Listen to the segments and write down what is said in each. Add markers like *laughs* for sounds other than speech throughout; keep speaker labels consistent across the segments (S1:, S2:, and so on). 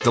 S1: The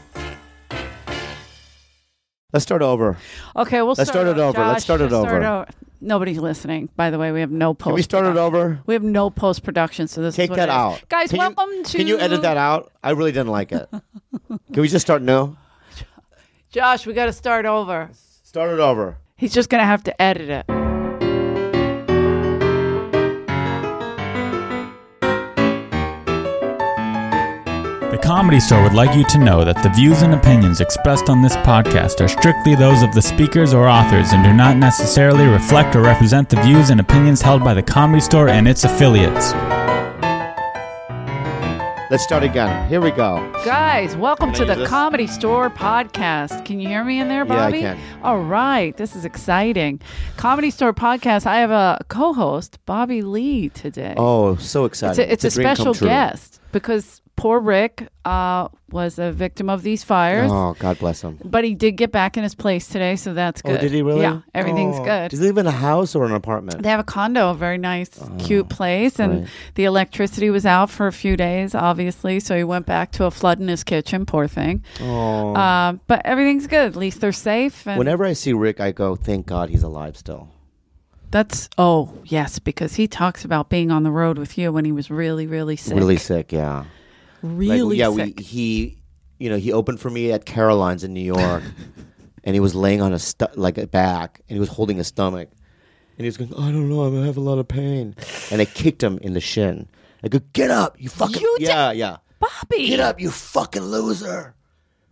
S2: Let's start over.
S3: Okay, we'll
S2: Let's start it over. Let's
S3: Josh,
S2: start it over.
S3: Nobody's listening. By the way, we have no post.
S2: Can we start it over?
S3: We have no post production, so this is
S2: Take
S3: what
S2: that
S3: it is.
S2: out,
S3: guys.
S2: Can you-
S3: welcome to.
S2: Can you edit that out? I really didn't like
S3: *laughs*
S2: it. can we just start new?
S3: Josh? We got to start over.
S2: Start it over.
S3: He's just gonna have to edit it.
S4: The Comedy Store would like you to know that the views and opinions expressed on this podcast are strictly those of the speakers or authors and do not necessarily reflect or represent the views and opinions held by the Comedy Store and its affiliates.
S2: Let's start again. Here we go.
S3: Guys, welcome
S2: Can I
S3: to
S2: use
S3: the
S2: this?
S3: Comedy Store podcast. Can you hear me in there,
S2: Yeah, I
S3: Bobby?
S2: can.
S3: All right, this is exciting. Comedy Store podcast. I have a co-host, Bobby Lee, today.
S2: Oh, so excited.
S3: it's a, it's a
S2: dream come
S3: special
S2: true.
S3: guest because poor Rick uh, was a victim of these fires.
S2: Oh, God bless him.
S3: But he did get back in his place today, so that's
S2: Oh,
S3: good.
S2: did he really?
S3: Yeah, everything's
S2: Oh.
S3: good.
S2: Does he live in a house or an apartment?
S3: They have a condo, a very nice, cute place, and
S2: Oh, right.
S3: the electricity was out for a few days, obviously. So he went back to a flood in his kitchen. Poor thing.
S2: Oh.
S3: Uh, but everything's good. At least they're safe. And
S2: Whenever I see Rick, I go, thank God he's alive still.
S3: that's oh yes, because he talks about being on the road with you when he was really, really sick.
S2: Really sick, yeah. Like,
S3: really
S2: yeah,
S3: sick.
S2: We, he, you know, he opened for me at Caroline's in New
S3: *laughs*
S2: York, and he was laying on his stu- like a back, and he was holding his stomach, and he was going, I don't know, I have a lot of pain, and I kicked him in the shin. I go, get up, you fucking
S3: You
S2: yeah, yeah,
S3: Bobby,
S2: get up, you fucking loser,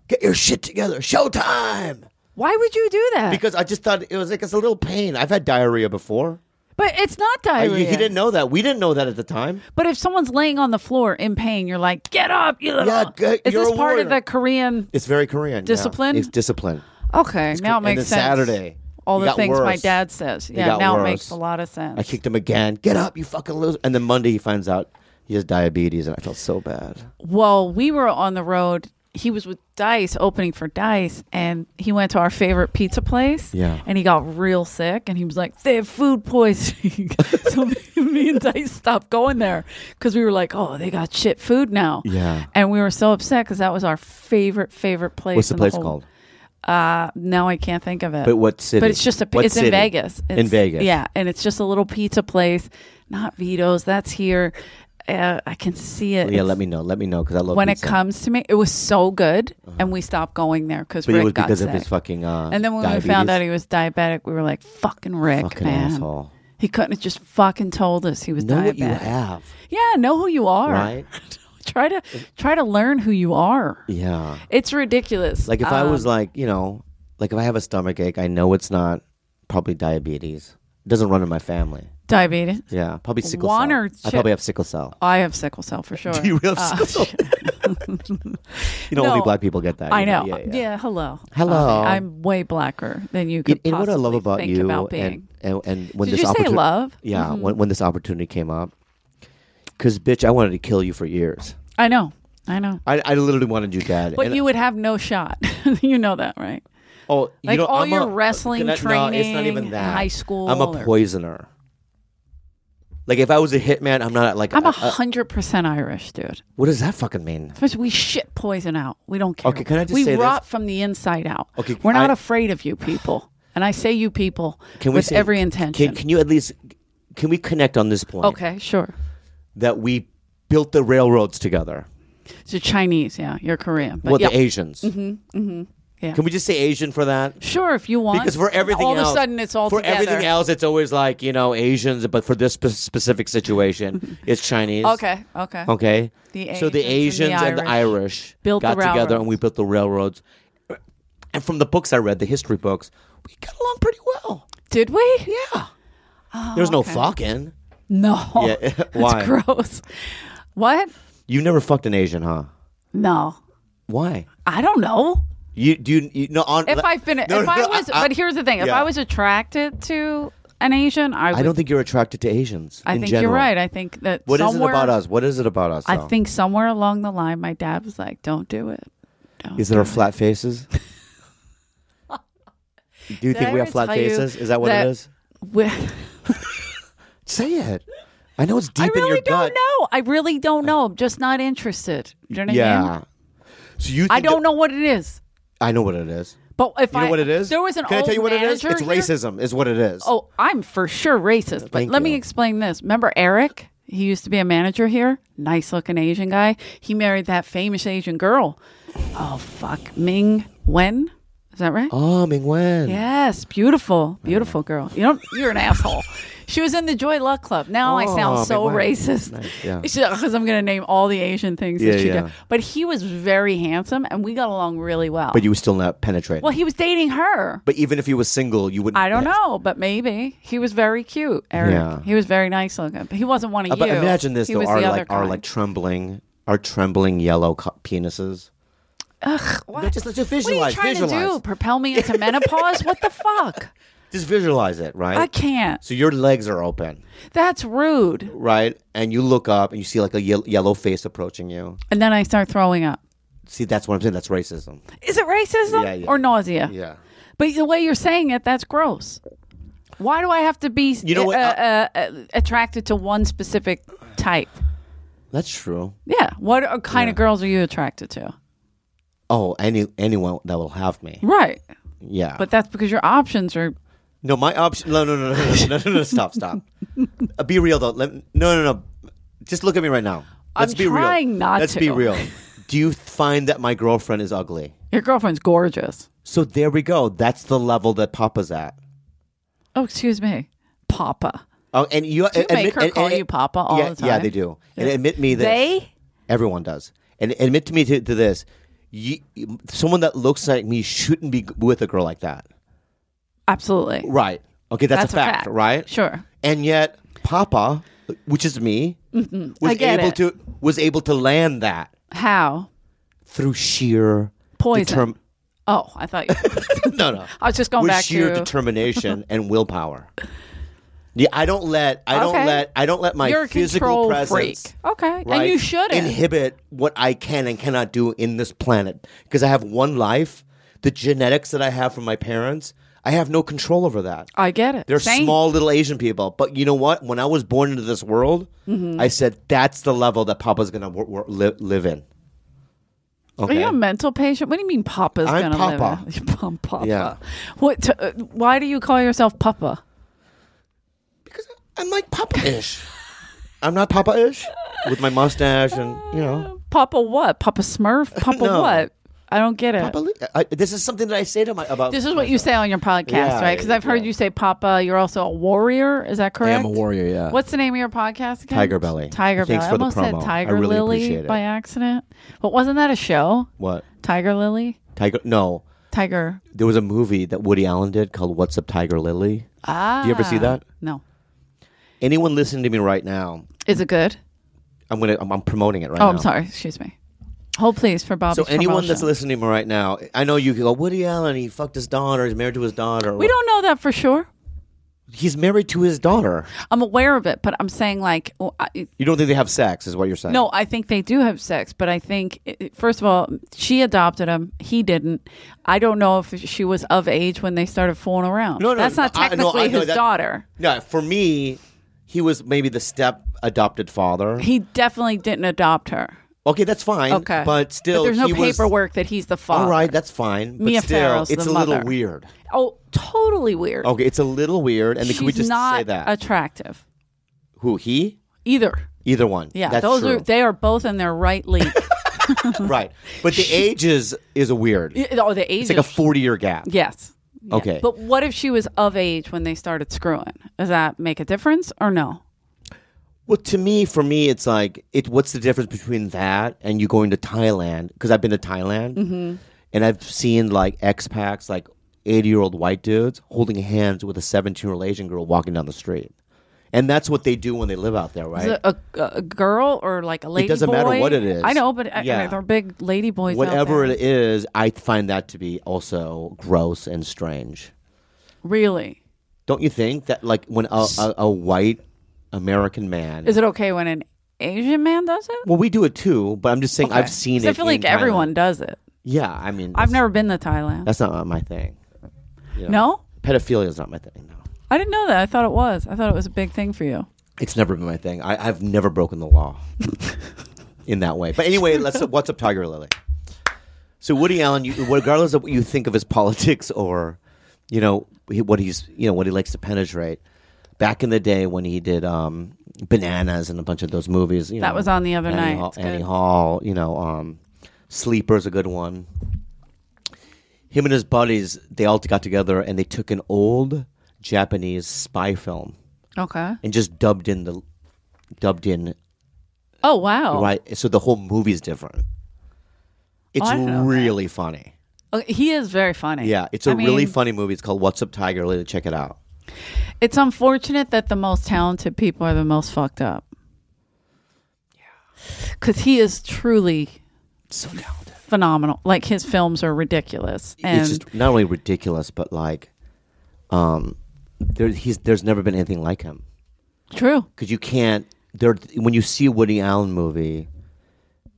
S2: get your shit together, showtime.
S3: why would you do that?
S2: Because I just thought it was like it's a little pain. I've had diarrhea before.
S3: but it's not
S2: I-
S3: diarrhea.
S2: he didn't know that. We didn't know that at the time.
S3: But if someone's laying on the floor in pain, you're like, get up, you little.
S2: Yeah, get-
S3: Is
S2: you're
S3: this
S2: a
S3: part of
S2: warrior.
S3: the Korean?
S2: It's very Korean. yeah.
S3: Discipline?
S2: It's discipline.
S3: Okay, now it
S2: and
S3: makes
S2: then
S3: sense.
S2: Saturday,
S3: All
S2: it
S3: the
S2: got
S3: things my
S2: worse.
S3: dad says.
S2: It
S3: Yeah,
S2: got
S3: now
S2: worse.
S3: it makes a lot of sense.
S2: I kicked him again. Get up, you fucking loser! And then Monday he finds out he has diabetes, and I felt so bad.
S3: Well, we were on the road. He was with Dice opening for Dice, and he went to our favorite pizza place.
S2: Yeah.
S3: And he got real sick, and he was like, they have food poisoning. *laughs* so me, me and Dice stopped going there because we were like, oh, they got shit food now.
S2: Yeah.
S3: And we were so upset because that was our favorite, favorite place.
S2: What's the
S3: in
S2: place
S3: whole-
S2: called?
S3: Uh, now I can't think of it.
S2: But what city?
S3: But it's just a.
S2: What
S3: it's
S2: city?
S3: in Vegas. It's,
S2: in Vegas.
S3: Yeah, and it's just a little pizza place, not Vito's. That's here. Uh, I can see it.
S2: Yeah,
S3: It's-
S2: let me know. Let me know because I love
S3: when
S2: pizza. Uh-huh.
S3: it comes to me, it was so good, and we stopped going there because
S2: But
S3: Rick
S2: it was
S3: got
S2: because
S3: sick.
S2: of his fucking. Uh,
S3: and then when
S2: diabetes.
S3: we found out he was diabetic, we were like, "Fucking Rick,
S2: Fucking
S3: man!
S2: asshole.
S3: He couldn't have just fucking told us he was
S2: know
S3: diabetic."
S2: what you have,
S3: Yeah, know who you are.
S2: right?
S3: try to try to learn who you are.
S2: Yeah.
S3: It's ridiculous.
S2: Like if I
S3: Um,
S2: was like you know, like if I have a stomach ache, I know it's not probably diabetes. It doesn't run in my family.
S3: diabetes,
S2: Yeah, probably sickle
S3: One
S2: cell.
S3: or
S2: I
S3: two-
S2: probably have sickle cell.
S3: I have sickle cell for sure.
S2: *laughs* Do you really have
S3: Uh,
S2: sickle cell?
S3: *laughs*
S2: you know,
S3: No.
S2: only black people get that.
S3: I
S2: you
S3: know.
S2: Yeah, yeah.
S3: hello.
S2: Hello.
S3: Uh, I'm way blacker than you could
S2: And- and what I love
S3: possibly
S2: about
S3: think
S2: you
S3: about being.
S2: and, and and when
S3: Did
S2: this
S3: you say
S2: opportu-
S3: love? Mm-hmm.
S2: yeah, when when this opportunity came up, because bitch, I wanted to kill you for years.
S3: I know. I know.
S2: I, I literally wanted you dead.
S3: But
S2: and-
S3: you would have no shot. *laughs* you know that, right?
S2: oh, you
S3: like
S2: know,
S3: all
S2: I'm
S3: your
S2: a-
S3: wrestling
S2: no, No, it's not
S3: training
S2: even
S3: in
S2: that.
S3: high school
S2: I'm
S3: or-
S2: a poisoner. Like if I was a hitman, I'm not like
S3: I'm
S2: uh,
S3: a
S2: uh,
S3: hundred percent Irish, dude.
S2: what does that fucking mean?
S3: First, we shit poison out. We don't care.
S2: Okay, can I just
S3: we
S2: say this?
S3: rot from the inside out.
S2: Okay,
S3: we're not
S2: I-
S3: afraid of you people, and I say you people
S2: Can we
S3: with
S2: say-
S3: every
S2: Can,
S3: intention.
S2: can you at least can we connect on this point?
S3: okay, sure.
S2: that we built the railroads together.
S3: So Chinese, yeah, you're Korean, but
S2: Well,
S3: yeah,
S2: the Asians. Mm-hmm, mm-hmm,
S3: yeah.
S2: Can we just say Asian for that?
S3: sure if you want.
S2: Because for everything
S3: all
S2: else,
S3: of a sudden it's all
S2: for
S3: together.
S2: everything else, it's always like you know Asians, but for this spe- specific
S3: *laughs*
S2: situation, it's Chinese.
S3: Okay, okay.
S2: Okay.
S3: The
S2: so the Asians
S3: Asians
S2: and the Irish,
S3: built
S2: got
S3: the
S2: together
S3: railroads.
S2: and we built the railroads. And from the books I read, the history books, we got along pretty well.
S3: Did we?
S2: Yeah. There's no fucking.
S3: No.
S2: Yeah, *laughs* why?
S3: Oh, That's gross. What?
S2: You've never fucked an Asian, huh?
S3: No,
S2: Why?
S3: I don't know.
S2: You do you, you no on
S3: If I've been,
S2: *laughs* No, no,
S3: if I
S2: no,
S3: was, but here's the thing: if
S2: yeah.
S3: I was attracted to an Asian, I, would,
S2: I don't think you're attracted to Asians.
S3: I
S2: in
S3: think
S2: general.
S3: you're right. I think that
S2: What is
S3: somewhere,
S2: it about us? What is it about us?
S3: I
S2: though?
S3: think somewhere along the line, my dad was like, "Don't do it." Don't
S2: is it
S3: do
S2: our flat faces? *laughs* do you
S3: Did
S2: think
S3: I
S2: we have
S3: ever
S2: flat
S3: tell you
S2: faces? Is that what
S3: that-
S2: it is?
S3: Wi-
S2: Say it. I know it's deep
S3: *laughs* I
S2: in your
S3: really
S2: gut.
S3: don't know. I really don't know. I'm just not interested. Do you know what I mean?
S2: Yeah. So you? Think
S3: I don't know what it is.
S2: I know what it is.
S3: But if
S2: You know
S3: I,
S2: what it is?
S3: there was an
S2: Can
S3: old
S2: I tell you what it is?
S3: manager
S2: It's
S3: here-
S2: racism. Is what it is.
S3: Oh, I'm for sure racist. But
S2: Thank
S3: let me
S2: you.
S3: explain this. Remember Eric? He used to be a manager here. Nice looking Asian guy. He married that famous Asian girl. Oh fuck, Ming Wen. Is that right?
S2: Oh, Ming Wen.
S3: Yes, beautiful, beautiful girl. You know, you're an asshole. She was in the Joy Luck Club. Now I
S2: Oh,
S3: sound so
S2: man, wow.
S3: racist
S2: Nice, yeah.
S3: because I'm going to name all the Asian things
S2: Yeah,
S3: that she
S2: yeah.
S3: did. But he was very handsome, and we got along really well.
S2: But you were still not penetrating.
S3: well, he was dating her.
S2: but even if you were single, you wouldn't.
S3: I don't
S2: Yeah.
S3: know, but maybe he was very cute, Eric.
S2: Yeah.
S3: He was very nice looking, but he wasn't one of
S2: Uh, But
S3: you.
S2: imagine this
S3: he
S2: though:
S3: was
S2: our
S3: the
S2: like
S3: other
S2: our
S3: kind.
S2: like trembling, our trembling yellow co- penises.
S3: what?
S2: No, just let's just
S3: what are
S2: visualize.
S3: you trying to do?
S2: visualize.
S3: Propel me into menopause? What
S2: *laughs*
S3: the fuck?
S2: Just visualize it, right?
S3: I can't.
S2: So your legs are open,
S3: That's rude.
S2: right? And you look up and you see like a ye- yellow face approaching you.
S3: And then I start throwing up.
S2: See, that's what I'm saying. That's racism.
S3: Is it racism
S2: Yeah, yeah.
S3: or nausea?
S2: Yeah.
S3: But the way you're saying it, that's gross. Why do I have to be
S2: You know what,
S3: uh,
S2: I-
S3: uh, uh, attracted to one specific type?
S2: That's true.
S3: Yeah. What are- kind of girls are you attracted to?
S2: Oh, any anyone that will have me.
S3: Right.
S2: Yeah.
S3: But that's because your options are.
S2: No, my option. No, no, no, no, no, no, no, no, stop,
S3: *laughs*
S2: stop. Uh, be real though. Let, no, no, no. Just look at me right now.
S3: I'm
S2: Let's be real.
S3: trying not
S2: Let's be
S3: to.
S2: real. Do you find that my girlfriend is ugly?
S3: Your girlfriend's gorgeous.
S2: So there we go. That's the level that Papa's at.
S3: Oh, excuse me. Papa.
S2: Oh, and you
S3: Do you
S2: admit,
S3: make her
S2: and-
S3: call
S2: and-
S3: you Papa all
S2: yeah,
S3: the time?
S2: Yeah, they do. And admit me this.
S3: They?
S2: Everyone does. And admit to me to, to this. You, someone that looks like me shouldn't be with a girl like that.
S3: Absolutely.
S2: Right. Okay, that's, a, fact, right?
S3: Sure.
S2: and yet Papa, which is me, was
S3: Mm-hmm. I get
S2: able
S3: it.
S2: to was able to land that
S3: How?
S2: through sheer
S3: Poison.
S2: determ- *laughs*
S3: Oh, I thought you.
S2: no,
S3: *laughs*
S2: no.
S3: I was just going
S2: With
S3: back
S2: sheer
S3: to- *laughs*
S2: determination and willpower. Yeah, I don't let I don't
S3: Okay.
S2: let I don't let my
S3: You're a
S2: physical
S3: control
S2: presence.
S3: freak. Okay. And
S2: right,
S3: you shouldn't.
S2: inhibit what I can and cannot do in this planet because I have one life. The genetics that I have from my parents, I have no control over that.
S3: I get it.
S2: They're
S3: Same.
S2: small little Asian people. But you know what? When I was born into this world,
S3: Mm-hmm.
S2: I said that's the level that Papa's going to wor- wor- li- live in.
S3: Are
S2: Okay.
S3: you a mental patient? What do you mean Papa's
S2: I'm
S3: going to live?
S2: Papa.
S3: in- *laughs* I'm Papa.
S2: Yeah.
S3: What? t- uh, why do you call yourself Papa?
S2: I'm like Papa ish. I'm not Papa ish with my mustache and, you know.
S3: Papa what?
S2: *laughs*
S3: Papa Smurf? Papa
S2: No.
S3: what? I don't get it.
S2: Papa, Li- I, this is something that I say to my about.
S3: Uh, this is what you say on your podcast,
S2: Yeah,
S3: right? Because I've heard
S2: yeah.
S3: you say Papa. You're also a warrior. Is that correct?
S5: I am a warrior, yeah.
S3: What's the name of your podcast again?
S2: Uh, Tiger Belly.
S3: Tiger
S2: Thanks
S3: Belly. I
S2: for the
S3: almost
S2: promo.
S3: said
S2: I
S3: Tiger
S2: really appreciate
S3: Lily
S2: it.
S3: by accident. But wasn't that a show?
S2: what
S3: Tiger Lily?
S2: Tiger? No,
S3: Tiger.
S2: there was a movie that Woody Allen did called "What's Up, Tiger Lily."
S3: Ah.
S2: you ever see that?
S3: No.
S2: Anyone listening to me right now,
S3: Is it good?
S2: I'm gonna I'm, I'm promoting it right
S3: oh,
S2: now.
S3: I'm sorry. Excuse me. Hold please for Bob's
S2: So anyone that's
S3: promotion.
S2: listening to me right now, I know you can go Woody Allen. He fucked his daughter. He's married to his daughter.
S3: We don't know that for sure.
S2: He's married to his daughter.
S3: I'm aware of it, but I'm saying like, oh, I,
S2: You don't think they have sex, is what you're saying?
S3: no, I think they do have sex, but I think it- it- first of all, she adopted him, he didn't. I don't know if she was of age when they started fooling around.
S2: No, no,
S3: that's not
S2: I- no, I
S3: technically
S2: know
S3: his
S2: that-
S3: daughter.
S2: no. For me, he was maybe the step adopted father.
S3: He definitely didn't adopt her.
S2: Okay, that's fine.
S3: Okay,
S2: but still,
S3: there's no
S2: he was-
S3: paperwork that he's the father.
S2: all right, that's fine. But
S3: Mia
S2: still,
S3: Farrow's
S2: it's
S3: the
S2: a little
S3: mother.
S2: weird.
S3: oh, totally weird.
S2: Okay, it's a little weird. And
S3: she's
S2: can we just
S3: not
S2: say that?
S3: attractive
S2: Who he?
S3: either.
S2: Either one.
S3: Yeah,
S2: that's
S3: those
S2: true.
S3: are they are both in their
S2: *laughs*
S3: right league.
S2: right. But
S3: *laughs*
S2: the ages is a weird. It's
S3: oh, the age
S2: like a 40 year gap.
S3: Yes. Yeah.
S2: Okay.
S3: But what if she was of age when they started screwing? Does that make a difference or no?
S2: Well, to me, for me, it's like it. What's the difference between that and you going to Thailand? Because I've been to Thailand,
S3: Mm-hmm.
S2: and I've seen like expats, like eighty-year-old white dudes holding hands with a seventeen-year-old Asian girl walking down the street, And that's what they do when they live out there, right?
S3: Is it a, a- a girl or like a lady?
S2: doesn't matter
S3: boy?
S2: what it is.
S3: I know, but I- I,
S2: Yeah.
S3: they're big lady boys. out
S2: Whatever
S3: there.
S2: it is, I find that to be also gross and strange.
S3: really.
S2: Don't you think that, like, when a, a, a white American man
S3: Is it okay when an Asian man does it?
S2: Well, we do it too, but I'm just saying I've seen
S3: 'Cause
S2: it.
S3: I feel
S2: in
S3: like everyone
S2: Thailand.
S3: does it.
S2: Yeah, I mean,
S3: I've
S2: that's-
S3: never been to Thailand.
S2: That's not my thing.
S3: No,
S2: Pedophilia is not my thing. No,
S3: I didn't know that. I thought it was. I thought it was a big thing for you.
S2: it's never been my thing. I, I've never broken the law in that way. But anyway, let's uh, what's up, Tiger Lily. So Woody Allen, you, regardless of what you think of his politics or, you know, he- what he's you know what he likes to penetrate. Back in the day when he did um, bananas and a bunch of those movies, you
S3: That
S2: know,
S3: was on the other
S2: Annie
S3: night.
S2: Hall,
S3: It's good.
S2: Annie Hall, you know, um, Sleeper's a good one. him and his buddies they all got together and they took an old japanese spy film
S3: Okay.
S2: and just dubbed in the dubbed in
S3: Oh wow.
S2: right so the whole movie's different it's
S3: Oh, I didn't know that.
S2: really funny
S3: Okay, He is very funny.
S2: yeah it's
S3: a
S2: a really funny movie it's called what's up tiger lily check it out
S3: It's unfortunate that the most talented people are the most fucked up. Yeah. Because he is truly
S2: so talented
S3: phenomenal. Like his films are ridiculous, and
S2: it's just not only ridiculous but like um there, he's, there's never been anything like him
S3: true.
S2: because you can't there when you see a Woody Allen movie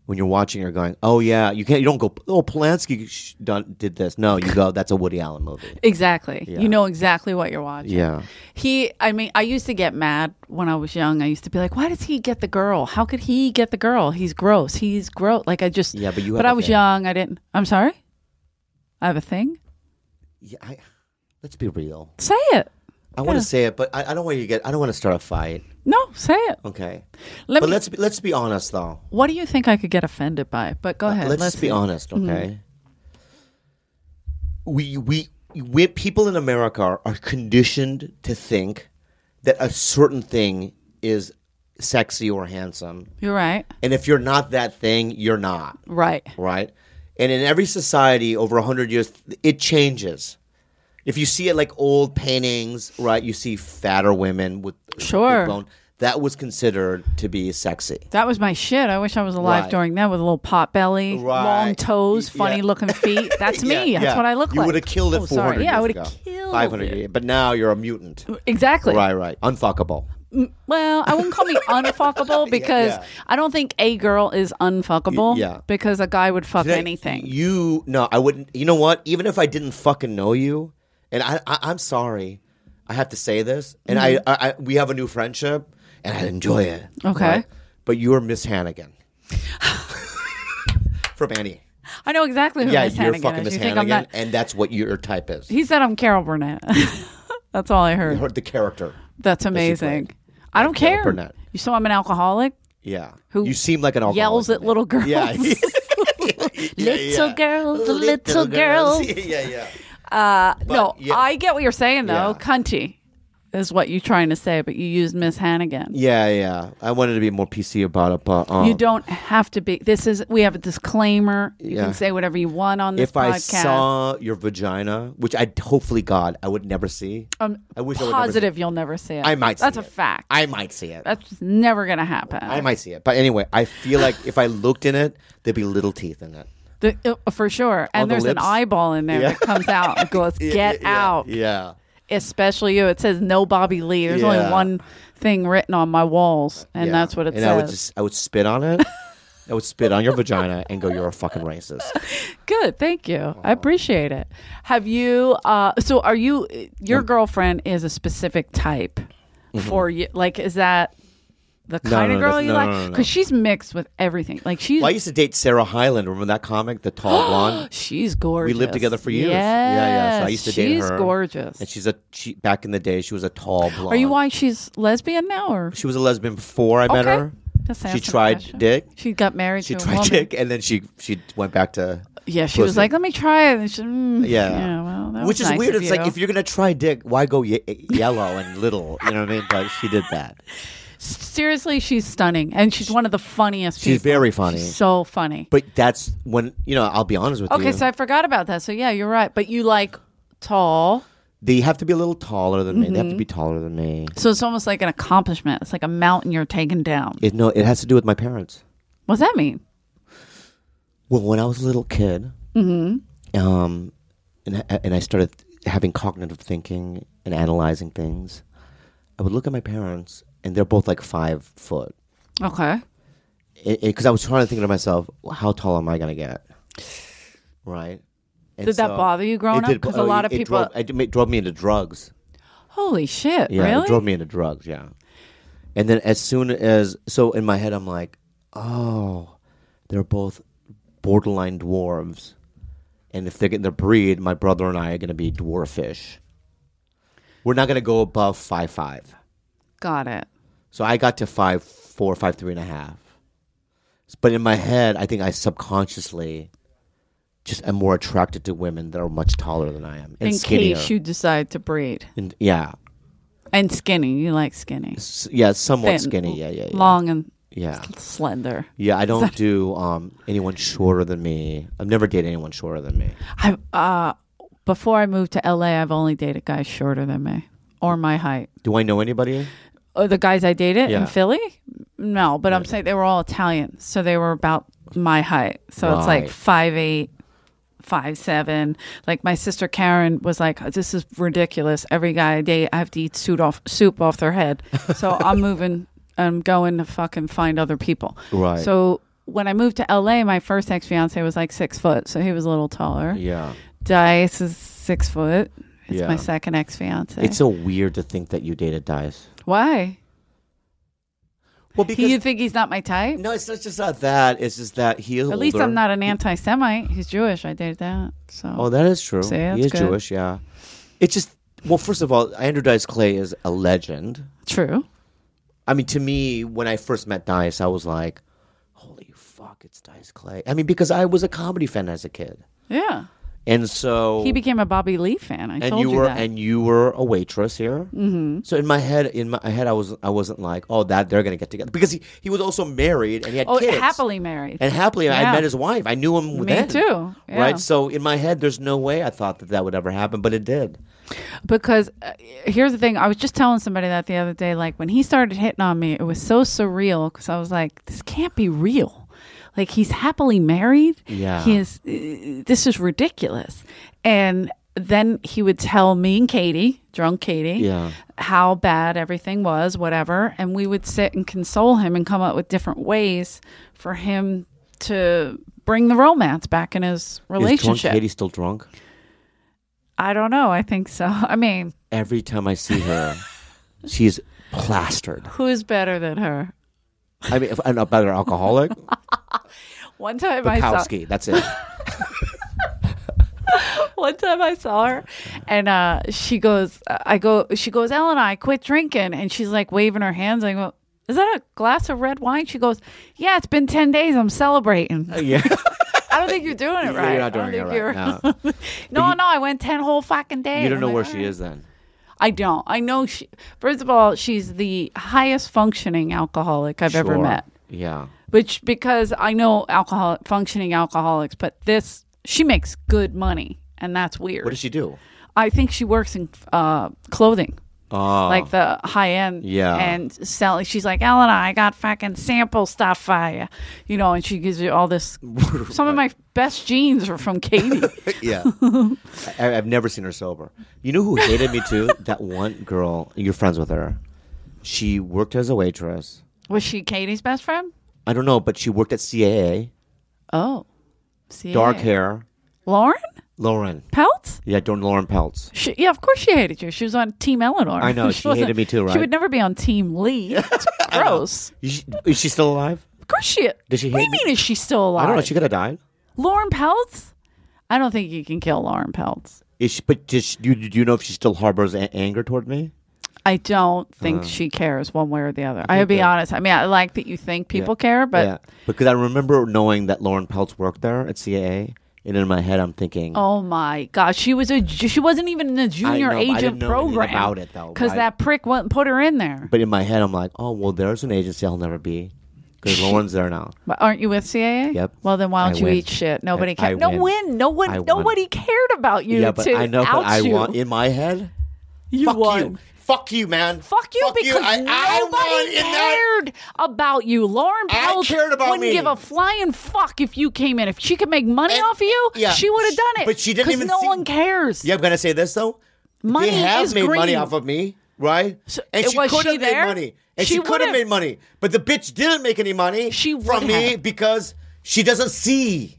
S2: when you're watching you're going oh yeah you can't you don't go oh Polanski sh- done, did this no you go that's a Woody Allen
S3: *laughs*
S2: movie
S3: Exactly.
S2: Yeah.
S3: You know exactly what you're watching.
S2: yeah
S3: He, I mean, I used to get mad when I was young. I used to be like, why does he get the girl? How could he get the girl? He's gross. He's gross. Like, I just,
S2: Yeah, but you
S3: but
S2: have
S3: I
S2: a
S3: was
S2: thing.
S3: young. I didn't, I'm sorry. I have a thing.
S2: yeah I, let's be real
S3: Say it.
S2: I want to say it but I, I don't want you to get I don't want to start a fight
S3: No, say it.
S2: okay
S3: Let
S2: but
S3: me,
S2: let's be, let's be honest though
S3: what do you think I could get offended by? But go ahead.
S2: Uh, let's, just be
S3: see. Mm-hmm.
S2: honest okay we we we people in America are, are conditioned to think that a certain thing is sexy or handsome
S3: You're right.
S2: And if you're not that thing, you're not,
S3: Right.
S2: right? And in every society over 100 years, it changes. If you see it like old paintings, right, you see fatter women with with
S3: Sure.
S2: bone. That was considered to be sexy.
S3: That was my shit. I wish I was alive
S2: Right.
S3: during that with a little pot belly,
S2: Right.
S3: long toes,
S2: Y- yeah.
S3: funny
S2: *laughs*
S3: looking feet. That's me.
S2: Yeah,
S3: That's
S2: yeah.
S3: what I look
S2: you
S3: like.
S2: would have killed it
S3: Oh,
S2: 400
S3: sorry. Yeah, I
S2: years
S3: would
S2: ago.
S3: have killed
S2: 500
S3: it.
S2: years. But now you're a mutant.
S3: Exactly.
S2: Right, right. Unfuckable.
S3: Well, I wouldn't
S2: *laughs*
S3: call me unfuckable because
S2: yeah.
S3: I don't think a girl is unfuckable.
S2: Y- yeah.
S3: Because a guy would fuck
S2: Today,
S3: anything.
S2: You no, I wouldn't. You know what? Even if I didn't fucking know you, and I, I I'm sorry, I have to say this, and I, I, I we have a new friendship, and I enjoy it.
S3: Mm-hmm. Okay.
S2: but you're Miss
S3: *laughs*
S2: Hannigan from Annie.
S3: I know exactly who
S2: Yeah,
S3: Miss
S2: you're
S3: Hannigan
S2: fucking
S3: is.
S2: Miss
S3: you think
S2: Hannigan,
S3: I'm not?
S2: and that's what your type is.
S3: He said I'm
S2: *laughs*
S3: Carol Burnett. *laughs* That's all I heard.
S2: Her- the character.
S3: That's amazing. I don't care.
S2: Burnett.
S3: You saw I'm an alcoholic.
S2: Yeah,
S3: Who
S2: you seem like an alcoholic.
S3: Yells at little girls.
S2: *laughs* Yeah. Yeah, yeah,
S3: *laughs* Little
S2: yeah.
S3: girls, little
S2: *laughs*
S3: girls.
S2: yeah, yeah.
S3: Uh, no,
S2: yeah.
S3: I get what you're saying though.
S2: Yeah.
S3: Cunty is what you're trying to say, but you used Miss Hannigan.
S2: Yeah, yeah. I wanted to be more PC about it, but um,
S3: You don't have to be. This is we have a disclaimer. You
S2: Yeah.
S3: can say whatever you want on this
S2: if
S3: podcast.
S2: I saw your vagina, which I hopefully God I would never see.
S3: I'm
S2: I wish I would never see
S3: Um, positive you'll never see it.
S2: I might. see
S3: That's a
S2: it.
S3: fact.
S2: I might see it.
S3: That's never gonna happen.
S2: I might see it. But anyway, I feel like if I looked in it, there'd be little teeth in it.
S3: The- uh, for sure.
S2: On
S3: And
S2: the
S3: there's an
S2: lips?
S3: eyeball in there that comes
S2: *laughs*
S3: out and goes, *laughs* "Get out!"
S2: Yeah.
S3: Especially you. It says no Bobby Lee. There's
S2: Yeah.
S3: only one thing written on my walls, and
S2: yeah.
S3: that's what it
S2: and I would
S3: says.
S2: just I would spit on
S3: *laughs*
S2: it. I would spit on your vagina and go, "You're a fucking
S3: *laughs*
S2: racist."
S3: Good, thank you. I appreciate it. Have you? Uh, so, are you?
S2: Mm.
S3: Your girlfriend is a specific type for you. Like, is that the
S2: Mm-hmm.
S3: kind
S2: no,
S3: of girl
S2: that's-
S3: you
S2: no,
S3: like?
S2: no, no, no.
S3: she's mixed with everything. Like, she's
S2: Well, I used to date Sarah Hyland. Remember that comic, the
S3: *gasps*
S2: tall blonde?
S3: she's gorgeous.
S2: We lived together for years.
S3: Yes,
S2: Yeah, yeah. So I used to date
S3: she's
S2: her.
S3: gorgeous.
S2: And she's a she, back in the day. She was a tall blonde.
S3: are you why she's lesbian now or?
S2: She was a lesbian before I met
S3: Okay.
S2: her.
S3: Just
S2: she
S3: asking a
S2: tried
S3: question.
S2: dick.
S3: She got married.
S2: She
S3: to a
S2: tried
S3: woman.
S2: dick, and then she she went back to
S3: Yeah, she was
S2: pussy.
S3: like, "Let me try it." And she, mm,
S2: yeah,
S3: well, that
S2: which
S3: was
S2: is
S3: nice
S2: weird.
S3: of
S2: It's like
S3: you.
S2: if you're gonna try dick, why go ye- yellow and little? You know what I mean? But she did that.
S3: seriously, she's stunning, and she's one of the funniest.
S2: She's
S3: people.
S2: very funny.
S3: She's so funny.
S2: But that's when you know. I'll be honest with
S3: Okay,
S2: you.
S3: so I forgot about that. So yeah, you're right. But you like tall,
S2: They have to be a little taller than me. They have
S3: Mm-hmm.
S2: to be taller than me.
S3: So it's almost like an accomplishment. It's like a mountain you're taking down.
S2: It, no, it has to do with my parents.
S3: What's that mean?
S2: Well, when I was a little kid,
S3: Mm-hmm.
S2: um, and I, and I started having cognitive thinking and analyzing things, I would look at my parents, and they're both like five foot.
S3: Okay.
S2: Because I was trying to think to myself, well, how tall am I going to get? Right. And
S3: Did that
S2: so-
S3: bother you growing
S2: it
S3: up?
S2: did bo-
S3: 'Cause a
S2: oh,
S3: lot
S2: it-
S3: of
S2: it
S3: people-
S2: Drove, it ma- drove me into drugs.
S3: Holy shit.
S2: Yeah,
S3: really?
S2: it drove me into drugs. Yeah, and then as soon as so in my head, I'm like, oh, they're both borderline dwarves, and if they're getting their breed, my brother and I are going to be dwarfish. We're not going to go above five five.
S3: Got it.
S2: So I got to five four, five three and a half. But in my head, I think I subconsciously just am more attracted to women that are much taller than I am and
S3: In
S2: skinnier.
S3: case you decide to breed.
S2: And- yeah,
S3: And skinny. You like skinny.
S2: S- yeah, somewhat
S3: Thin,
S2: skinny. Yeah, yeah, yeah.
S3: Long and
S2: Yeah.
S3: slender.
S2: Yeah, I don't do um, anyone shorter than me. I've never dated anyone shorter than me.
S3: I uh before I moved to LA, I've only dated guys shorter than me or my height.
S2: Do I know anybody?
S3: Oh, the guys I dated
S2: Yeah.
S3: in Philly? No, but I'm saying they were all Italian, so they were about my height. So it's like
S2: Right.
S3: five eight, five seven. Like my sister Karen was like, "This is ridiculous. Every guy I date, I have to eat soup off soup off their
S2: *laughs*
S3: head." So I'm moving. I'm going to fucking find other people.
S2: Right.
S3: So when I moved to LA, my first ex fiance was like six foot, so he was a little taller.
S2: Yeah.
S3: Dice is six foot. It's
S2: Yeah.
S3: my second ex fiance.
S2: It's so weird to think that you dated Dice.
S3: Why?
S2: Well,
S3: Do you think he's not my type?
S2: no, it's not just not that. It's just that he is.
S3: At least I'm not an anti Semite. He's Jewish. I did that. So
S2: Oh, that is true.
S3: See,
S2: he
S3: that's
S2: is
S3: good.
S2: Jewish. Yeah. It's just well, first of all, Andrew Dice Clay is a legend.
S3: true.
S2: I mean, to me, when I first met Dice, I was like, "Holy fuck, it's Dice Clay!" I mean, because I was a comedy fan as a kid,
S3: Yeah.
S2: and so
S3: He became a Bobby Lee fan.
S2: Oh.
S3: I
S2: and
S3: told
S2: you
S3: you,
S2: were
S3: that.
S2: and you were a waitress here. Mm-hmm. So in my head, in my head, I was I wasn't like, oh, that they're gonna get together because he, he was also married and he had
S3: oh,
S2: kids
S3: happily married.
S2: and happily I
S3: Yeah.
S2: met his wife. I knew him
S3: Me
S2: then
S3: too. Yeah.
S2: Right. So in my head, there's no way I thought that that would ever happen, but it did.
S3: because uh, here's the thing i was just telling somebody that the other day like when he started hitting on me it was so surreal because i was like this can't be real like he's happily married
S2: Yeah.
S3: he is uh, this is ridiculous and then he would tell me and katie drunk katie
S2: Yeah.
S3: how bad everything was whatever and we would sit and console him and come up with different ways for him to bring the romance back in his
S2: Is drunk
S3: relationship
S2: Katie still drunk?
S3: i don't know i think so *laughs* i mean
S2: Every time I see
S3: *laughs*
S2: her, she's plastered.
S3: who's better than her
S2: I mean, if uh, I'm not better alcoholic,
S3: One time *laughs* I saw
S2: Bukowski. That's it.
S3: *laughs* one time I saw her, and uh, she goes, I go, she goes, Ellen, I quit drinking, and she's like waving her hands. I go, is that a glass of red wine? She goes, yeah, it's been ten days. I'm celebrating.
S2: Yeah.
S3: I
S2: *laughs*
S3: don't think you're doing it right.
S2: You're not
S3: I don't
S2: doing it
S3: think
S2: right.
S3: you're- *laughs*
S2: No.
S3: No, no, I went ten whole fucking
S2: *laughs*
S3: days.
S2: You don't
S3: I'm
S2: know
S3: like,
S2: where
S3: "All
S2: she
S3: right."
S2: is then.
S3: I don't. I know she. First of all, she's the highest functioning alcoholic I've ever
S2: Sure.
S3: met.
S2: Yeah.
S3: which because I know alcohol functioning alcoholics, but this she makes good money, and that's weird.
S2: What does she do?
S3: I think she works in uh, clothing,
S2: Oh,
S3: like the high end.
S2: Yeah.
S3: and selling. She's like, Elena, I got fucking sample stuff for you, you know, and she gives you
S2: *laughs*
S3: all this. Some of my best jeans are from Katie.
S2: *laughs*
S3: *laughs*
S2: Yeah. I, I've never seen her sober. You know who hated me *laughs* too? that one girl, you're friends with her. She worked as a waitress.
S3: Was she Katie's best friend?
S2: I don't know, but she worked at CAA.
S3: Oh, see,
S2: Dark hair.
S3: Lauren
S2: Lauren.
S3: Peltz.
S2: Yeah, don't Lauren Peltz.
S3: She, yeah, of course she hated you. She was on Team Eleanor.
S2: I know, she hated
S3: wasn't-
S2: me too,
S3: *laughs* She
S2: right?
S3: would never be on
S2: *laughs*
S3: Team Lee. It's gross.
S2: Is she, is she still alive?
S3: Of course she.
S2: Does she
S3: What do
S2: hate
S3: you
S2: me?
S3: mean? Is she still alive?
S2: I don't know. She could have died.
S3: Lauren Peltz. I don't think you can kill Lauren Peltz.
S2: Is she, but does she, do, you- do you know if she still harbors a- anger toward me?
S3: I don't
S2: Uh-huh.
S3: think she cares one way or the other. I'll be honest. I mean, I like that you think people care, but
S2: yeah. Because I remember knowing that Lauren Peltz worked there at CAA. And in my head, I'm thinking,
S3: oh my gosh, she was a ju- she wasn't even in the junior
S2: know, but I
S3: agent
S2: didn't know anything
S3: program
S2: about it, though.
S3: because
S2: I-
S3: that prick went and put her in there.
S2: But in my head, I'm like, oh, well, there's an agency I'll never be because
S3: *laughs*
S2: Lauren's there now.
S3: But aren't you with CAA?
S2: Yep.
S3: Well, then why
S2: I
S3: don't you
S2: win.
S3: eat shit? Nobody
S2: I- I
S3: cared. No
S2: win.
S3: win. No
S2: I
S3: one.
S2: won.
S3: Nobody cared about you.
S2: yeah, but
S3: to
S2: I know,
S3: out
S2: but I
S3: you.
S2: want in my head,
S3: You
S2: Fuck
S3: won.
S2: you. Fuck you, man.
S6: Fuck you because
S2: I,
S6: nobody
S2: I won in that.
S6: cared about you. Lauren
S2: I
S6: Pelt
S2: cared about
S6: wouldn't
S2: me.
S6: give a flying fuck if you came in. If she could make money
S2: And-
S6: off you,
S2: yeah.
S6: she would have done it.
S2: But she didn't
S6: 'Cause
S2: even
S6: No
S2: see-
S6: one cares.
S2: Yeah, I'm gonna say this though.
S6: Money
S2: they have
S6: is
S2: made money
S6: green.
S2: off of me, right?
S6: So-
S2: and she
S6: was
S2: could
S6: she
S2: have made
S6: there?
S2: money. And
S6: She
S2: she, could
S6: would've.
S2: have made money. But the bitch didn't make any money
S6: She would
S2: from me
S6: have.
S2: because she doesn't see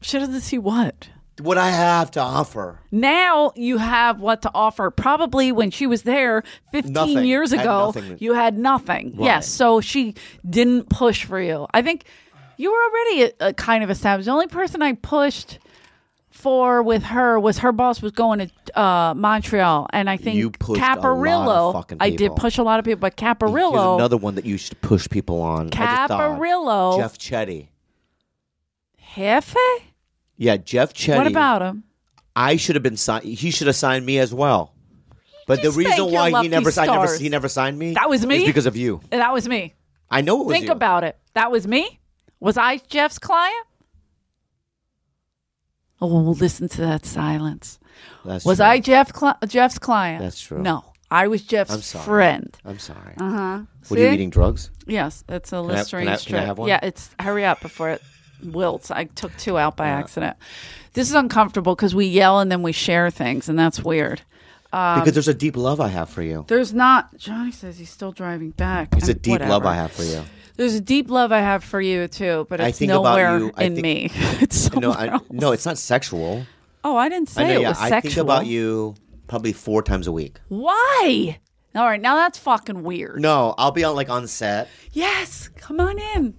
S6: She doesn't see what.
S2: what I have to offer.
S6: Now you have what to offer. Probably when she was there 15
S2: Nothing.
S6: years
S2: Had
S6: ago,
S2: nothing.
S6: you had nothing. Yes. So she didn't push for you. I think you were already a, a kind of established. The only person I pushed for with her was her boss was going to uh, Montreal. And I think
S2: You pushed a lot of
S6: Caparillo.
S2: fucking
S6: I did
S2: people.
S6: push a lot of people, but Caparillo.
S2: Here's another one that you should push people on.
S6: Caparillo.
S2: I just thought. Jeff Chetty.
S6: Jefe?
S2: Yeah, Jeff Chetty.
S6: What about him?
S2: I should have been signed. He should have signed me as well. But the
S6: just
S2: reason
S6: thank your
S2: why
S6: lucky
S2: he never, I never,
S6: stars.
S2: he never signed me.
S6: That was me?
S2: Is because of you.
S6: That was me.
S2: I know it was
S6: Think
S2: you.
S6: about it. That was me. Was I Jeff's client? Oh, listen to that silence.
S2: That's
S6: was
S2: true.
S6: I Jeff cli- Jeff's client?
S2: That's true.
S6: No, I was Jeff's
S2: I'm sorry.
S6: friend.
S2: I'm sorry.
S6: Uh huh.
S2: What are you eating? Drugs?
S3: Yes, it's a
S2: I- can
S3: Listerine
S2: I- can I
S3: strip.
S2: have one?
S3: Yeah, it's hurry up before it wilts. I took two out by accident. This is uncomfortable because we yell and then we share things, and that's weird. Um,
S2: because there's a deep love I have for you.
S3: There's not. Johnny says he's still driving back.
S2: It's a deep love I
S3: have.
S2: have for
S3: *laughs*
S2: you.
S3: There's a deep love I have for you too, but
S2: I
S3: it's
S2: think about
S3: nowhere
S2: you- I
S3: in
S2: think- *laughs*
S3: me. It's
S2: No,
S3: somewhere
S2: I,
S3: else.
S2: no, it's not sexual.
S3: Oh, I didn't say
S2: I know.
S3: it
S2: Yeah,
S3: was
S2: I
S3: sexual.
S2: think about you probably four times a week.
S6: Why? All right, now that's fucking weird.
S2: No, I'll be on like on set.
S3: Yes, come on in.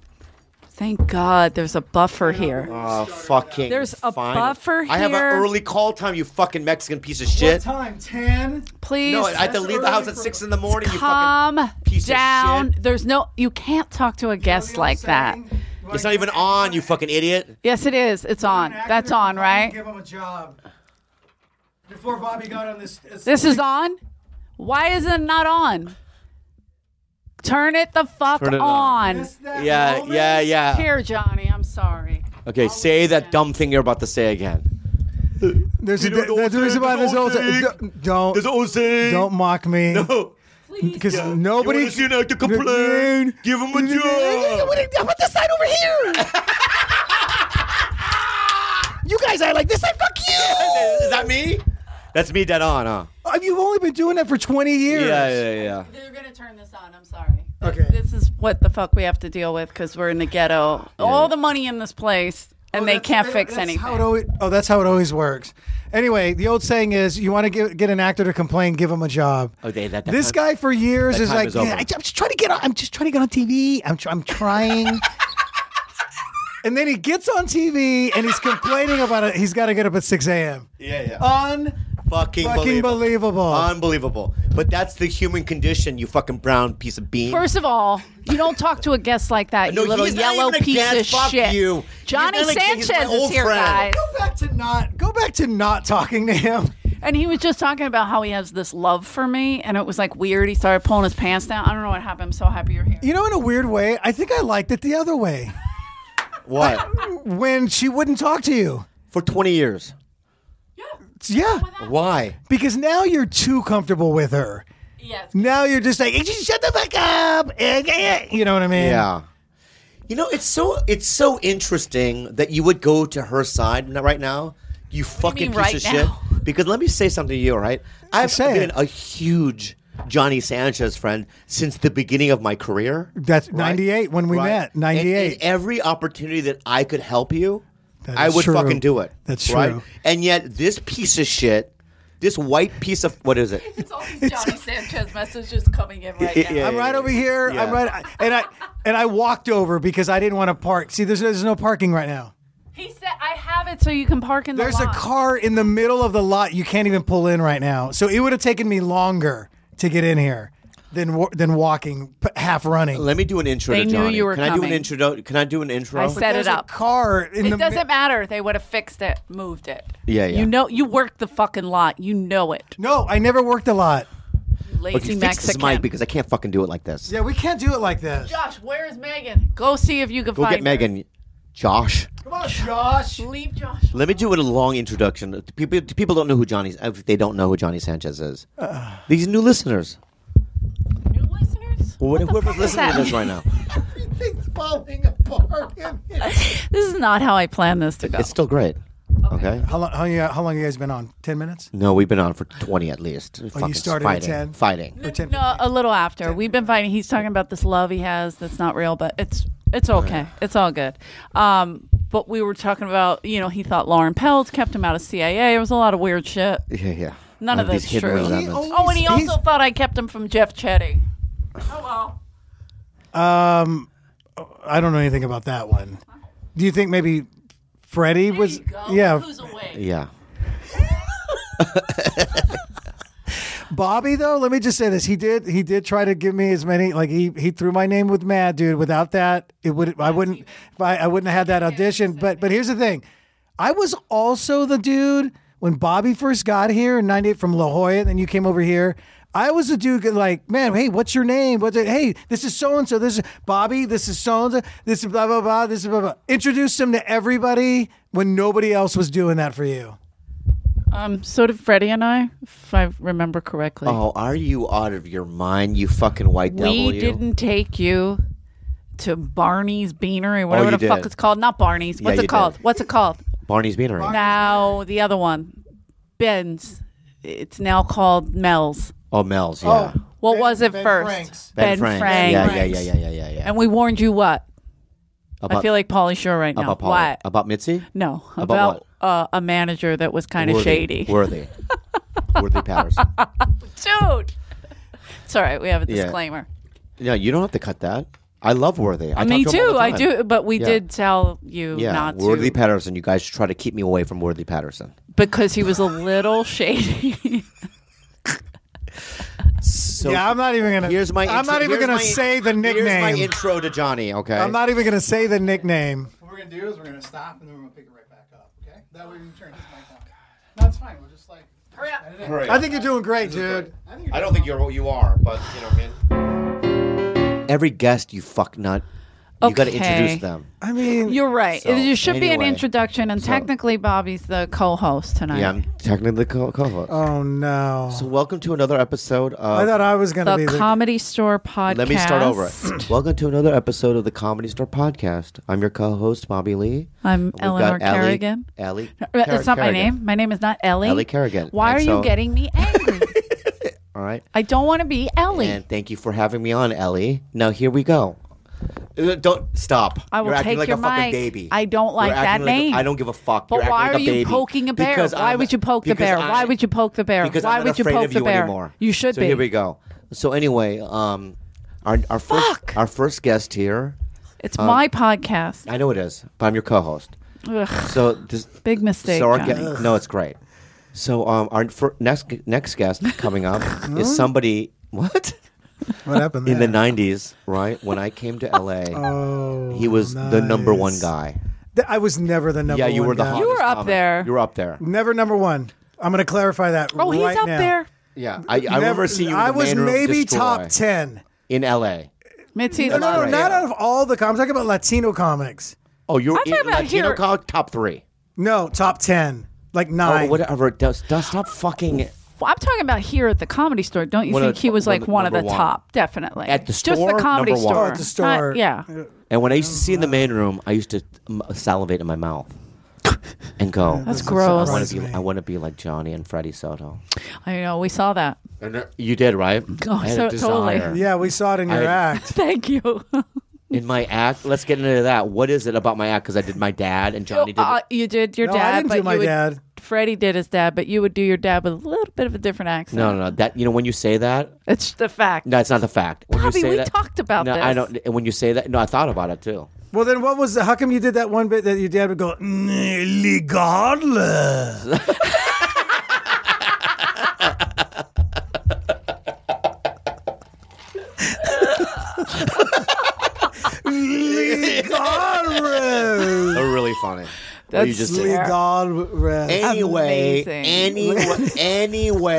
S3: Thank God, there's a buffer here.
S2: Oh, fucking.
S3: There's a
S2: fine.
S3: buffer
S2: I have an
S3: here.
S2: early call time. You fucking Mexican piece of shit.
S7: time? Ten.
S3: Please
S2: No, I have to leave the house at six in the morning. You fucking.
S3: calm
S2: piece of
S3: down.
S2: shit.
S3: There's no. You can't talk to a guest like that.
S2: It's not even on. You fucking idiot.
S3: Yes, it is. It's on. That's on, right?
S7: Give him a job. Before Bobby got on this.
S3: This is on. Why is it not on? Turn it the fuck
S2: Turn it on.
S3: on.
S7: that
S2: Yeah,
S7: moment?
S2: yeah, yeah.
S3: Here, Johnny. I'm sorry.
S2: Okay, say that dumb thing you're about to say again.
S7: There's a,
S2: You don't know
S7: that's the reason why
S2: things,
S7: there's always
S2: don't
S7: a,
S2: think.
S7: don't
S2: There's old saying.
S7: don't mock me *laughs*
S2: No.
S7: because
S8: Oh,
S7: nobody.
S2: You wanna see an actor complain? Give him a job.
S8: How about this side over here? you guys are like this side. Fuck you.
S2: Is that me? That's me dead on, huh?
S7: Oh, You've only been doing that for 20 years.
S2: Yeah, yeah, yeah.
S3: They're gonna turn this on. I'm sorry.
S7: Okay.
S3: This is what the fuck we have to deal with because we're in the ghetto. All the money in this place,
S2: Oh,
S3: and they
S7: That's-
S3: can't
S7: that-
S3: fix
S7: that's
S3: anything.
S7: How it always, oh, that's how it always works. Anyway, the old saying is, you want to get, get an actor to complain, give him a job.
S2: Okay, Oh, that- that
S7: this
S2: time-
S7: guy for years
S2: that
S7: is
S2: time
S7: like,
S2: is over.
S7: "Yeah, I, am just trying to get on. I'm just trying to get on TV. I'm tr- I'm
S2: *laughs*
S7: trying. and then he gets on TV and he's complaining about it. He's got to get up at 6 a.m.
S2: Yeah, yeah.
S7: Un
S2: Uh, fucking,
S7: fucking
S2: believable.
S7: believable.
S2: Unbelievable. But that's the human condition, you fucking brown piece of bean.
S6: First of all, you
S2: *laughs*
S6: don't talk to a guest like that.
S2: No,
S6: you little
S2: he's not
S6: yellow
S2: even a
S6: piece
S2: guest.
S6: of
S2: Fuck
S6: shit.
S2: you.
S6: Johnny
S2: He's not a guest. He's my
S6: Sanchez is
S2: old
S6: here,
S2: friend.
S6: guys.
S7: go back to not go back to not talking to him.
S3: And he was just talking about how he has this love for me, and it was like weird. He started pulling his pants down. I don't know what happened. I'm so happy you're here.
S7: You know, in a weird way, I think I liked it the other way
S8: *laughs*
S2: what?
S7: when she wouldn't talk to you.
S2: For 20 years.
S7: Yeah,
S2: Why?
S7: because now you're too comfortable with her.
S3: Yes.
S7: Now you're just like, "Eh, just shut the fuck up. Eh, eh, eh." You know what I mean?
S2: Yeah. You know, it's so it's so interesting that you would go to her side n- right now. You fucking
S3: mean
S2: piece
S3: right
S2: of
S3: now? *laughs*
S2: shit. Because let me say something to you, all right? I've
S7: Say
S2: been
S7: it.
S2: a huge Johnny Sanchez friend since the beginning of my career.
S7: That's
S2: right?
S7: 98 when we
S2: Right?
S7: met.
S2: And- and
S7: 98.
S2: every opportunity that I could help you,
S7: That
S2: I
S7: is
S2: would
S7: true.
S2: fucking do it.
S7: That's
S2: right?
S7: true.
S2: And yet this piece of shit, this white piece of what is it? *laughs*
S3: It's all these Johnny Sanchez messages coming in right now.
S7: I'm right over here. I'm
S2: Yeah.
S7: right, I- and I and I walked over because I didn't want to park. See, there's there's no parking right now.
S3: He said, "I have it, so you can park in the
S7: There's a
S3: lot."
S7: car in the middle of the lot. You can't even pull in right now. So it would have taken me longer to get in here than wa- than walking, p- half running.
S2: Let me do an intro
S3: They
S2: to
S3: knew
S2: Johnny.
S3: you were
S2: Can I do
S3: coming.
S2: an intro? Can I do an intro?
S3: I set
S7: There's
S3: it
S7: a
S3: up.
S7: car in
S3: It
S7: the mi-
S3: doesn't matter. They would have fixed it, moved it.
S2: Yeah, yeah.
S3: You know, you work the fucking lot. You know it.
S7: No, I never worked a lot.
S3: Lazy
S2: Okay, fix this
S3: Mexican.
S2: mic because I can't fucking do it like this.
S7: Yeah, we can't do it like this.
S3: Josh, where is Megan? Go see if you can
S2: Go
S3: find
S2: get Megan. Josh.
S7: Come on, Josh.
S3: Leave Josh.
S2: Let me do it a long introduction. People, people don't know who Johnny. If they don't know who Johnny Sanchez *sighs* is, these new listeners.
S3: New listeners.
S2: What, whoever's
S3: fuck is
S2: listening to
S3: that?
S2: this right now,
S7: Everything's falling apart.
S3: This is not how I planned this to go.
S2: *laughs* it's still great. Okay.
S7: How long, how, you, how long you guys been on? 10 minutes?
S2: No, we've been on for twenty Oh, at least.
S7: you
S2: Fucking
S7: started at
S2: fighting,
S7: 10?
S2: Fighting.
S7: Or 10
S3: no, a little after. We've been fighting. He's talking about this love he has that's not real, but it's it's okay. It's all good. Um, but we were talking about you know he thought Lauren Pelt kept him out of CIA. It was a lot of weird shit.
S2: Yeah, yeah.
S3: None
S2: All
S3: of that's
S2: these hidden
S3: true.
S2: resentments.
S7: He always-
S3: Oh, and he
S7: He's-
S3: also thought I kept him from Jeff Chetty. Oh well.
S7: Um, I don't know anything about that one. Do you think maybe Freddie was? Yeah,
S3: Who's awake?
S2: Yeah.
S7: Bobby though. Let me just say this: he did he did try to give me as many like he he threw my name with Mad Dude. Without that, it would I wouldn't if I, I wouldn't have had that audition. But but here's the thing: I was also the dude when Bobby first got here in '98 from La Jolla, and then you came over here. I was the dude that, like, man, hey, what's your name? What's it? Hey, this is so and so. This is Bobby. This is so and so. This is blah blah blah. This is blah blah. Introduced him to everybody when nobody else was doing that for you.
S3: Um, so did Freddie and I, if I remember correctly.
S2: Oh, are you out of your mind? You fucking white devil.
S3: we
S2: you.
S3: didn't take you to Barney's Beanery, whatever
S2: Oh, you
S3: the fuck
S2: did.
S3: it's called. Not Barney's. What's
S2: you
S3: it called?
S2: did.
S3: What's it called?
S2: Barney's Beanery.
S3: Now the other one, Ben's. It's now called Mel's.
S2: Oh, Mel's. Yeah.
S3: What
S7: Ben-
S3: was it
S7: Ben
S3: first?
S7: Franks.
S2: Ben, Frank. Yeah, yeah,
S3: Franks.
S2: yeah, yeah, yeah, yeah, yeah.
S3: And we warned you what?
S2: About,
S3: I feel like Pauly Shore right now.
S2: about Paul-
S3: What?
S2: about Mitzi.
S3: no,
S2: about
S3: about, uh, a manager that was kind of
S2: Worthy.
S3: shady.
S2: Worthy. Worthy Patterson.
S3: *laughs* Dude, it's all right. We have a
S2: Yeah.
S3: disclaimer.
S2: No, you don't have to cut that. I love Worthy. I
S3: Me
S2: talk to him all
S3: too.
S2: the
S3: I
S2: time.
S3: do, but we
S2: Yeah.
S3: did tell you
S2: Yeah,
S3: not
S2: Worthy
S3: to
S2: Patterson. You guys try to keep me away from Worthy Patterson.
S3: because he was a little *laughs* shady.
S2: So
S7: Yeah, I'm not even gonna.
S2: here's my.
S7: I'm
S2: intro-
S7: not even
S2: here's
S7: gonna
S2: my-
S7: say the
S2: Here's my
S7: nickname.
S2: intro to Johnny. Okay.
S7: I'm not even gonna say the nickname.
S9: What we're gonna do is we're gonna stop and then we're gonna pick it right back up. Okay? That way we can turn this mic
S3: Oh,
S9: down. That's fine. We're just like. Hurry up.
S2: Hurry
S7: I
S2: up.
S7: think you're doing great, dude.
S9: I think
S2: I don't think you're you are, but you know what I mean. Every guest, you fuck nut. You got to
S3: Okay.
S2: introduce them.
S7: I mean,
S3: You're right.
S2: So,
S3: there should be an
S2: anyway,
S3: introduction, and technically, Bobby's the co-host tonight.
S2: Yeah, I'm technically co- co-host.
S7: oh no.
S2: so welcome to another episode of.
S7: I thought I was gonna
S3: the
S7: be the.
S3: Comedy Store podcast.
S2: Let me start over. welcome to another episode of the Comedy Store Podcast. I'm your co-host Bobby Lee.
S3: I'm
S2: We've got
S3: Eleanor
S2: Ellie-
S3: Kerrigan. uh,
S2: Ellie.
S3: That's
S2: Kerr-
S3: not my
S2: Kerrigan.
S3: name. My name is not Ellie.
S2: Ellie Kerrigan.
S3: Why
S2: And
S3: are
S2: so-
S3: you getting me
S2: *laughs*
S3: angry?
S2: All right.
S3: I don't want to be Ellie.
S2: And thank you for having me on, Ellie. Now here we go. Uh, Don't stop.
S3: I will
S2: You're acting
S3: take
S2: like
S3: your
S2: a fucking
S3: mic.
S2: baby.
S3: I don't
S2: You're
S3: like
S2: acting
S3: that
S2: like a-
S3: name.
S2: I don't give a fuck.
S3: but
S2: You're acting
S3: why
S2: like
S3: are
S2: a
S3: you
S2: baby.
S3: poking a bear?
S2: Because
S3: why
S2: I'm-
S3: would you poke the
S2: because
S3: bear? why
S2: I'm-
S3: would you poke the bear?
S2: Because
S3: why
S2: I'm not
S3: would you
S2: afraid
S3: poke
S2: of
S3: the
S2: you
S3: bear?
S2: Anymore.
S3: You should
S2: so
S3: be.
S2: here we go. So anyway, um, our our first our first guest here.
S3: It's
S2: um,
S3: my podcast.
S2: I know it is, but I'm your co-host.
S3: Ugh,
S2: So this
S3: big mistake.
S2: so our
S3: Johnny.
S2: gu- no, it's great. So um, our fir- next next guest coming up is somebody what
S7: What happened
S2: in the
S7: there?
S2: '90s, right? When I came to LA,
S7: Oh,
S2: he was the number one
S7: nice.
S2: guy.
S7: Th- I was never the number.
S2: yeah, you
S7: one
S2: were the
S7: guy.
S2: hottest
S3: were up
S2: comic.
S3: there.
S2: You were up there.
S7: Never number one. I'm gonna clarify that.
S3: oh, he's
S7: right
S3: up
S7: now.
S3: there.
S2: Yeah, I, I remember seeing you. in
S7: I
S2: the
S7: was
S2: main room
S7: maybe
S2: destroy
S7: top ten.
S2: in LA.
S3: Mitzi,
S7: No, no, no,
S2: Right.
S7: not out of all the comics. I'm talking about Latino comics.
S2: Oh, you were
S3: I'm
S2: in
S3: talking about
S2: Latino
S3: here.
S2: comic top three.
S7: No, top ten, like
S2: Oh,
S7: nine.
S2: whatever. Does, does stop fucking
S3: Well, I'm talking about here at the comedy store. Don't you
S2: One of
S3: think
S2: the-
S3: he was
S2: one
S3: like
S2: of the-
S3: one of the
S2: number one.
S3: top? Definitely
S2: At the
S3: just
S2: store,
S3: the comedy
S2: number one.
S3: store.
S2: Oh, at
S7: the store.
S3: Not- yeah,
S2: And when I used to see in the main room, I used to um, salivate in my mouth and go,
S3: that's gross.
S2: I want
S7: surprise
S2: to be,
S7: me.
S2: I want to be like Johnny and Freddie Soto."
S3: I know. We saw that. *laughs*
S2: And you did, right?
S3: Oh,
S2: I had
S3: so-
S2: a desire.
S3: totally.
S7: yeah, we saw it in your
S2: I-
S7: act.
S3: Thank you.
S2: In my act, let's get into that. What is it about my act? Because I did my dad and Johnny did.
S3: Uh, you did your
S7: No,
S3: dad.
S7: I didn't
S3: but
S7: do my
S3: you would,
S7: dad.
S3: Freddie did his dad, but you would do your dad with a little bit of a different accent.
S2: no, no, no. That you know when you say that,
S3: It's the fact.
S2: no, it's not the fact. When
S3: Bobby,
S2: you say
S3: we
S2: that,
S3: talked about
S2: no, I
S3: this.
S2: don't. And when you say that, no, I thought about it too.
S7: Well, then what was the, how come you did that one bit that your dad would go, "Nearly godless? Nearly godless.
S2: They're really funny. what you
S10: That's
S2: just
S10: legal.
S2: did.
S7: Legal red.
S2: Anyway,
S10: Amazing.
S2: anyway,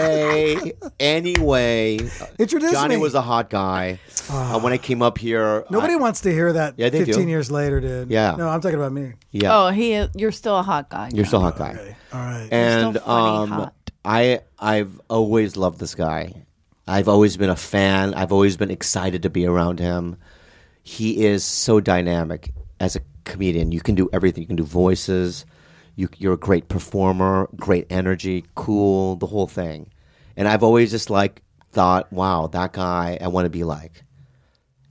S2: anyway, anyway.
S7: Introduce
S2: Johnny
S7: me. Ah.
S2: was a hot guy. Uh, when I came up here,
S7: Nobody
S2: I-
S7: wants to hear that.
S2: Yeah, they do.
S7: 15 years later, dude.
S2: Yeah.
S7: No, I'm talking about me.
S2: Yeah,
S3: Oh, he is, you're still a hot guy.
S2: you're
S3: John.
S2: still a hot guy.
S7: All right.
S2: and
S3: still funny,
S2: um,
S3: hot.
S2: I I've always loved this guy. I've always been a fan. I've always been excited to be around him. He is so dynamic as a comedian. You can do everything. You can do voices. You, you're a great performer, great energy, cool, the whole thing. And I've always just like thought, wow, that guy I want to be like.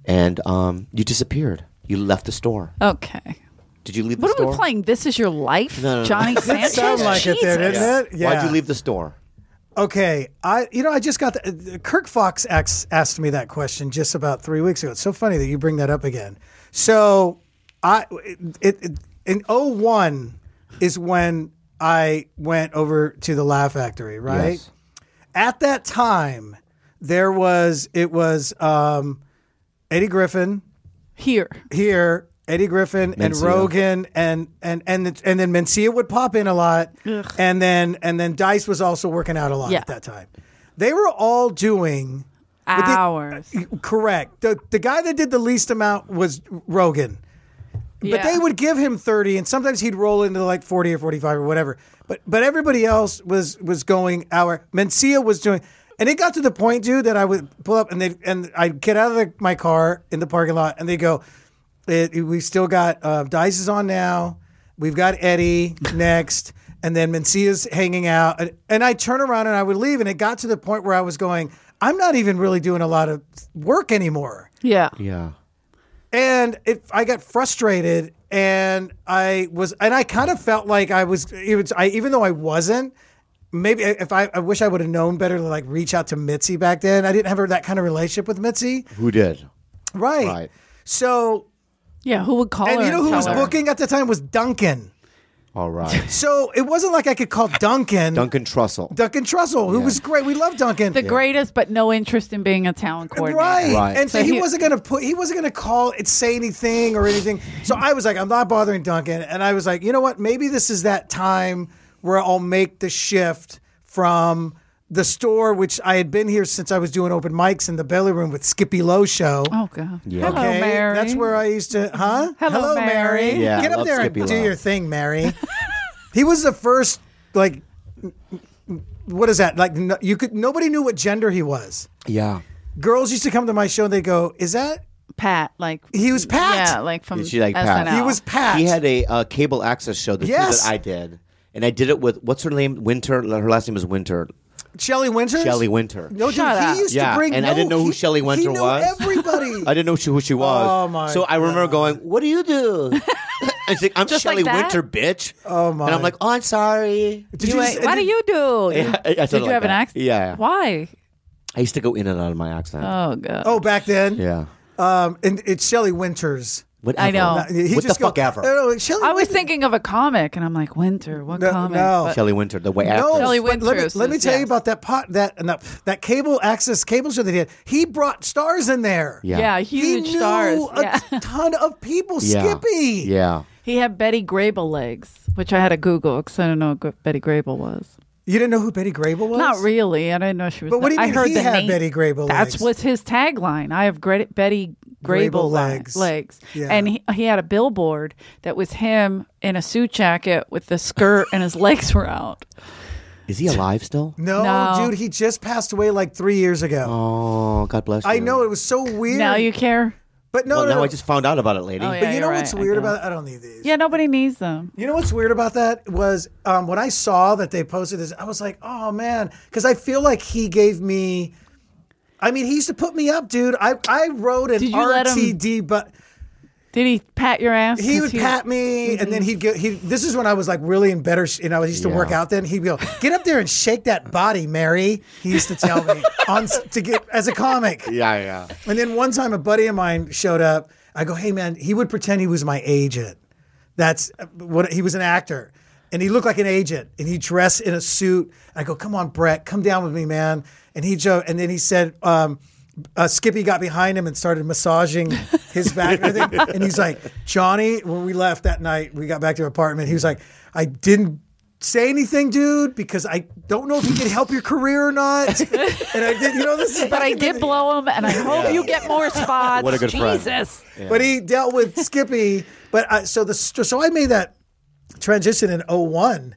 S2: And um, you disappeared. You left the store.
S3: Okay.
S2: Did you leave the
S3: What
S2: store?
S3: are we playing? This is your life,
S2: No, no, no.
S3: Johnny Sanchez.
S7: Sound like it there,
S3: Jesus.
S7: didn't it?
S2: Why'd you leave the store?
S7: Okay, I you know I just got the, uh, Kirk Fox ex- asked me that question just about three weeks ago. It's so funny that you bring that up again. So I it, it in 01 is when I went over to the Laugh Factory, right?
S2: Yes.
S7: At that time, there was it was um, Eddie Griffin
S3: Here.
S7: here. Eddie Griffin and
S2: Mencia.
S7: Rogan and and and th- and then Mencia would pop in a lot, and then and then Dice was also working out a lot
S3: Yeah.
S7: at that time. They were all doing they-
S3: Hours.
S7: correct. The the guy that did the least amount was Rogan, but they would give him thirty, and sometimes he'd roll into like forty or forty five or whatever. But but everybody else was was going our Mencia was doing. And it got to the point, dude, that I would pull up and they and I'd get out of the, my car in the parking lot, and they go, it, it- we still got uh, Dice is on now. We've got Eddie next, and then Mencia's hanging out. And, and I turn around and I would leave, and it got to the point where I was going, I'm not even really doing a lot of work anymore.
S3: Yeah.
S2: Yeah.
S7: And it, I got frustrated, and I was, and I kind of felt like I was, it was I, even though I wasn't. Maybe if I, I wish I would have known better to like reach out to Mitzi back then. I didn't have her that kind of relationship with Mitzi,
S2: Who did?
S7: right?
S2: Right.
S7: So,
S3: Yeah. Who would call
S7: and
S3: her?
S7: you know who
S3: and
S7: was
S3: tell her?
S7: booking at the time was Duncan.
S2: All right.
S7: So it wasn't like I could call Duncan.
S2: Duncan Trussell.
S7: *laughs* Duncan Trussell, who was great. We love Duncan.
S3: The greatest, but no interest in being a talent coordinator.
S7: Right.
S2: Right.
S7: and so,
S3: So
S7: he,
S3: he-
S7: wasn't gonna put. He wasn't gonna call it, say anything or anything. So I was like, I'm not bothering Duncan, and I was like, you know what? Maybe this is that time where I'll make the shift from the store, which I had been here since I was doing open mics in the belly room with Skippy Lowe show.
S3: Oh God.
S2: Yeah.
S3: Hello, Mary.
S7: That's where I used to, huh?
S3: Hello, Mary.
S2: Yeah,
S7: Get
S2: I
S7: up
S2: love
S7: there
S2: Skippy
S7: and do
S2: Lowe.
S7: your thing, Mary. *laughs* he was the first, like, what is that? Like, no, you could nobody knew what gender he was.
S2: Yeah.
S7: Girls used to come to my show and they go, "Is that
S3: Pat, like
S7: he was Pat?
S3: yeah, like from
S2: Did she like Pat?
S3: SNL.
S7: he was Pat."
S2: He had a uh, cable access show the two
S7: Yes.
S2: that I did. And I did it with what's her name? Winter. Her last name is Winter.
S7: Shelley Winters.
S2: Shelly Winter.
S7: No, dude,
S3: Shut
S7: he
S3: up.
S7: used
S2: Yeah,
S7: to bring.
S2: and I
S7: no,
S2: didn't know who
S7: he-
S2: Shelley Winter
S7: he knew
S2: was.
S7: Everybody.
S2: *laughs* I didn't know she, who she was.
S7: Oh, my
S2: So I remember
S7: God.
S2: going, "What do you do?"
S7: *laughs*
S2: I was like, "I'm
S3: Just
S2: Shelly
S3: like that?
S2: Winter, bitch."
S7: Oh, my.
S2: And I'm like, "Oh, I'm sorry."
S7: Did
S3: You
S7: you
S3: wait,
S7: just-
S3: what do you do?
S2: *laughs* Yeah, I- I said it
S3: Did you
S2: like
S3: have an
S2: that.
S3: accent?
S2: Yeah.
S3: Why?
S2: I used to go in and out of my accent.
S3: Oh God.
S7: Oh, back then.
S2: yeah.
S7: Um, and it's Shelley Winters.
S2: Whatever.
S3: I know.
S7: He
S2: what
S7: just
S2: the fuck
S7: go,
S2: ever?
S7: No, no, Shelley
S3: I was
S7: Winters-
S3: thinking of a comic, and I'm like, Winter, what
S7: No,
S3: comic?
S7: no.
S3: But-
S2: Shelly Winter, the way
S7: No,
S2: after.
S3: Shelley
S7: but let me,
S3: Winters
S7: let me
S3: is-
S7: tell you
S3: yes.
S7: about that pot that and that that cable access cable show that he had. He brought stars in there.
S2: Yeah.
S3: yeah.
S7: he
S3: huge
S7: knew
S3: stars.
S7: a
S3: yeah.
S7: ton of people.
S2: Yeah.
S7: Skippy.
S2: Yeah.
S3: He had Betty Grable legs, which I had to Google because I don't know what Betty Grable was.
S7: You didn't know who Betty Grable was?
S3: Not really. I didn't know she was.
S7: But what do you
S3: I
S7: mean
S3: heard
S7: he
S3: the
S7: had
S3: name.
S7: Betty Grable
S3: That's
S7: legs?
S3: what's his tagline. I have great Betty Grable,
S7: Grable
S3: li-
S7: legs.
S3: legs.
S7: Yeah.
S3: And he, he had a billboard that was him in a suit jacket with the skirt and his *laughs* legs were out.
S2: Is he alive
S7: *laughs*
S2: still?
S7: No,
S3: No.
S7: dude, he just passed away like three years ago.
S2: Oh, God bless you.
S7: I know it was so weird.
S3: Now you care?
S7: but no,
S2: well,
S7: no,
S2: now
S7: no.
S2: I just found out about it, lady.
S3: Oh, yeah.
S7: but you know
S3: you're
S7: what's
S3: right, I
S7: weird
S3: do.
S7: about? I don't need these.
S3: Yeah, nobody needs them.
S7: You know what's weird about that was um, when I saw that they posted this, I was like, oh man, because I feel like he gave me. I mean, he used to put me up, dude. I I wrote an
S3: Did you let him-
S7: RTD, but
S3: Did he pat your ass?
S7: he
S3: 'Cause Mm-hmm.
S7: would pat me, and then he'd go. He this is when I was like really in better. sh- You know, I used to work
S2: Yeah.
S7: out. Then he'd go, get up there and shake that body, Mary. He used to tell me on s- to get as a comic.
S2: Yeah, yeah.
S7: And then one time a buddy of mine showed up. I go, hey man, he would pretend he was my agent. That's uh, what he was an actor. And he looked like an agent and he dressed in a suit. I go, come on, Brett, come down with me, man. And he jo- and then he said, um, uh, Skippy got behind him and started massaging his back. and everything.
S3: *laughs*
S7: and he's like, Johnny, when we left that night, we got back to the apartment. He was like, I didn't say anything, dude, because I don't know if he can help your career
S3: *laughs*
S7: or not. and I did, you know, this is
S3: But I did blow
S2: *laughs*
S3: him, and I hope you get more spots.
S2: What a good friend.
S3: Jesus.
S7: but he dealt with Skippy. But I, so the so I made that transition in 01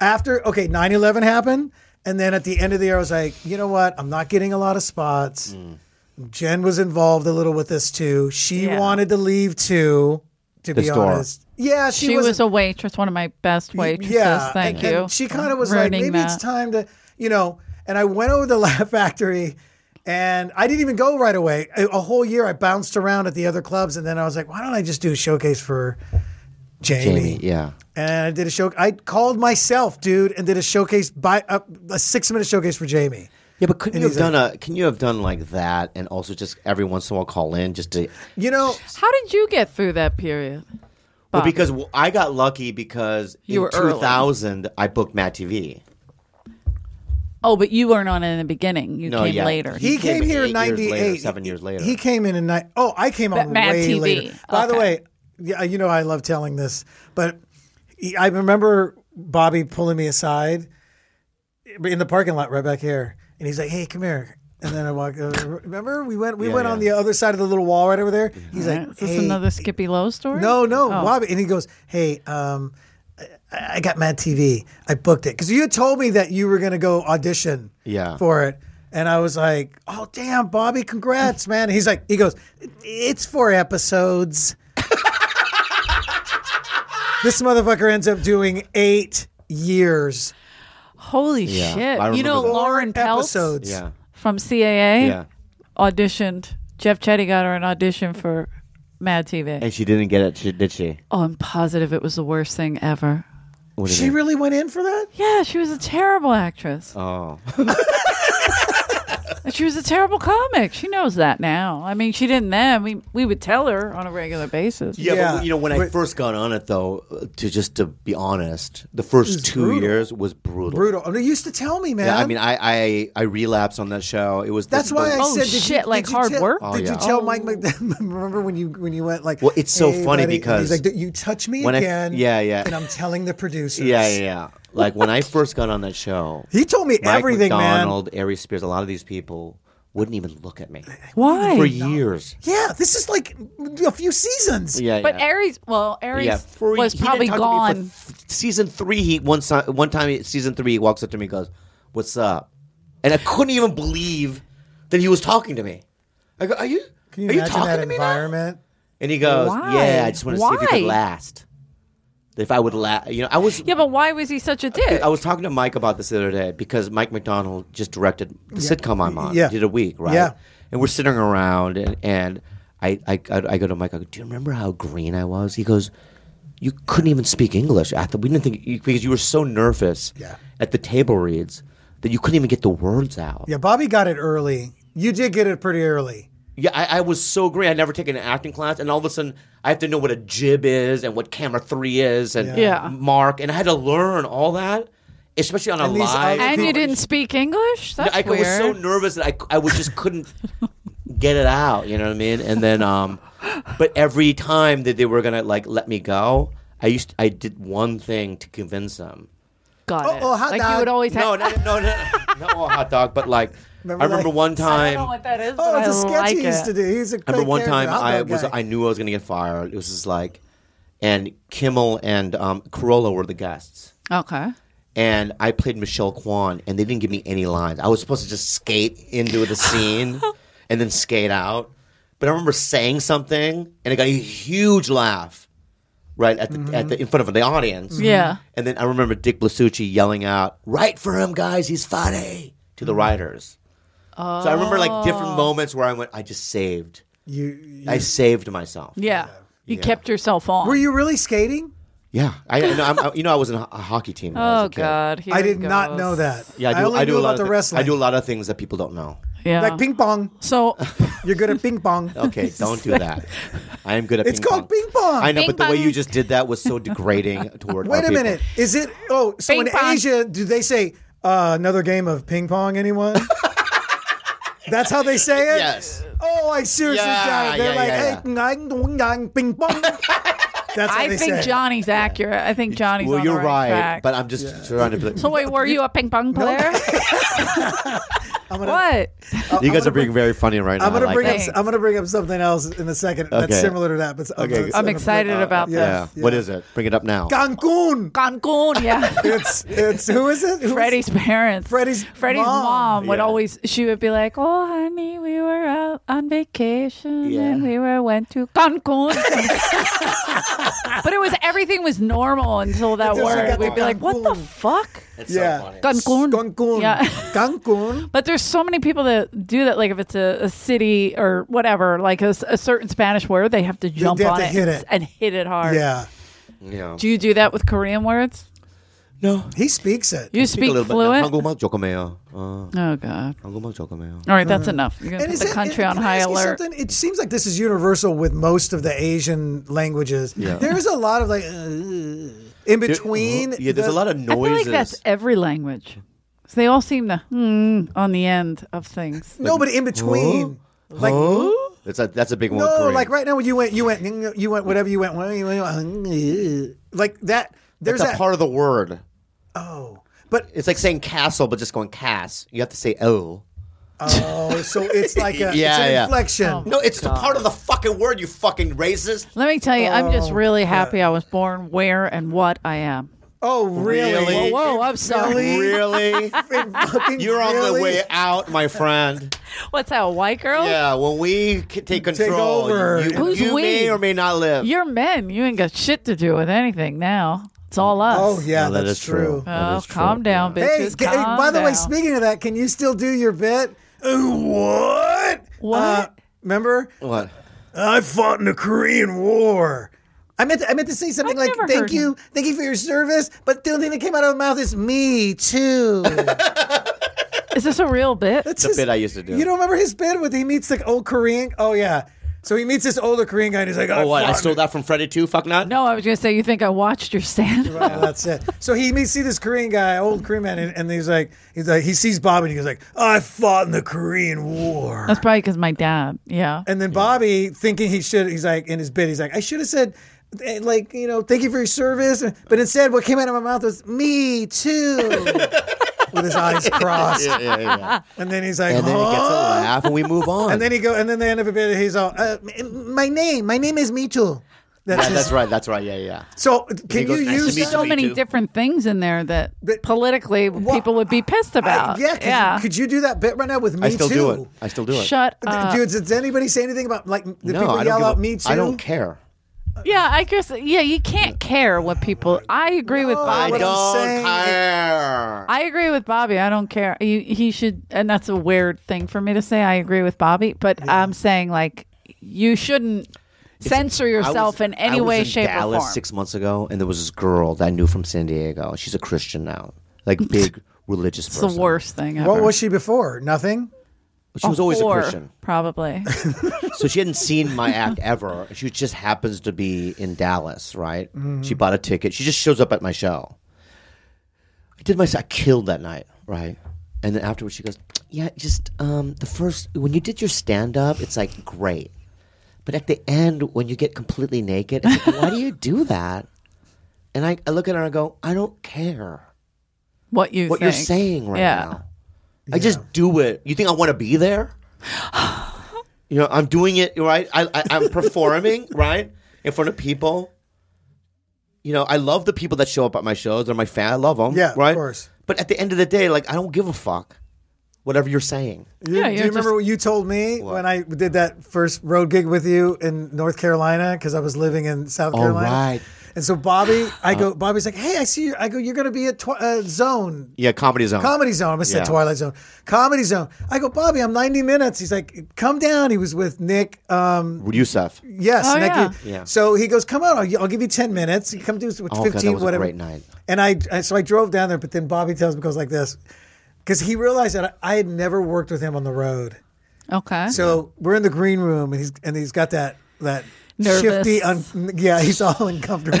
S7: after okay 9/11 happened, and then at the end of the year I was like, you know what? I'm not getting a lot of spots.
S2: Mm.
S7: Jen was involved a little with this too. She
S3: Yeah.
S7: wanted to leave too. To
S2: The
S7: be
S2: store.
S7: honest, yeah, she,
S3: She
S7: was
S3: was a waitress, one of my best waitresses. Thank
S7: and- and
S3: you.
S7: she
S3: for
S7: kind of was like,
S3: ruining
S7: maybe
S3: that.
S7: it's time to, you know. And I went over to *laughs* Laugh Factory, and I didn't even go right away. A, a whole year I bounced around at the other clubs, and then I was like, why don't I just do a showcase for Jamie?
S2: Jamie, yeah.
S7: And I did a show. I called myself, dude, and did a showcase by a, a six minute showcase for Jamie.
S2: Yeah, but couldn't you have
S7: he's like-
S2: done a? Can you have done like that, and also just every once in a while call in just to?
S7: You know,
S3: How did you get through that period?
S2: Well,
S3: Bob?
S2: because w- I got lucky because
S3: You
S2: in
S3: were early.
S2: 2000 I booked Matt TV.
S3: Oh, but you weren't on it in the beginning. You
S2: No,
S3: came
S2: yeah.
S3: later.
S7: He,
S2: He
S7: came,
S2: came
S7: here in
S2: eight years later,
S7: '98.
S2: seven years later.
S7: He came in in ni- oh, I came on
S3: Mad
S7: way
S3: TV.
S7: later. By the
S3: Okay.
S7: way, yeah, you know I love telling this, but he- I remember Bobby pulling me aside in the parking lot right back here, and he's like, "Hey, come here." And then I walked. Over. Remember, we went. We went on the other side of the little wall right over there.
S2: Mm-hmm.
S7: He's like,
S3: Is this
S7: "Hey,
S3: another Skippy Lowe story?
S7: no, no,
S3: Oh.
S7: Bobby. And he goes, "Hey, um, I, I got Mad TV. I booked it because you had told me that you were going to go audition,
S2: Yeah.
S7: for it." And I was like, "Oh, damn,
S2: *laughs*
S7: Bobby, congrats, man!" And he's like, "He goes, it's
S2: *laughs*
S7: four episodes." this motherfucker ends up doing eight years,
S3: Holy
S2: Yeah, I
S3: shit. You
S2: remember
S3: know,
S2: that.
S3: Lauren
S7: Four
S3: Peltz
S7: episodes.
S2: Yeah,
S3: from CAA
S2: yeah.
S3: auditioned. Jeff Chetty got her an audition for Mad TV.
S2: And she didn't get it, she, did she?
S3: Oh, I'm positive it was the worst thing ever.
S2: What do you
S7: She
S2: think?
S7: really went in for that.
S3: Yeah, she was a terrible actress.
S2: oh,
S3: And she was a terrible comic. She knows that now. I mean, she didn't then. We we would tell her on a regular basis.
S2: yeah.
S7: Yeah.
S2: But, you know, when I first got on it, though, uh, to just to be honest, the first two
S7: brutal.
S2: years was brutal.
S7: Brutal. And They Oh, used to tell me, man.
S2: Yeah, I mean, I, I I relapsed on that show. It was the-
S7: That's why I
S2: the-
S3: Oh,
S7: said, did
S3: shit,
S7: you,
S3: like
S7: did you
S3: hard
S7: tell-
S3: work? Oh.
S7: Did
S2: Oh, yeah.
S7: you tell Mike McDonald? *laughs* Remember when you when you went like?
S2: Well, it's so
S7: "Hey,
S2: funny
S7: buddy," and
S2: because-
S7: he's like, "Don't you touch me
S2: when I-
S7: again?
S2: yeah, yeah.
S7: And I'm telling the producers.
S2: yeah, yeah, yeah. Like when I first got on that *laughs* show,
S7: He told me
S2: Mike
S7: everything, man.
S2: McDonald, Ari Spears, a lot of these people wouldn't even look at me
S3: Why?
S2: for years.
S7: Yeah, this is like a few seasons.
S2: Yeah,
S3: But
S2: yeah.
S3: Aries, well, Aries
S2: yeah, for-
S3: was
S2: he didn't
S3: probably
S2: talk to me for
S3: gone.
S2: th- season three, he one si- one time, in season three, he walks up to me, and goes, "What's up?" And I couldn't even believe that he was talking to me. I go, "Are you?
S7: Can you
S2: are you
S7: imagine
S2: talking
S7: that
S2: to me now?"
S7: environment?
S2: And he goes,
S3: Why?
S2: "Yeah, I just want to see if you could
S3: Why?
S2: last. If I would last, you know, I was."
S3: Yeah, but why was he such a dick?
S2: I was talking to Mike about this the other day because Mike McDonald just directed the sitcom I'm on.
S7: Yeah.
S2: Did a week, right?
S7: Yeah.
S2: And we're sitting around and, and I, I I I go to Mike, I go, Do you remember how green I was? He goes, You couldn't even speak English. I thought we didn't think you, because you were so nervous
S7: Yeah.
S2: at the table reads that you couldn't even get the words out.
S7: Yeah, Bobby got it early. You did get it pretty early.
S2: Yeah, I, I was so green. I'd never taken an acting class, and all of a sudden, I have to know what a jib is and what camera three is, and
S3: Yeah. Yeah.
S2: mark, and I had to learn all that, especially on a
S7: And these
S2: live.
S7: other
S3: and you
S7: people-
S3: didn't speak English? That's
S2: I
S3: weird.
S2: was so nervous that I, I was just couldn't get it out. You know what I mean? And then, um, but every time that they were gonna like let me go, I used I did one thing to convince them.
S3: Got
S7: Oh,
S3: it.
S7: oh, hot
S3: like
S7: dog.
S3: you would always
S2: No,
S3: have.
S2: no, no, no, no, no hot dog. But like,
S7: Remember
S2: I remember
S7: that?
S2: one
S3: I don't
S2: time.
S3: know what that is, but
S7: Oh, it's a
S3: I
S7: sketch
S3: like
S7: he used
S3: it.
S7: to do. He's a
S2: I remember
S7: great
S2: one time
S7: character, hot
S2: I
S7: dog
S2: was
S7: guy.
S2: I knew I was gonna get fired. It was just like, and Kimmel and um, Corolla were the guests,
S3: Okay.
S2: and I played Michelle Kwan, and they didn't give me any lines. I was supposed to just skate into the scene and then skate out. But I remember saying something, and I got a huge laugh, right at the, at the in front of the audience.
S3: Yeah.
S2: And then I remember Dick Blasucci yelling out, "Write for him, guys! He's funny!" to the writers. Oh. So I remember like different moments where I went, I just saved.
S7: You, you-
S2: I saved myself.
S3: Yeah. You
S2: Yeah.
S3: kept yourself on.
S7: were you really skating?
S2: yeah. I, I know. I'm, I, you know, I was in a a hockey team. When I was
S3: oh,
S2: a kid.
S3: God. Here
S7: I
S3: he
S7: did not
S3: goes.
S7: know that.
S2: Yeah, I do. I,
S7: only
S2: do
S7: knew
S2: a lot
S7: about
S2: of
S7: the
S2: thi-
S7: wrestling.
S2: I do a lot of things that people don't know.
S3: Yeah.
S7: like ping pong. *laughs*
S3: so,
S7: You're good at ping pong.
S2: *laughs*
S7: *laughs*
S2: Okay, don't do that. I am good at.
S7: It's
S2: ping
S7: called
S2: pong.
S7: ping pong.
S2: I know,
S3: Ping
S2: but the way
S3: pong.
S2: you just did that was so
S7: *laughs*
S2: degrading toward. our
S7: Wait a
S2: people.
S7: minute. Is it? Oh, so
S3: Ping
S7: in
S3: pong.
S2: *laughs*
S7: Asia, do they say uh, another game of ping pong? Anyone? That's how they say it.
S2: Yes.
S7: Oh, I seriously
S2: Yeah,
S7: doubt it. They're
S2: yeah,
S7: like,
S2: yeah, yeah.
S7: hey, ngang, dong, dang, bing
S2: *laughs*
S7: bong. That's how
S3: I
S7: they
S3: think
S7: say. it.
S3: Johnny's accurate. I think Johnny's
S2: well,
S3: on
S2: you're
S3: the right,
S2: right,
S3: track.
S2: but I'm just trying to. Be like,
S3: so wait, were you a ping pong
S7: *laughs*
S3: player?
S7: I'm gonna,
S3: what?
S2: you guys are being very funny right now.
S7: I'm gonna
S2: I like
S7: bring
S2: that.
S7: up. I'm gonna bring up something else in a second that's
S2: Okay.
S7: similar to that. But
S2: Okay. I'm
S3: excited about
S2: Yeah. What is it? Bring it up now.
S7: Cancun.
S3: Cancun,
S7: *laughs*
S3: yeah.
S7: It's it's who is it? Who's-
S3: Freddie's parents.
S7: Freddie's
S3: Freddie's
S7: mom.
S3: mom, would
S2: Yeah.
S3: always she would be like, "Oh, honey, we were out on vacation
S2: Yeah.
S3: and we were went to
S7: *laughs*
S3: Cancun." but it was everything was normal until that
S7: Until she
S3: word.
S7: got
S3: We'd
S7: to
S3: be like, "What the
S7: Cancun.
S3: fuck?"
S2: It's
S7: Yeah.
S3: Cancun.
S7: Cancun.
S3: Yeah. *laughs*
S7: Cancun.
S3: But there's so many people that do that. Like if it's a, a city or whatever, like a, s- a certain Spanish word, they have to jump
S7: have
S3: on
S7: to
S3: it,
S7: hit
S3: and,
S7: it.
S3: s- and hit it hard.
S7: Yeah.
S2: Yeah.
S3: Do you do that with Korean words?
S2: No.
S7: He speaks it.
S3: You speak, fluent.
S2: 한국말 조금해요. 어,
S3: Oh god.
S2: 한국말 조금해요.
S3: All right, that's enough. You're gonna
S7: Uh-huh. And
S3: put
S7: is
S3: the
S7: it-
S3: country
S7: and
S3: on
S7: can I
S3: high
S7: ask you
S3: alert.
S7: something? It seems like this is universal with most of the Asian languages. There's a lot of like uh, in between.
S2: Yeah, there's a
S7: the-
S2: lot of
S3: I feel
S2: noises.
S3: like that's every language. So they all seem to hmm on the end of things.
S7: no, but in between. Like
S2: It's a, that's a big one. in
S7: no,
S2: Korea.
S7: like right now when you went, you went, you went, whatever you went, you went, like that. There's
S2: That's a
S7: that.
S2: part of the word.
S7: oh, but
S2: *laughs* It's like saying castle, but just going cass. You have to say oh.
S7: oh, so it's like a, it's
S2: Yeah,
S7: an
S2: yeah.
S7: inflection.
S3: Oh.
S2: No, it's a part of the fucking word. You fucking racist.
S3: Let me tell you, I'm just really happy I was born where and what I am.
S7: Oh, really?
S2: Really?
S3: Whoa, I'm
S2: *laughs*
S3: sorry. *laughs*
S2: Really?
S7: Fucking
S2: You're on the
S7: really?
S2: way out, my friend.
S3: What's that, a white girl?
S2: Yeah, when we c- take control,
S7: over.
S2: you,
S3: Oh. Who's
S2: you
S3: we?
S2: may or may not live.
S3: You're men. You ain't got shit to do with anything now. It's all us.
S7: Oh, yeah,
S2: No, that is
S7: that's
S2: true.
S7: true.
S2: That
S3: Oh,
S2: is true.
S3: calm down,
S7: Hey,
S3: bitches.
S7: g- hey,
S3: calm
S7: by the way,
S3: down.
S7: speaking of that, can you still do your bit? Uh, what? Uh,
S3: What?
S7: remember?
S2: What?
S7: I fought in the Korean War. I meant to, I meant to say something
S3: I've
S7: like,
S3: never heard
S7: "Thank you, thank you for your service," but the only thing that came out of my mouth is
S2: *laughs*
S7: "me too."
S3: is this a real bit?
S7: That's
S2: The bit I used to do.
S7: You don't remember his bit when he meets the old Korean? Oh yeah, so he meets this older Korean guy and he's like, "I
S2: Oh, what? I
S7: fought in
S2: stole that from Freddy too? Fuck not?
S3: No, I was gonna say you think I watched your stand.
S7: *laughs* Yeah, that's it. So he meets see this Korean guy, old Korean man, and, and he's like, he's like, he sees Bobby, and he's like, I fought in the Korean War.
S3: That's probably because my dad. Yeah.
S7: And then Bobby, thinking he should, he's like in his bid, he's like, I should have said, eh, like, you know, thank you for your service, but instead, what came out of my mouth was
S2: *laughs*
S7: me too, with his eyes crossed.
S2: Yeah, yeah, yeah.
S7: And then he's like,
S2: And then he gets a
S7: "Huh?"
S2: laugh and we move on.
S7: and then he go, and then the end of a bit, he's all, uh, m- my name, my name is me too. That's,
S2: yeah,
S7: his-
S2: that's right. That's right. Yeah, yeah.
S7: So can
S2: goes,
S7: you
S2: "Nice to
S7: use
S2: meet
S7: that?
S3: so
S2: Me
S3: many
S2: too.
S3: different things in there that politically people would be pissed about.
S7: uh, yeah, could,
S3: yeah.
S7: You, could you do that bit right now with me
S2: I still
S7: too?
S2: do it. I still do it.
S3: Shut
S7: D-
S3: up.
S7: Dude, did anybody say anything about like the
S2: no,
S7: people
S2: I don't
S7: yell
S2: give
S7: out
S2: a-
S7: me too?
S2: I don't care.
S3: Yeah, I guess. Yeah, you can't care what people. I agree with
S7: I
S3: Bobby.
S2: I
S7: What I'm
S2: don't
S7: saying-
S2: care.
S3: I agree with Bobby. I don't care. You, he should, and that's a weird thing for me to say. I agree with Bobby, but I'm saying like you shouldn't censor yourself
S2: I was-
S3: in any
S2: I was
S3: way,
S2: in
S3: shape,
S2: Dallas
S3: or form.
S2: six months ago, and there was this girl that I knew from San Diego. She's a Christian now, like big religious
S3: it's
S2: person.
S3: the worst thing ever.
S7: What was she before? Nothing.
S2: She was always
S3: Or,
S2: a Christian, *laughs*
S3: Probably.
S2: so she hadn't seen my act ever. She just happens to be in Dallas, right? She bought a ticket. She just shows up at my show. I did my. I killed that night, right? And then afterwards, she goes, "Yeah, just um, the first when you did your stand up, it's like great, but at the end when you get completely naked, it's like, why do you do that?" And I, I look at her and I go, "I don't care
S3: what you
S2: what
S3: think.
S2: you're saying right
S3: yeah.
S2: now. I just do it. You think I want to be
S3: *sighs*
S2: there? you know, I'm doing it right. I, I I'm performing *laughs* right in front of people. You know, I love the people that show up at my shows. They're my fan. I love them.
S7: Yeah, of
S2: right.
S7: course.
S2: But at the end of the day, like I don't give a fuck. Whatever you're saying.
S3: Yeah,
S7: do you
S3: you're
S7: remember
S3: just-
S7: what you told me when I did that first road gig with you in North Carolina because I was living in South
S2: All
S7: Carolina.
S2: Oh, right. Uh-huh.
S7: And so Bobby, I go. Bobby's like, "Hey, I see you." I go, "You're going to be at twi- uh, Zone
S2: Yeah, comedy zone.
S7: Comedy Zone. I almost
S2: Yeah.
S7: said Twilight Zone. Comedy Zone. I go, Bobby, I'm 90 minutes. He's like, come down. He was with Nick. Um,
S2: Youssef.
S7: yes,
S3: Oh,
S7: Nick.
S3: yeah.
S2: Yeah.
S7: So he goes, come out. I'll, I'll give you 10 minutes. You come do with
S2: Oh, God,
S7: 15,
S2: that was a
S7: whatever.
S2: great night.
S7: And I, I, so I drove down there, but then Bobby tells me goes like this, because he realized that I, I had never worked with him on the road.
S3: Okay.
S7: So we're in the green room, and he's and he's got that that
S3: Nervous.
S7: shifty. Un, yeah, he's all
S3: *laughs*
S7: uncomfortable.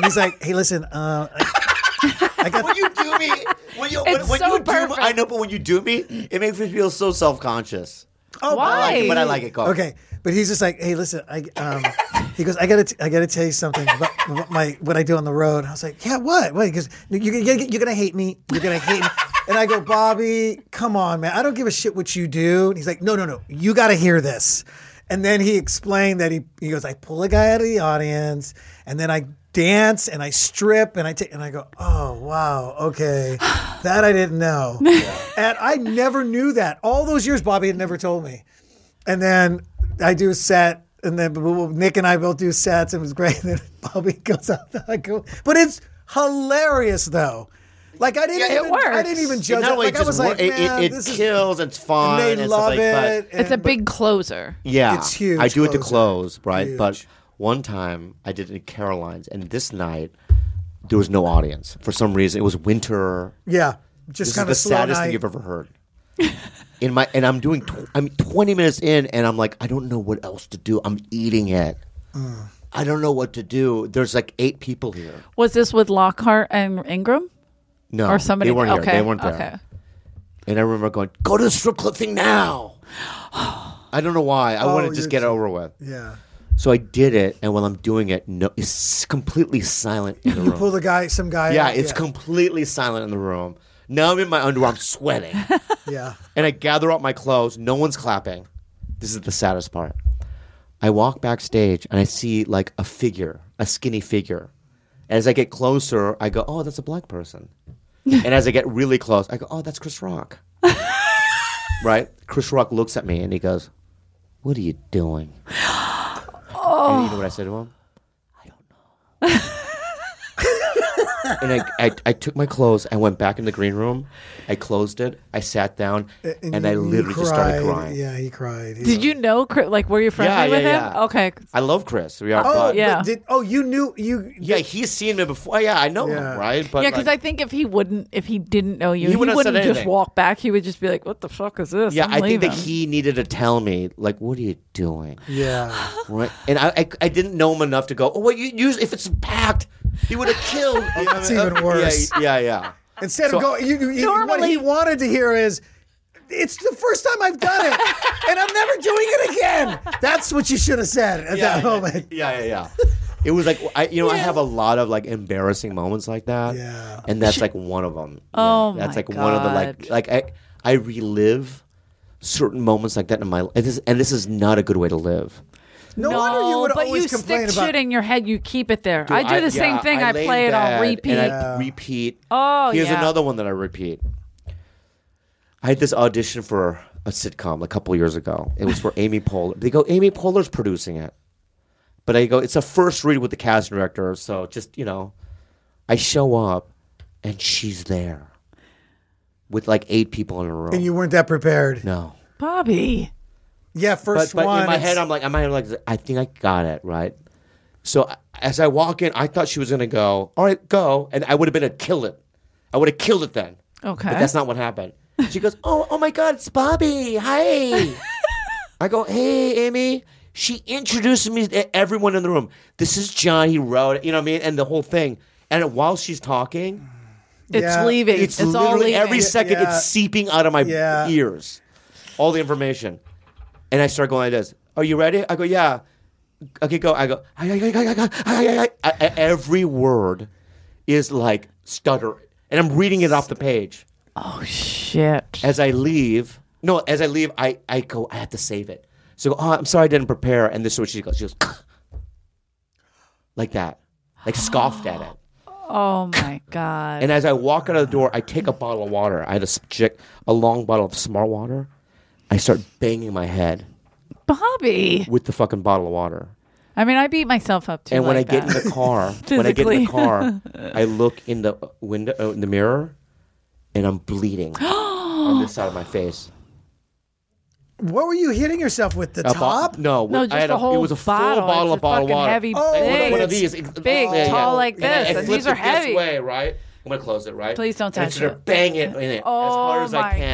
S7: And he's like, "Hey, listen, uh, I, I
S2: *laughs*
S7: got
S2: when you do me, when you, when,
S3: It's
S2: when
S3: so
S2: you do,
S3: perfect.
S2: I know, but when you do me, it makes me feel so self conscious.
S7: Oh,
S2: I like it,
S3: Why?
S2: but I like it, Carl.
S7: Okay, but he's just like, hey, listen, I, um, he goes, I gotta, t- I gotta tell you something about what my what I do on the road. I was like, yeah, what? What? Because you, you, you're gonna hate me. You're gonna hate me. And I go, Bobby, come on, man. I don't give a shit what you do. And he's like, no, no, no. You gotta hear this. And then he explained that he he goes, I pull a guy out of the audience, and then I dance and I strip and I take and I go, oh wow, okay, that I didn't know, and I never knew that. All those years, Bobby had never told me and then I do a set, and then Nick and I both do sets, and it was great. *laughs* And then Bobby goes out. I go, but it's hilarious though. Like I didn't,
S2: Yeah, it
S7: even,
S2: works.
S7: I didn't even
S2: It
S7: judge.
S2: not
S7: it.
S2: only
S7: Like I
S2: just
S7: was
S2: wor-
S7: like,
S2: it-
S7: man,
S2: it, it,
S7: this is-
S2: kills. It's fun.
S7: They
S2: and
S7: love
S2: stuff like that.
S7: it.
S3: It's a
S7: and-
S3: big closer.
S2: Yeah,
S7: It's huge
S2: I do it to
S7: closer.
S2: close, right? But
S7: Huge.
S2: one time I did it at Caroline's, and this night there was no audience for some reason. It was winter.
S7: Yeah, just
S2: This
S7: kind of
S2: is the
S7: slow
S2: saddest
S7: night.
S2: thing you've ever heard. in my and I'm doing, tw- I'm 20 minutes in, and I'm like, I don't know what else to do. I'm eating it.
S7: Mm.
S2: I don't know what to do. There's like eight people here.
S3: Was this with Lockhart and Ingram?
S2: No,
S3: Or somebody-
S2: They weren't
S3: okay,
S2: here. They weren't there.
S3: okay.
S2: And I remember going, go to the strip club thing now. I don't know why. I want to just
S7: you're
S2: get it
S7: kidding.
S2: over with.
S7: Yeah,
S2: So I did it, and while I'm doing it, no, it's completely silent in the room.
S7: pull the guy, some guy.
S2: yeah,
S7: out,
S2: it's completely silent in the room. Now I'm in my underwear, I'm sweating,
S7: yeah.
S2: and I gather up my clothes. No one's clapping. This is the saddest part. I walk backstage, and I see like a figure, a skinny figure. As I get closer, I go, "Oh, that's a black person." and as I get really close, I go, "Oh, that's Chris Rock." right? Chris Rock looks at me, and he goes, "What are you doing?" And you know what I said to him? and I, I, I took my clothes. I went back in the green room. I closed it. I sat down, and, I
S7: you- you
S2: literally just started
S7: cried.
S2: crying.
S7: Yeah, he cried. He-
S3: Did you know? Chris- Like, were you friendly
S2: Yeah, yeah,
S3: with him?
S2: yeah.
S3: Okay.
S2: I love Chris. We are.
S7: Oh,
S2: but-
S7: but
S3: yeah.
S7: Did, oh, you knew you.
S2: yeah, he's seen me before. Yeah, I know
S7: Yeah.
S2: him, right? But
S3: yeah, because
S2: like-
S3: I think if he wouldn't, if he didn't know you,
S2: He
S3: he,
S2: wouldn't have
S3: wouldn't,
S2: said
S3: just
S2: anything.
S3: walk back. He would just be like, "What the fuck is this?"
S2: yeah,
S3: I'm
S2: I think that
S3: leaving."
S2: he needed to tell me, like, what are you doing?
S7: Yeah.
S2: Right? And I, I, I didn't know him enough to go. Oh, well, you use if it's packed, he would have
S7: *laughs*
S2: killed.
S7: Oh, That's even worse.
S2: Yeah, yeah,
S7: *laughs*
S2: yeah.
S7: Instead
S2: So-
S7: of going, you, you, you- what he wanted to hear is, "It's the first time I've done it, and I'm never doing it *laughs* again." That's what you should have said at that moment.
S2: Yeah, yeah,
S7: *laughs*
S2: yeah. It was like I, you know, I have a lot of like embarrassing moments like that.
S7: Yeah.
S2: and
S3: *laughs*
S2: that's like one of them.
S3: Oh,
S2: that's
S3: my
S2: like one of the like
S3: God.
S2: like I I relive certain moments like that in my life, and this, and this is not a good way to live.
S7: No, wonder you would
S3: but
S7: always
S3: you
S7: complain
S3: stick
S7: about.
S3: shit in your head. You keep it there. I do the
S2: yeah,
S3: same thing. I,
S2: lay in
S3: play it on
S2: bed
S3: repeat.
S2: And I repeat.
S3: Oh,
S2: here's
S3: yeah.
S2: another one that I repeat. I had this audition for a sitcom a couple years ago. It
S3: *laughs*
S2: was for Amy Poehler. They go, Amy Poehler's producing it, but I go, it's a first read with the casting director, so just you know, I show up, and she's there, with like eight people in a room.
S7: and you weren't that prepared.
S2: no.
S3: Bobby.
S7: Yeah,
S2: But,
S7: first
S2: but
S7: one.
S2: in my
S7: it's-
S2: head, I'm like, in my head, I'm like, I think I got it right. So I- as I walk in, I thought she was gonna go, all right, go, and I would have been a kill it. I would have killed it then.
S3: Okay.
S2: But that's not what happened. She goes, oh, oh my God, it's Bobby. Hi. I go, hey, Amy. She introduces me to everyone in the room. This is John. He wrote it. You know what I mean? And the whole thing. And while she's talking,
S3: It's
S7: Yeah.
S3: leaving.
S2: it's,
S3: It's, all
S2: literally
S3: leaving.
S2: every second
S7: Yeah.
S2: it's seeping out of my
S7: Yeah.
S2: ears all the information and i start going like this are you ready i go yeah okay go i go "Ay, ay, ay, ay, ay, ay, ay, ay." I- I- every word is like stutter and i'm reading it off the page
S3: Shit.
S2: as i leave no as i leave i, I go i have to save it so oh i'm sorry i didn't prepare and this is what she goes *gasps* she goes like that like scoffed at it
S3: Oh my god.
S2: and as I walk out of the door, I take a bottle of water. I had a, s- chick- a long bottle of smart water. I start banging my head
S3: Bobby.
S2: with the fucking bottle of water.
S3: I mean, I beat myself up too.
S2: And when I
S3: like
S2: get
S3: that. *laughs*
S2: in the car, when I get in
S3: Physically.
S2: the
S3: *laughs*
S2: car, I look in the window, uh, in the mirror, and I'm
S3: *gasps*
S2: bleeding on this side of my face.
S7: what were you hitting yourself with? The
S2: A bo-
S7: top?
S2: no,
S3: no,
S2: I
S3: just
S2: had
S3: the
S2: a-
S3: whole
S2: It was a full
S3: bottle.
S2: bottle
S3: It's
S2: of
S3: a
S2: bottle of
S3: fucking
S2: water.
S3: heavy,
S7: Oh,
S2: Like one, of- one of
S7: big.
S2: these,
S3: Big, tall like
S2: And I-
S3: this,
S2: I
S3: and
S2: flipped
S3: these are
S2: it
S3: heavy.
S2: This way, right? I'm gonna close it, right?
S3: Please don't
S2: and I
S3: touch
S2: started
S3: it.
S2: Bang it in it as hard
S3: oh
S2: as I
S3: my
S2: can.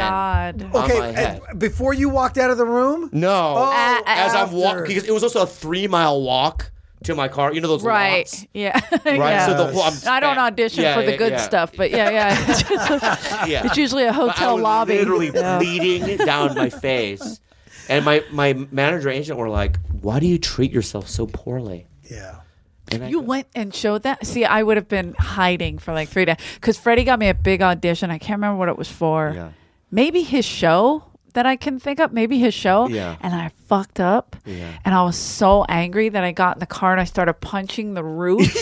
S3: god.
S2: on
S7: Okay,
S2: my head.
S7: and before you walked out of the room.
S2: No.
S7: Oh,
S2: as I'm
S7: after.
S2: walking, because it was also a three mile walk to my car. You know those
S3: Right.
S2: locks?
S3: Yeah. *laughs*
S2: Right.
S3: yeah.
S2: So the whole, I'm
S3: I don't
S2: spat-
S3: audition
S2: Yeah,
S3: for the
S2: yeah,
S3: good
S2: yeah.
S3: stuff, but yeah, yeah. *laughs* It's, just-
S2: Yeah.
S3: it's usually a
S2: But I
S3: hotel
S2: was
S3: lobby.
S2: Literally
S3: Yeah.
S2: bleeding down my face. And my, my manager and agent were like, why do you treat yourself so poorly?
S7: Yeah.
S2: And I
S3: You
S2: go,
S3: went and showed that. See, I would have been hiding for like three days because Freddie got me a big audition. I can't remember what it was for.
S2: Yeah.
S3: Maybe his show that I can think of. Maybe his show.
S2: Yeah.
S3: And I fucked up.
S2: Yeah.
S3: And I was so angry that I got in the car and I started punching
S2: *laughs*
S3: the roof,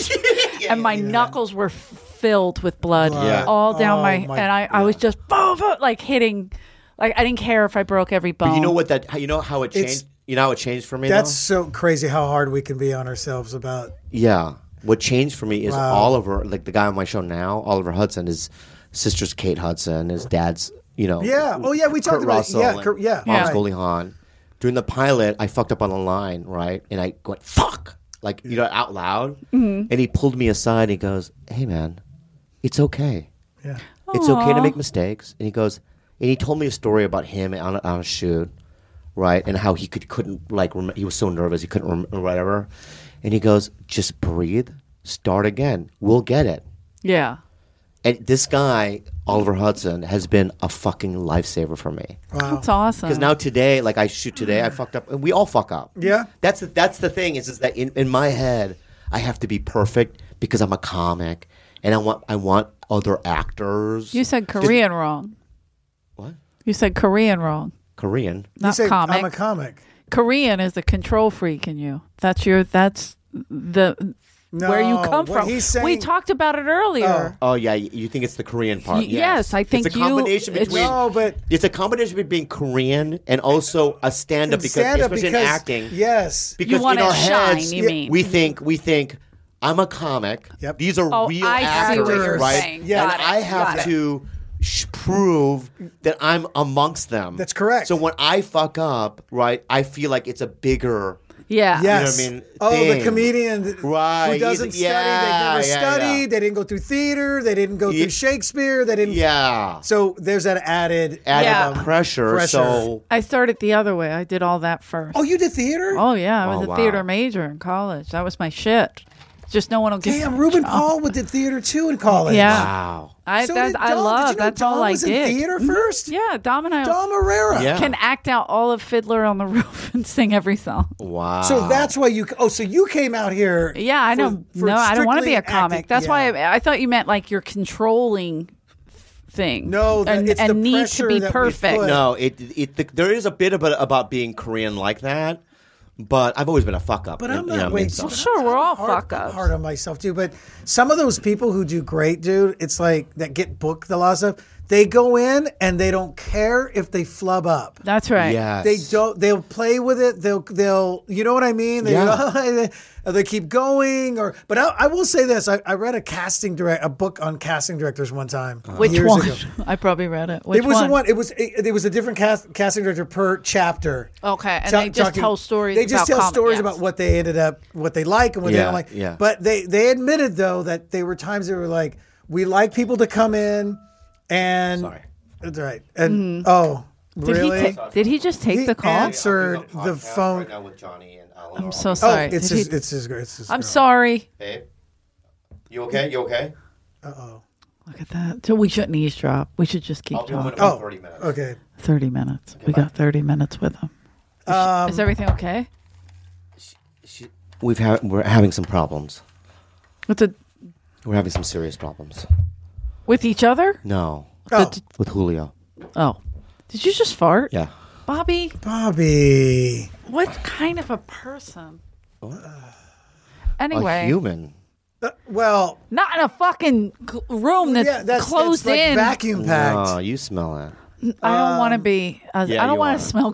S3: and my knuckles were f- filled with blood
S2: Blood.
S3: all down
S7: Oh,
S3: my,
S7: my-
S3: and I, I was just boom, boom, like hitting. Like I didn't care if I broke every bone.
S2: But you know what that, how- you know how it changed?
S7: It's-
S2: you know how it changed for me?
S7: That's
S2: though?
S7: so crazy how hard we can be on ourselves about.
S2: Yeah. What changed for me is
S7: Wow.
S2: Oliver, like the guy on my show now, Oliver Hudson, his sister's Kate Hudson, his dad's, you know.
S7: Yeah. Oh, yeah, we
S2: Kurt
S7: talked about it.
S2: Russell
S7: Yeah,
S2: and
S7: Kurt- yeah,
S2: Mom's
S7: right.
S2: Goldie Hawn. During the pilot, I fucked up on the line, right? And I went, fuck! Like, you know, out loud. And he pulled me aside and he goes, hey, man, it's okay.
S7: Yeah.
S2: It's okay to make mistakes. And he goes, and he told me a story about him on a, on a shoot, right? And how he could couldn't like rem- he was so nervous he couldn't rem- or whatever. And he goes, just breathe, start again. We'll get it.
S3: yeah.
S2: And this guy Oliver Hudson has been a fucking lifesaver for me.
S3: That's awesome.
S2: Because now today, like I shoot today, I fucked up, and we all fuck up.
S7: Yeah.
S2: that's the, that's the thing is, is that in, in my head, I have to be perfect because I'm a comic, and I want I want other actors.
S3: you said Korean wrong.
S2: what?
S3: You said Korean wrong.
S2: Korean.
S7: You
S3: Not
S7: say,
S3: comic.
S7: I'm a comic.
S3: Korean is the control freak in you. That's your. That's the where you
S7: No,
S3: come
S7: what
S3: from.
S7: he's
S3: we
S7: saying-
S3: talked about it earlier.
S2: Oh yeah, y- you think it's the Korean part?
S3: Y- yes, I think
S2: it's a
S3: you-
S2: combination
S3: it's-
S2: between.
S7: No, but-
S2: it's a combination between being Korean and also a stand-up because
S7: Stand-up
S2: especially in
S7: because-
S2: acting.
S7: Yes.
S2: because
S3: wanna
S2: in our
S3: shine,
S2: heads,
S3: you mean.
S2: we think we think I'm a comic.
S7: Yep.
S2: These are
S3: Oh,
S2: real
S3: I see
S2: actors,
S3: what you're
S2: right?
S3: saying.
S7: Yeah.
S3: Got
S2: and
S3: it.
S2: I have
S3: Got it.
S2: to sh- prove that I'm amongst them.
S7: That's correct.
S2: So when I fuck up, right, I feel like it's a bigger.
S7: Oh,
S3: Yeah.
S7: Yes.
S2: You know what I
S7: oh,
S2: mean?
S7: the
S2: Thing.
S7: comedian th-
S2: Right.
S7: who doesn't
S2: Yeah,
S7: study. They never
S2: yeah,
S7: studied.
S2: yeah.
S7: They didn't go through theater. They didn't go
S2: Ye-
S7: through Shakespeare. They didn't.
S2: Yeah.
S7: So there's that added.
S2: Added
S3: Yeah.
S2: pressure,
S7: Pressure.
S2: So
S3: I started the other way. I did all that first.
S7: Oh, you did theater?
S3: Oh, yeah, I was
S2: Oh,
S3: a
S2: wow.
S3: theater major in college. That was my shit. Just no one will get.
S7: Damn, Ruben Paul did theater too in college.
S3: Oh. Yeah.
S2: wow.
S3: I
S7: So
S3: that's,
S7: did
S3: I
S7: Dom.
S3: love.
S7: Did you know
S3: that's all
S7: Dom
S3: I
S7: was in
S3: did.
S7: theater
S3: Mhm.
S7: first?
S3: Yeah, Dom and I
S7: Dom Herrera.
S2: Yeah.
S3: can act out all of Fiddler on the *laughs* Roof and sing every song.
S2: Wow.
S7: So that's why you. Oh, so you came out here.
S3: Yeah, I
S7: for-
S3: know.
S7: for
S3: no, I don't want to be
S7: strictly
S3: a comic.
S7: acting-
S3: That's why
S7: yeah.
S3: I, I thought you meant like you're controlling thing.
S7: No, the-
S3: and,
S7: it's the
S3: and need to
S7: pressure
S3: be
S7: that we
S3: perfect.
S7: put-
S2: No, it it the, there is a bit about about being Korean like that, but I've always been a fuck up.
S7: But
S2: in-
S7: I'm
S2: you know
S7: not.
S2: what I mean?
S7: Wait,
S2: So-
S7: but I'm-
S3: sure, we're
S7: I'm
S3: all
S7: hard,
S3: fuck
S7: I'm
S3: ups.
S7: Hard on myself too, but some of those people who do great, dude, it's like that get booked a lot of stuff. They go in and they don't care if they flub up.
S3: That's right.
S2: Yes.
S7: They don't. They'll play with it. They'll. They'll. You know what I mean? They, *laughs*
S2: Yeah.
S7: they keep going. Or, but I, I will say this: I, I read a casting direct, a book on casting directors one time.
S3: Which
S7: years
S3: one?
S7: Ago.
S3: *laughs* I probably read it. Which
S7: it was
S3: one?
S7: the one. It was it, it was a different cast, casting director per chapter.
S3: Okay, and
S7: Ta-
S3: they just tell stories
S7: They
S3: about
S7: just tell
S3: comic-
S7: stories
S3: yes.
S7: about what they ended up, what they like, and what they
S2: Yeah,
S7: don't like.
S2: yeah.
S7: But they they admitted though that there were times they were like, we like people to come in, and
S2: Sorry.
S7: that's right. And oh,
S3: Mm-hmm. Did
S7: really?
S3: he ta- did he just take
S7: He
S3: the call?
S7: answered the phone.
S2: I'm
S3: so
S7: oh,
S3: sorry.
S7: it's
S3: Did
S7: his,
S3: he-
S7: it's his. It's his.
S3: I'm
S7: girl.
S3: sorry.
S2: Babe, you okay? You okay?
S3: Look at that. So we shouldn't eavesdrop. We should just keep talking.
S7: Oh, Okay.
S3: Thirty minutes. we got thirty minutes with him.
S7: Um,
S3: Is everything okay?
S2: We've had we're having some problems.
S3: With the
S2: We're having some serious problems.
S3: with each other?
S2: No,
S7: Oh,
S2: with Julio.
S3: Oh, did you just fart?
S2: Yeah.
S3: Bobby.
S7: Bobby.
S3: What kind of a person? Anyway,
S2: A human.
S7: Uh, well,
S3: not in a fucking cl- room that's,
S7: yeah, that's
S3: closed
S7: it's like
S3: in.
S7: vacuum Um, packed.
S2: No, you smell it.
S3: I don't want to be. I,
S2: yeah,
S3: I don't
S2: you
S3: want
S2: are.
S3: to smell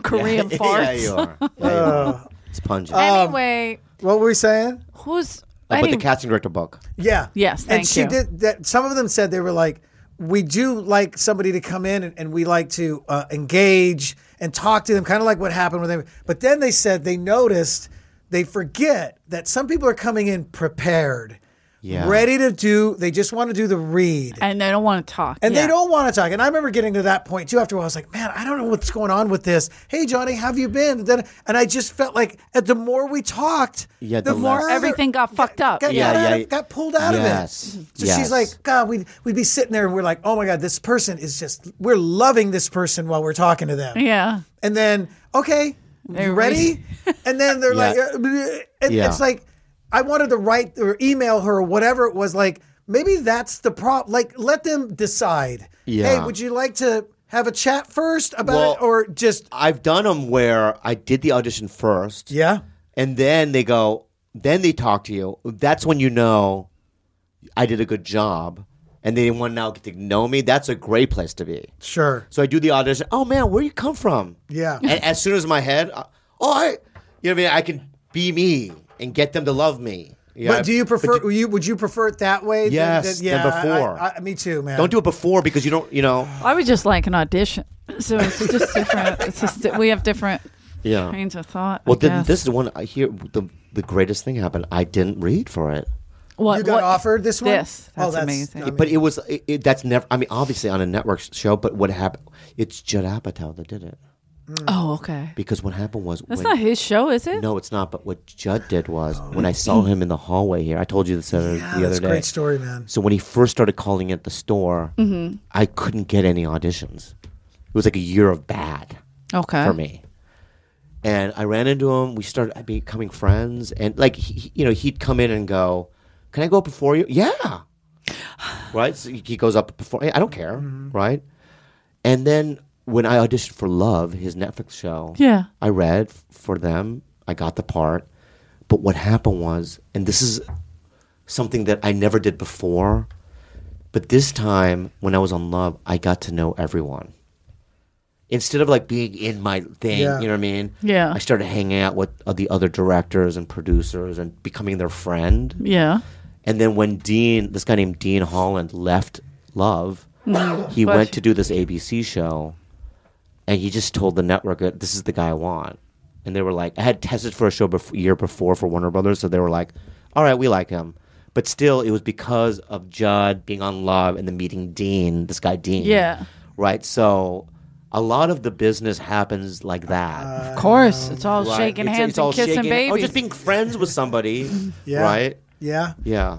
S2: *laughs*
S3: Korean
S2: yeah,
S3: farts.
S2: Yeah, you
S7: Um,
S2: are. Yeah, you
S7: Uh,
S2: are. It's pungent.
S3: Anyway,
S7: What were we saying?
S3: who's?
S2: Uh, but
S3: any-
S2: the casting director book.
S7: Yeah.
S3: Yes,
S7: and
S3: thank
S7: she
S3: you.
S7: did that. Some of them said they were like, we do like somebody to come in and, and we like to uh, engage and talk to them, kind of like what happened with them. But then they said they noticed they forget that some people are coming in prepared.
S2: Yeah.
S7: ready to do. They just want to do the read.
S3: and they don't want to talk.
S7: And
S3: Yeah.
S7: they don't want to talk. And I remember getting to that point too. After a while, I was like, "Man, I don't know what's going on with this." Hey, Johnny, how have you been? And then, and I just felt like uh, the more we talked,
S2: Yeah,
S7: the,
S2: the
S7: more
S2: less-
S3: Everything got fucked up.
S7: Got,
S2: Yeah,
S7: got, out
S2: yeah.
S7: of- got pulled out
S2: Yes,
S7: of it. So
S2: yes.
S7: she's like, "God, we'd we'd be sitting there and we're like, oh my god, this person is just we're loving this person while we're talking to them."
S3: Yeah.
S7: And then, okay, you ready? *laughs* and then they're like,
S2: Yeah.
S7: uh, bleh. and
S2: Yeah.
S7: it's like, I wanted to write or email her or whatever it was. Like, maybe that's the problem. Like, let them decide.
S2: Yeah.
S7: Hey, would you like to have a chat first about
S2: Well,
S7: it, or just
S2: I've done them where I did the audition first.
S7: yeah?
S2: and then they go then they talk to you that's when you know i did a good job and they want to now get to know me that's a great place to be
S7: Sure.
S2: so i do the audition oh man where you come from
S7: Yeah.
S2: and as soon as my head uh, oh i you know what i mean i can be me and get them to love me Yeah,
S7: but do you prefer? you would you prefer it that way? than-
S2: Yes,
S7: than, yeah,
S2: than before.
S7: I, I, me too, man.
S2: don't do it before because you don't you
S3: *sighs*
S2: know
S3: I would just like an audition. So it's just different. It's just we have different
S2: yeah
S3: trains of thought.
S2: well
S3: I
S2: then
S3: guess.
S2: this is the one i hear the, the greatest thing happened i didn't read for it
S3: what,
S7: You got
S3: what-
S7: offered this one.
S3: This.
S7: Oh,
S3: That's amazing.
S7: I mean,
S2: but it was it, it, that's never. I mean, obviously on a network show. But what happened? It's Judd Apatow that did it
S3: Oh, okay.
S2: because what happened was
S3: That's
S2: when,
S3: not his show, is it?
S2: No, it's not. But what Judd did was when I saw him in the hallway here. I told you this other,
S7: yeah,
S2: the
S7: that's
S2: other
S7: a
S2: day.
S7: great story, man. Mm-hmm.
S2: So when he first started calling at the store, I couldn't get any auditions. It was like a year of bad
S3: Okay.
S2: for me. And I ran into him. We started becoming friends, and like he, he- you know, he'd come in and go, "Can I go up before you?"
S3: *sighs*
S2: Yeah, right. So he goes up before. I don't care,
S3: Mm-hmm.
S2: right? And then when I auditioned for Love, his Netflix show,
S3: Yeah.
S2: I read f- for them. I got the part, but what happened was, and this is something that I never did before, but this time when I was on Love, I got to know everyone instead of like being in my thing,
S7: Yeah.
S2: you know what I mean?
S3: Yeah.
S2: I started hanging out with uh, the other directors and producers and becoming their friend.
S3: Yeah.
S2: And then when Dean, this guy named Dean Holland, left Love, he
S3: Bless
S2: went
S3: you.
S2: to do this ABC show, and he just told the network, "This is the guy I want." And they were like, "I had tested for a show bef- year before for Warner Brothers, so they were like, "All right, we like him." But still, it was because of Judd being on Love and then meeting Dean, this guy Dean.
S3: Yeah.
S2: Right. So, a lot of the business happens like that.
S3: Of course. It's all
S2: right?
S3: shaking
S2: It's-
S3: hands
S2: it's all
S3: and kissing
S2: shaking-
S3: babies.
S2: Or just being friends with somebody.
S7: Yeah.
S2: Right.
S7: Yeah.
S2: Yeah.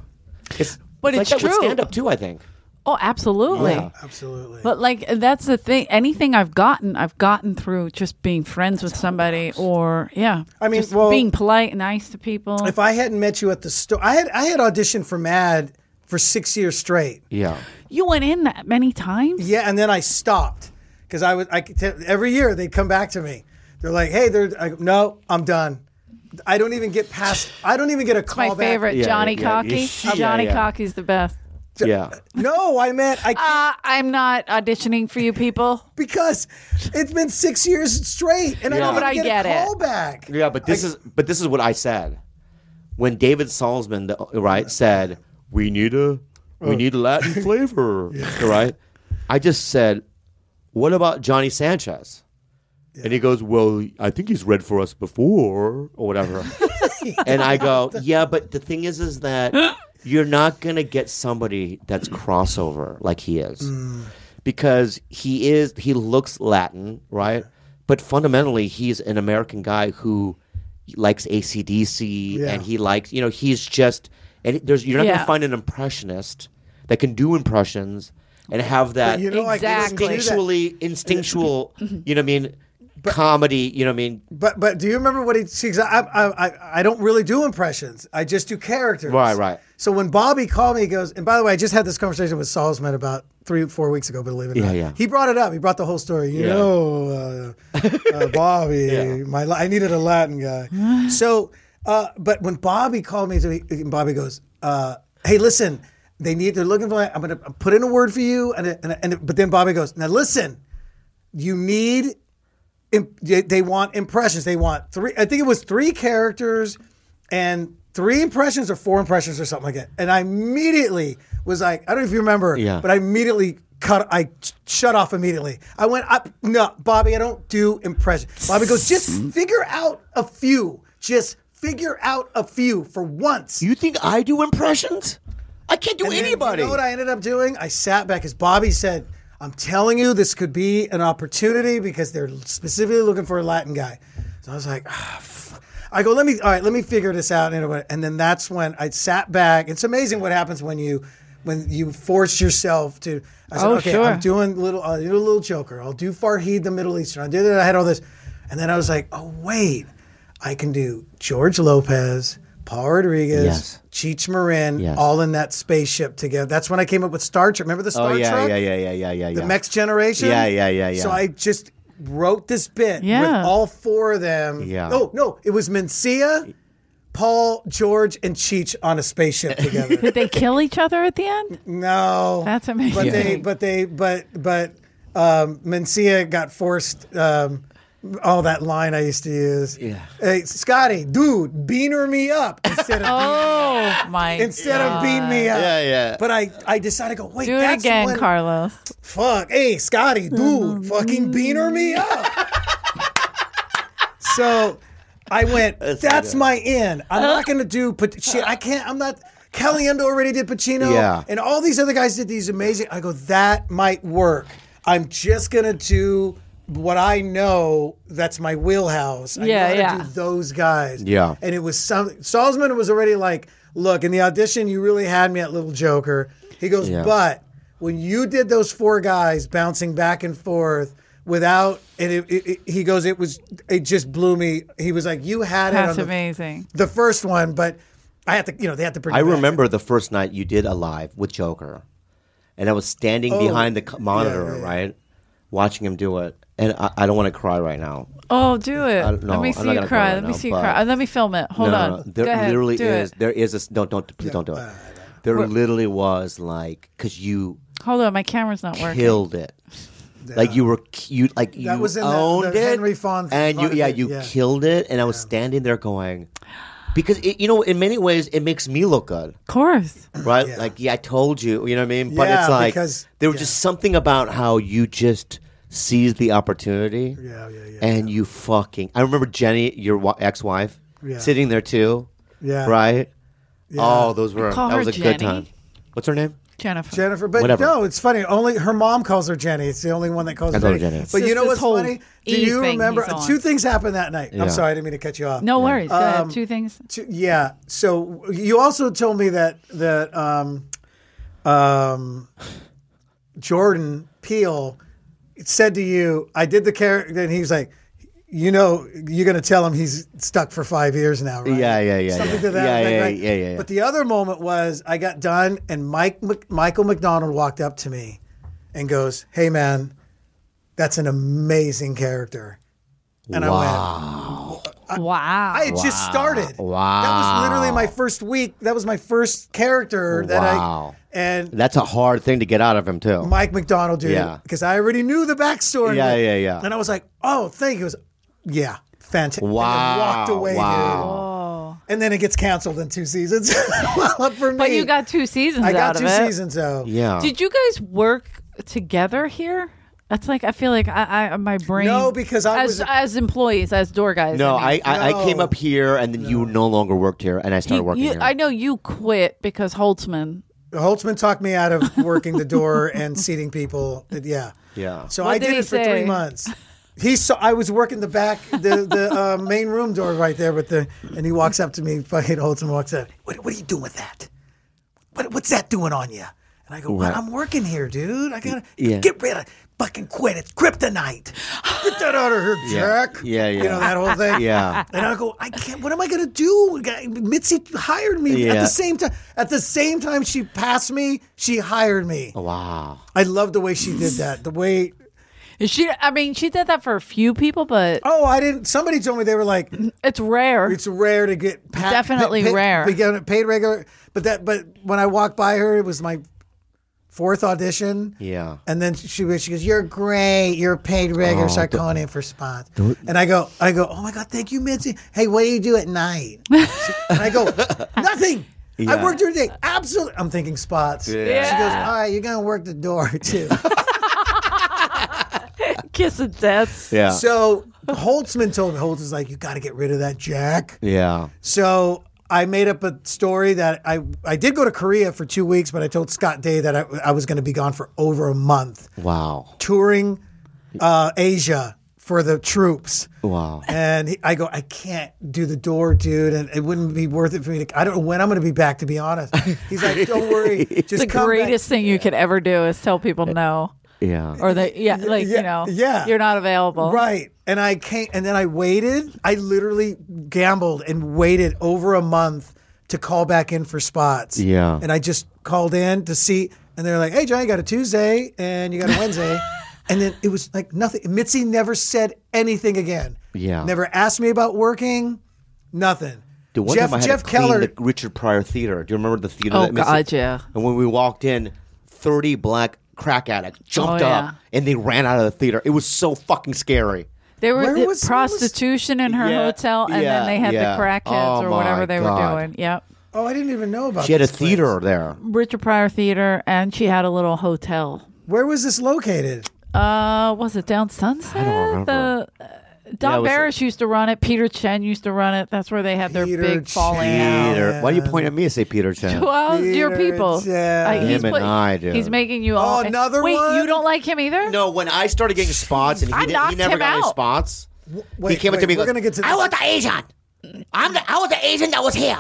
S2: It's,
S3: But it's
S2: like that
S3: true.
S2: With stand up too, I think.
S3: oh, absolutely.
S2: Yeah.
S7: Absolutely.
S3: But like that's the thing. Anything I've gotten, I've gotten through just being friends with somebody, or yeah,
S7: I mean,
S3: just
S7: well-
S3: being polite, and nice to people.
S7: if I hadn't met you at the store, I had I had auditioned for Mad for six years straight.
S2: Yeah.
S3: you went in that many times.
S7: Yeah, and then I stopped because I was I could tell- every year they'd come back to me. They're like, "Hey, they're I, go, no, I'm done. I don't even get past. I don't even get a call
S3: My
S7: back."
S3: favorite,
S2: Yeah,
S3: Johnny
S2: yeah,
S3: Cocky.
S2: yeah.
S3: Johnny
S2: Yeah, yeah.
S3: Cocky's the best.
S2: Yeah.
S7: No, I meant I
S3: Uh, I'm not auditioning for you people.
S7: because it's been six years straight, and I
S2: Yeah.
S7: don't
S2: But
S7: even
S3: I
S7: get,
S3: get
S7: a
S3: it.
S7: call back.
S2: Yeah, but this is but this is what I said. When David Salzman, the, right, said, "We need a
S3: Oh.
S2: we need a
S3: *laughs*
S2: Latin flavor," right? I just said, "What about Johnny Sanchez?" And he goes, "Well, I think he's read for us before or whatever." and I go, "Yeah, but the thing is is that you're not going to get somebody that's crossover like he is." because he is he looks Latin, right? But fundamentally, he's an American guy who likes ACDC
S7: Yeah.
S2: and he likes you know he's just and there's you're not
S3: Yeah.
S2: gonna find an impressionist that can do impressions and have that
S7: You know, I couldn't do that.
S2: instinctually instinctual you know what I mean comedy you know what I mean
S7: But but do you remember what he? Because I, I I I don't really do impressions. I just do characters.
S2: Right, right.
S7: So when Bobby called me, he goes, and by the way, I just had this conversation with Salzman about three four weeks ago. Believe it or
S2: Yeah,
S7: not,
S2: yeah.
S7: He brought it up. He brought the whole story. You
S2: Yeah.
S7: know, uh, uh,
S2: *laughs*
S7: Bobby, my La- I needed a Latin guy. so, uh, but when Bobby called me, to, and Bobby goes, uh, "Hey, listen, they need. They're looking for. I'm going to put in a word for you." And and, and but then Bobby goes, "Now listen." you need im- they they want impressions they want three i think it was three characters and three impressions or four impressions or something like that and i immediately was like i don't know if you remember
S2: Yeah.
S7: but i immediately cut i sh- shut off immediately i went up no bobby i don't do impressions bobby goes just figure out a few just figure out a few for once.
S2: You think I do impressions? I can't do
S7: And then,
S2: anybody.
S7: You know what I ended up doing? I sat back as Bobby said, I'm telling you, this could be an opportunity because they're specifically looking for a Latin guy. So I was like, ah, f-" I go, let me, all right, let me figure this out. And it- and then that's when I sat back. It's amazing what happens when you. When you force yourself to, I said,
S11: Oh,
S7: okay,
S11: sure.
S7: I'm doing little, I'll do a little Joker. I'll do Farhid, the Middle Eastern. I'll do that. I had all this, and then I was like, oh wait, I can do George Lopez, Paul Rodriguez,
S2: Yes.
S7: Cheech Marin,
S2: Yes.
S7: all in that spaceship together. That's when I came up with Star Trek. Remember the Star
S2: oh yeah,
S7: Trek?
S2: yeah, yeah, yeah, yeah, yeah, yeah.
S7: The Next Generation?
S2: Yeah, yeah, yeah, yeah.
S7: So I just wrote this bit
S11: Yeah.
S7: with all four of them.
S2: Yeah.
S7: Oh, no, it was Mencia, Paul, George, and Cheech on a spaceship
S2: *laughs*
S7: together.
S3: Did they kill each other at the end?
S7: no.
S3: That's amazing.
S7: But they, but they, but, but, um, Mencia got forced, um, all that line I used to use. Yeah. Hey, Scotty, dude, beaner me up instead of
S3: *laughs* Oh my!
S7: instead of beating me up.
S2: Yeah, yeah.
S7: But I, I decided to go, wait,
S3: Do it
S7: that's
S3: again,
S7: when-
S3: Carlos.
S7: Fuck. Hey, Scotty, dude, fucking beaner me up. so I went, that's, my in. I'm
S3: Uh-huh.
S7: not going to do Pat- shit. I can't, I'm not. Caliendo already did Pacino.
S2: Yeah.
S7: And all these other guys did these amazing. I go, that might work. I'm just going to do what I know that's my wheelhouse. I
S3: Yeah,
S7: gotta
S3: yeah.
S7: do those guys.
S2: Yeah.
S7: And it was some Salzman was already like, look, in the audition, you really had me at Little Joker. He goes,
S2: Yeah.
S7: but when you did those four guys bouncing back and forth without, and it, it, it- he goes, it was, it just blew me. He was like, you had
S3: That's
S7: it on the,
S3: amazing.
S7: the first one, but I had to, you know, they had to bring.
S2: I
S7: it back.
S2: remember the first night you did a live with Joker, and I was standing behind the co- monitor,
S7: yeah, yeah.
S2: right, watching him do it, and I, I don't want to cry right now.
S3: Oh, do it.
S2: don't know.
S3: Let me
S2: I'm
S3: see
S2: not
S3: you
S2: gonna
S3: cry.
S2: cry
S3: Let me
S2: now,
S3: see you
S2: but-
S3: cry. Uh, Let me film it. Hold
S2: no,
S3: on.
S2: no, no. There
S3: Go ahead.
S2: literally
S3: do
S2: is.
S3: It.
S2: There is a s- don't don't please don't do it. There literally was like because you
S3: Hold on. My camera's not working.
S2: killed it. Like you were c- you like you
S7: That was in the-
S2: owned
S7: the
S2: it,
S7: Henry Fonda-
S2: and you
S7: Fonda
S2: yeah
S7: thing,
S2: you
S7: yeah.
S2: killed it, and I was standing there going. Because it, you know, in many ways, it makes me look
S7: *clears throat*
S2: good, *laughs*
S3: Of course.
S2: right? Like, yeah, I told you, you know what I mean. But
S7: Yeah,
S2: it's like
S7: because-
S2: there was
S7: yeah.
S2: just something about how you just seized the opportunity,
S7: Yeah, yeah, yeah.
S2: and you fucking. I remember Jenny, your wa- ex-wife,
S7: Yeah.
S2: sitting there too,
S7: Yeah.
S2: right. Oh, those were
S3: call
S2: that
S3: her
S2: was a
S3: Jenny?
S2: good time. What's her name?
S3: Jennifer.
S7: Jennifer, but
S2: Whatever.
S7: no, it's funny. Only her mom calls her Jenny. It's the only one that calls
S2: I
S7: her
S2: call her
S7: Jenny.
S2: Jenny. It's
S7: But you
S3: just
S7: know
S3: this
S7: what's
S3: whole
S7: funny? Do
S3: E
S7: you
S3: thing
S7: remember
S3: he's on.
S7: two things happened that night?
S2: Yeah.
S7: I'm sorry, I didn't mean to cut you off.
S3: no worries. Go ahead.
S7: Um,
S3: Two things.
S7: Two- yeah. So you also told me that that um, um, Jordan Peele said to you, "I did the character," and he was like, "You know, you're going to tell him he's stuck for five years now, right?"
S2: Yeah, yeah, yeah,
S7: Something
S2: yeah.
S7: to that
S2: Yeah,
S7: effect,
S2: yeah,
S7: right?
S2: yeah, yeah, yeah.
S7: But the other moment was I got done, and Mike Mc- Michael McDonald walked up to me and goes, "Hey, man, that's an amazing character." And I went,
S3: wow.
S7: I had just started.
S2: Wow.
S7: That was literally my first week. That was my first character that
S2: Wow.
S7: I and
S2: That's a hard thing to get out of him too.
S7: Mike McDonald did
S2: Yeah.
S7: because I already knew the backstory.
S2: Yeah, yeah, yeah.
S7: And I was like, oh, thank you. He was, yeah, fantastic.
S2: Wow,
S7: walked away,
S2: wow.
S7: dude. And then it gets canceled in two seasons. *laughs* Well, for me,
S3: but you got two seasons
S7: I got
S3: out
S7: two
S3: of it.
S7: seasons though.
S2: yeah.
S3: Did you guys work together here? That's like I feel like I, I my brain.
S7: No, because I
S3: as
S7: was-
S3: as employees, as door guys.
S2: no, I,
S3: mean.
S2: I, I came
S7: No.
S2: up here, and then you no longer worked here, and I started
S3: You-
S2: working
S3: you-
S2: here.
S3: I know you quit because Holtzman.
S7: Holtzman talked me out of working the door and seating people. Yeah.
S2: Yeah.
S7: So
S3: What
S7: I
S3: did
S7: did,
S3: he
S7: it for
S3: say?
S7: three months. He saw I was working the back, the
S3: *laughs*
S7: the uh, main room door right there with the, and he walks up to me. Fucking Holtzman walks up. What, what are you doing with that? What, what's that doing on you? And I go, well,
S2: Right.
S7: I'm working here, dude. I gotta
S2: Yeah.
S7: get rid of fucking quit. It's kryptonite. Get that out of here,
S2: Yeah.
S7: jerk.
S2: Yeah, yeah.
S7: You know that whole thing.
S2: *laughs* Yeah.
S7: And I go, I can't. What am I gonna do? Guy- Mitzi hired me at
S2: Yeah.
S7: the same time. At the same time, she passed me. She hired me.
S2: Oh. wow.
S7: I love the way she did that. The way.
S3: She, I mean, she did that for a few people, but
S7: Oh, I didn't. Somebody told me they
S3: *laughs*
S7: were like,
S3: it's rare.
S7: it's rare to get pa-
S3: Definitely rare.
S7: we get paid regular. But that. But when I walked by her, it was my fourth audition.
S2: Yeah. Oh,
S7: And then she was- she goes, "You're great. You're paid regular Sarconian for spots." And I go, I go, "Oh my god, thank you, Mitzi. Hey, what do you do
S3: *laughs*
S7: at night?" and I go, "Nothing. I
S2: Yeah.
S7: work during the day. Absolutely. I'm thinking spots." She goes, "All right, you're gonna work the door too."
S3: kiss of
S2: *laughs*
S3: death.
S2: Yeah.
S7: So Holtzman told me, Holtz is like, you got to get rid of that Jack.
S2: yeah.
S7: So I made up a story that I I did go to Korea for two weeks, but I told Scott Day that I, I was going to be gone for over a month
S2: Wow.
S7: touring uh, Asia for the troops.
S2: Wow.
S7: And he, I go, I can't do the door, dude, and it wouldn't be worth it for me to. I don't know when I'm going to be back, to be honest. He's like, don't worry, just
S3: The
S7: come back."
S3: greatest thing you could ever do is tell people no,
S2: Yeah.
S3: or
S7: *laughs*
S3: that yeah, like
S7: yeah,
S3: you know,
S7: yeah.
S3: you're not available.
S7: Right. And I can't, and then I waited. I literally gambled and waited over a month to call back in for spots.
S2: Yeah.
S7: And I just called in to see, and they're like, hey, John, you got a Tuesday and you
S2: *laughs*
S7: got a Wednesday. and then it was like nothing. Mitzi never said anything again.
S2: Yeah.
S7: Never asked me about working, nothing.
S2: Dude, one
S7: Jeff,
S2: time I had
S7: Jeff
S2: to clean
S7: Keller.
S2: the Richard Pryor Theater. Do you remember the theater?
S3: Oh,
S2: that Missy-
S3: God, yeah.
S2: And when we walked in, thirty black crack addicts jumped
S3: Oh,
S2: up and they ran out of the theater. It was so fucking scary.
S3: There were
S7: Where
S3: the
S7: was- where was-
S3: prostitution in her
S2: Yeah,
S3: hotel, and
S2: yeah,
S3: then they had
S2: yeah.
S3: the crackheads
S2: Oh,
S3: or
S2: my
S3: whatever they
S2: God.
S3: were doing. Yep.
S7: oh, I didn't even know about
S2: She had a
S7: this place.
S2: theater there.
S3: Richard Pryor Theater, and she had a little hotel.
S7: Where was this located?
S3: Uh, was it down Sunset?
S2: I don't remember.
S3: The, uh,
S2: Yeah, it
S3: Don
S2: was-
S3: Barris used to run it. Peter Chen used to run it. That's where they had their
S7: Peter
S3: big falling out.
S2: Peter. Why do you point at me and say Peter
S3: *laughs*
S2: Chen?
S3: Well, your
S7: Peter
S3: people. Uh,
S7: Chen.
S3: he's
S2: Him and I, dude.
S3: He's making you all.
S7: another
S3: Wait,
S7: one?
S3: you don't like him either?
S2: No, when I started getting spots and he,
S3: I
S2: didn't, he
S3: knocked
S2: never
S3: him
S2: got any
S3: out.
S2: spots,
S7: Wait,
S2: he came up
S7: wait,
S2: to me. and goes,
S7: We're going to get to
S12: I
S7: the
S12: was the Asian. I'm the, I was the Asian that was here.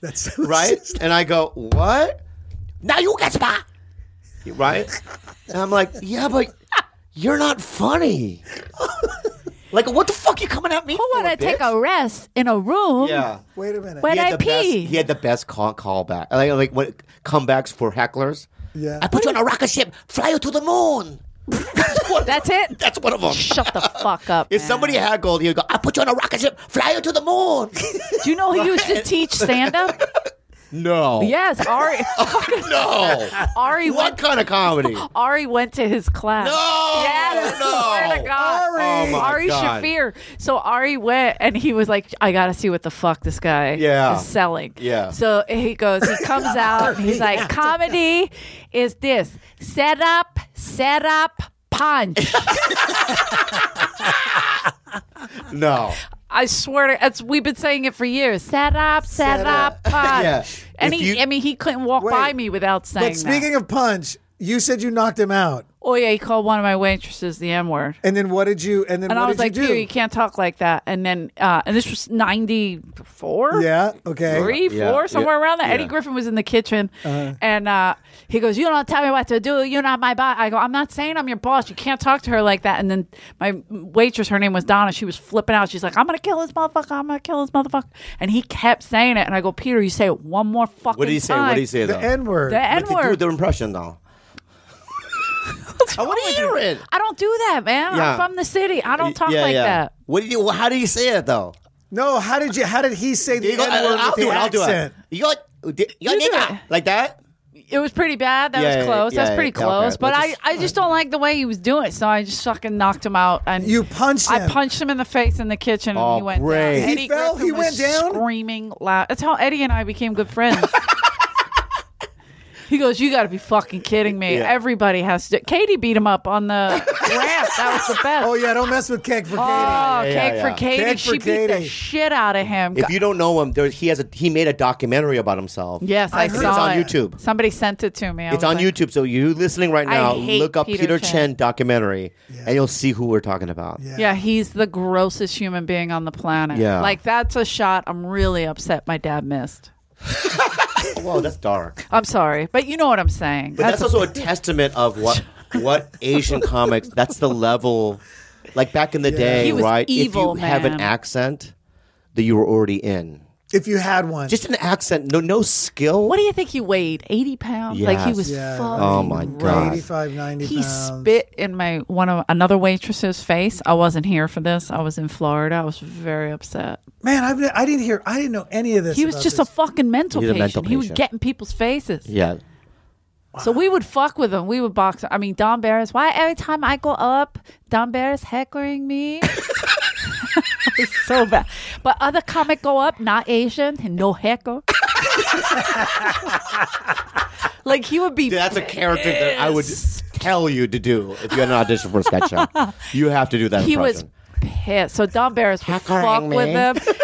S7: That's
S12: *laughs*
S7: *laughs*
S2: right? and I go, what?
S12: Now you get spot.
S2: Right? and I'm like, yeah, but you're not funny. like, what the fuck you coming at me?
S3: I want
S2: for,
S3: to take
S2: bitch?
S3: a rest in a room
S2: Yeah.
S7: Wait a minute.
S3: when
S2: He had,
S3: I
S2: the best,
S3: pee.
S2: he had the best call callback. Like like when comebacks for hecklers.
S7: Yeah.
S12: I put you on a rocket ship, fly you to the moon.
S3: *laughs* That's it.
S2: That's one of them.
S3: Shut the fuck up.
S2: If
S3: man.
S2: somebody heckled, he'd go, I put you on a rocket ship, fly you to the moon.
S3: Do you know who used to teach stand up?
S2: *laughs* no.
S3: Yes,
S2: *laughs*
S3: Ari. *laughs*
S2: No.
S3: Ari
S2: Oh, what
S3: went.
S2: kind of
S3: *laughs*
S2: comedy?
S3: Ari went to his class.
S2: No,
S3: Yes.
S2: no.
S3: Swear to God.
S2: Ari. Oh, my
S3: Ari
S2: God.
S3: Shafir. So Ari went and he was like, I gotta see what the fuck this guy
S2: Yeah.
S3: is selling.
S2: Yeah.
S3: So he goes, he
S2: *laughs*
S3: comes out and he's like, comedy is this. Set up, set up, punch.
S2: No.
S3: I swear to it's we've been saying it for years. Set up, set,
S7: *laughs*
S3: up, punch.
S2: Yeah.
S3: And
S2: If
S3: he
S2: you-
S3: I mean he couldn't walk
S7: Wait.
S3: by me without saying
S7: But speaking
S3: that.
S7: of punch, you said you knocked him out,
S3: oh yeah, he called one of my waitresses the N word.
S7: and then what did you? And then
S3: and
S7: what
S3: I was
S7: did
S3: like,
S7: you
S3: you,
S7: do?
S3: you can't talk like that. And then, uh, and this was 94?
S7: yeah, okay.
S3: Three,
S2: Yeah,
S3: four,
S2: yeah,
S3: somewhere around there.
S2: yeah.
S3: Eddie
S2: Uh-huh.
S3: Griffin was in the kitchen, and uh, he goes, "You don't tell me what to do. You're not my boss." I go, "I'm not saying I'm your boss. You can't talk to her like that." And then my waitress, her name was Donna, she was flipping out. She's like, "I'm gonna kill this motherfucker. I'm gonna kill this motherfucker." And he kept saying it, and I go, "Peter, you say it one more fucking
S2: What did he say? What did he
S3: time."
S2: say, though?
S7: The N word.
S3: The N
S2: But to do
S3: word.
S2: their impression, though. *laughs* I want to hear it.
S3: I don't do that, man.
S2: Yeah.
S3: I'm from the city. I don't talk
S2: yeah,
S3: like
S2: yeah.
S3: that.
S2: What do you? well, How do you say it though?
S7: No, how did you? How did he say the
S2: You
S7: N
S2: go,
S7: word
S2: I, will
S7: with the
S2: do it. I'll do it.
S7: accent?
S2: You go, you go
S3: You do
S2: nigga,
S3: it.
S2: like that.
S3: It was pretty bad. That
S2: Yeah,
S3: was close.
S2: yeah,
S3: That's pretty
S2: yeah, okay.
S3: close. But
S2: Let's
S3: I,
S2: just-
S3: I just don't like the way he was doing it. So I just fucking knocked him out. And
S7: You punched
S3: I
S7: him.
S3: punched him in the face in the kitchen,
S2: Oh,
S3: and he went
S2: great.
S3: down.
S2: He
S3: Eddie
S7: fell?
S3: Griffin
S7: He
S3: was
S7: went down?
S3: screaming loud. That's how Eddie and I became good
S7: *laughs*
S3: friends. he goes, "You got to be fucking kidding me!
S2: Yeah.
S3: Everybody has to." Katie beat him up on
S7: *laughs*
S3: the ramp. That was the best.
S7: Oh yeah, don't mess with keg for Katie.
S3: Oh,
S2: yeah,
S3: cake
S2: yeah, yeah.
S3: for Katie.
S7: Cake
S3: she
S7: for
S3: beat the
S7: Katie.
S3: shit out of him.
S2: If you don't know him, there, he has a he made a documentary about himself.
S3: yes, I,
S7: heard
S3: saw
S2: it's on
S3: it.
S2: YouTube.
S3: Somebody sent it to me. I
S2: It's
S3: was
S2: on
S3: like,
S2: YouTube. So you listening right now,
S3: hate
S2: look up
S3: Peter
S2: Peter,
S3: Chen.
S2: Chen. documentary, and you'll see who we're talking about.
S3: Yeah, he's the grossest human being on the planet.
S2: Yeah.
S3: Like that's a shot I'm really upset my dad missed.
S2: Whoa, Oh, that's dark.
S3: I'm sorry, but you know what I'm saying.
S2: But that's,
S3: That's,
S2: also a testament of what what
S7: *laughs*
S2: Asian comics. That's the level. Like back in the day,
S3: He was
S2: right?
S3: evil,
S2: if you have an
S3: man.
S2: accent that you were already in,
S7: If you had one,
S2: just an accent, no no skill.
S3: what do you think he weighed? 80 pounds? Like he
S2: Yes.
S3: was
S7: Yeah,
S3: fucking
S2: oh my
S3: wrecked.
S2: god!
S7: 85, 90
S3: He
S7: pounds.
S3: spit in my one of another waitress's face. I wasn't here for this. I was in Florida. I was very upset.
S7: Man, I've, ne- I didn't hear. I didn't know any of this.
S3: He was
S7: about
S3: just
S7: this.
S3: a fucking mental
S2: He was
S3: patient.
S2: a mental
S3: He was
S2: patient.
S3: getting people's faces.
S2: Yeah.
S3: So we would fuck with him. We would box. I mean, Don Barris. Why every time I go up, Don Barris heckling me? *laughs* it's so bad. But other comic go up, not Asian, and no heckle. *laughs* like he would be
S2: Dude, that's a character that I would tell you to do if you had an audition for a sketch
S3: *laughs*
S2: show. You have to do that.
S3: he was
S2: impression.
S3: pissed. So Don Barris would
S2: Hacker
S3: fuck
S2: angry.
S3: with
S7: *laughs*
S3: him.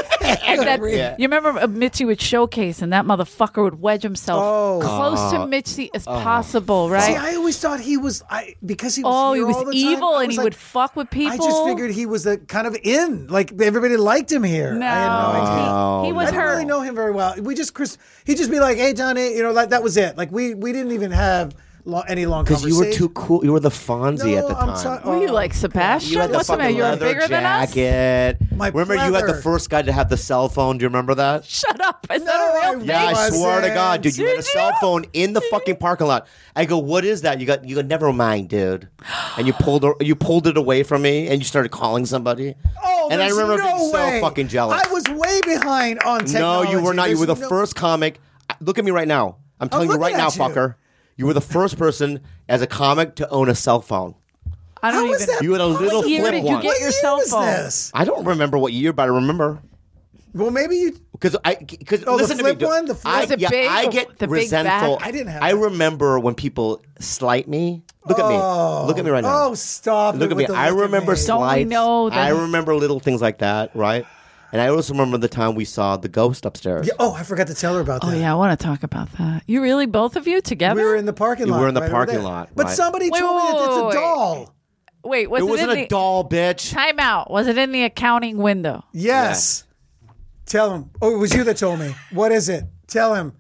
S3: and then,
S2: Yeah.
S3: You remember uh, Mitzi would showcase, and that motherfucker would wedge himself
S7: Oh.
S3: close
S2: Uh,
S3: to Mitzi as possible,
S7: See,
S3: right?
S7: I always thought he was I because he was
S3: oh, he
S7: here
S3: was
S7: all the time,
S3: evil,
S7: I
S3: and
S7: was
S3: he
S7: like,
S3: would fuck with people.
S7: I just figured he was the kind of in like everybody liked him here.
S3: no,
S7: I had no idea.
S3: he, he
S2: No,
S3: was
S7: I
S3: her.
S7: didn't really know him very well. We just Chris, he'd just be like, "Hey, Johnny," you know, like that was it. Like we we didn't even have lo- any long
S2: because you
S7: conversation.
S2: were too cool. You were the Fonzie at the
S7: No, I'm
S2: time.
S7: sorry.
S3: Were you
S7: Oh,
S3: like Sebastian?
S2: You had the
S3: What's the matter?
S2: fucking
S3: You're
S2: leather
S3: bigger than us.
S2: jacket.
S7: My
S2: remember, you had the
S7: brother.
S2: first guy to have the cell phone. Do you remember that?
S3: *laughs* Shut up! Is that
S7: No,
S3: a
S7: I
S3: real thing?
S2: Yeah, I swear to God, dude, you had a
S3: Did
S2: cell
S3: you?
S2: phone in
S7: *laughs*
S2: the fucking parking lot. I go, what is that? You got, you go, never mind, dude. And you pulled, you pulled it away from me, and you started calling somebody.
S7: Oh,
S2: and I
S7: there's
S2: remember
S7: no
S2: being
S7: way.
S2: so fucking jealous.
S7: I was way behind on
S2: no,
S7: technology.
S2: you were not. you were the
S7: There's no-
S2: first comic. I- Look at me right now. I'm telling you
S7: looking
S2: right now,
S7: at you.
S2: fucker. You were the first person as a comic to own a cell phone.
S3: I don't
S7: How is
S3: even.
S7: that
S2: You had a
S7: possible?
S2: little
S3: What year
S2: flip
S3: did you
S2: one.
S3: get
S7: What
S3: your
S7: year
S3: cell
S7: was
S3: phone?
S7: This?
S2: I don't remember what year, but I remember.
S7: Well, maybe you.
S2: Because I, because
S7: Oh, the
S2: listen
S7: flip
S2: to me, dude.
S7: one? The flip-
S2: I,
S3: Was it
S2: yeah,
S3: big?
S2: I get
S3: The big
S2: resentful.
S3: back?
S7: I didn't have
S2: I
S7: that.
S2: remember when people slight me. Look at me. Look at me right now.
S7: Oh, stop! it
S2: Look at
S7: with
S2: me.
S7: the
S2: I
S7: look at
S2: remember
S7: me.
S3: Don't we
S2: slides.
S3: know that-
S2: I remember little things like that, right? And I also remember the time we saw the ghost upstairs.
S7: Yeah, oh, I forgot to tell her about that.
S3: Oh yeah, I want to talk about that. You really, both of you together?
S7: We were in the parking
S2: You
S7: lot.
S2: were in the
S7: right over
S2: parking
S7: there.
S2: lot,
S7: But
S2: right.
S7: somebody
S3: Wait,
S7: told me
S3: wait,
S7: that
S3: wait,
S7: it's
S3: wait.
S7: a doll.
S3: Wait, was
S2: it
S3: it,
S2: wasn't
S3: in
S2: a
S3: the,
S2: doll, bitch.
S3: Time out. Was it in the accounting window?
S7: Yes. Tell him. Oh, it was you that told me. What is it? Tell him.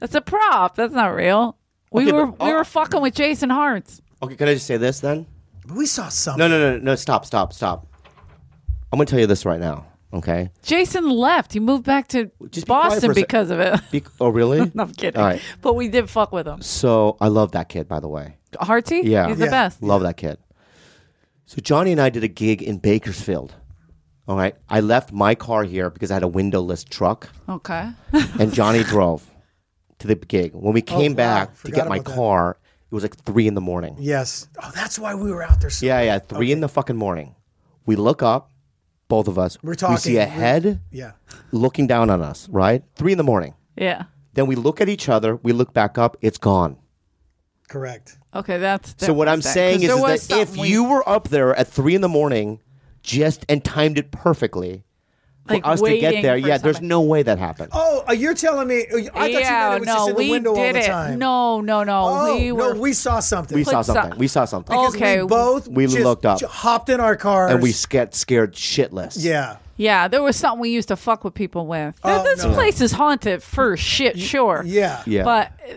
S3: That's a prop. That's not real. We
S2: Okay,
S3: were
S2: but-
S3: we
S2: oh.
S3: were fucking with Jason Hartz.
S2: Okay, can I just say this then?
S7: But we saw something.
S2: No, no, no, no. Stop, stop, stop. I'm gonna tell you this right now. Okay.
S3: Jason left. He moved back to
S2: Just be quiet for
S3: Boston
S2: a sec-
S3: because of it. *laughs*
S2: Be- oh, really?
S3: No, I'm kidding.
S2: All right.
S3: But we did fuck with him.
S2: So I love that kid, by the way.
S3: Hartsy?
S2: Yeah.
S3: He's
S2: Yeah.
S3: the best.
S2: Love that kid. So Johnny and I did a gig in Bakersfield. All right. I left my car here because I had a windowless truck,
S3: Okay.
S2: and
S7: *laughs*
S2: Johnny drove to the gig. When we came
S7: Oh, wow.
S2: back to
S7: Forgot
S2: get my
S7: about that.
S2: car, it was like three in the morning.
S7: Yes. Oh, that's why we were out there. So
S2: Yeah, yeah. Three in the fucking morning. We look up, both of us.
S7: We're
S2: We see
S7: talking.
S2: a head
S7: Yeah.
S2: looking down on us, right? Three in the morning.
S3: Yeah.
S2: Then we look at each other. We look back up. It's gone.
S7: Correct.
S3: Okay, that's
S2: so what I'm
S3: that- 'cause
S2: saying is,
S3: there
S2: is
S3: was
S2: that if
S3: something we-
S2: you were up there at three in the morning, just and timed it perfectly for
S3: Like
S2: us to get
S3: waiting
S2: there,
S3: for
S2: yeah, there's
S3: somebody.
S2: no way that happened.
S7: Oh, uh, you're telling me. I thought you meant
S3: yeah,
S7: it was
S3: no,
S7: just in the
S3: we
S7: window all
S3: did
S7: the
S3: it.
S7: time.
S3: No, no, no.
S7: Oh,
S3: we were
S7: no, we saw something.
S2: we saw
S3: put some-
S2: something. we saw something,
S3: Oh,
S7: Because
S3: Okay.
S7: We both
S2: We
S7: just
S2: looked up.
S7: j- hopped in our cars.
S2: and we get scared shitless.
S7: Yeah.
S3: Yeah, there was something we used to fuck with people with. Th-
S7: Oh,
S3: this
S7: no.
S3: place is haunted for shit, sure.
S7: Yeah.
S2: yeah.
S3: But uh,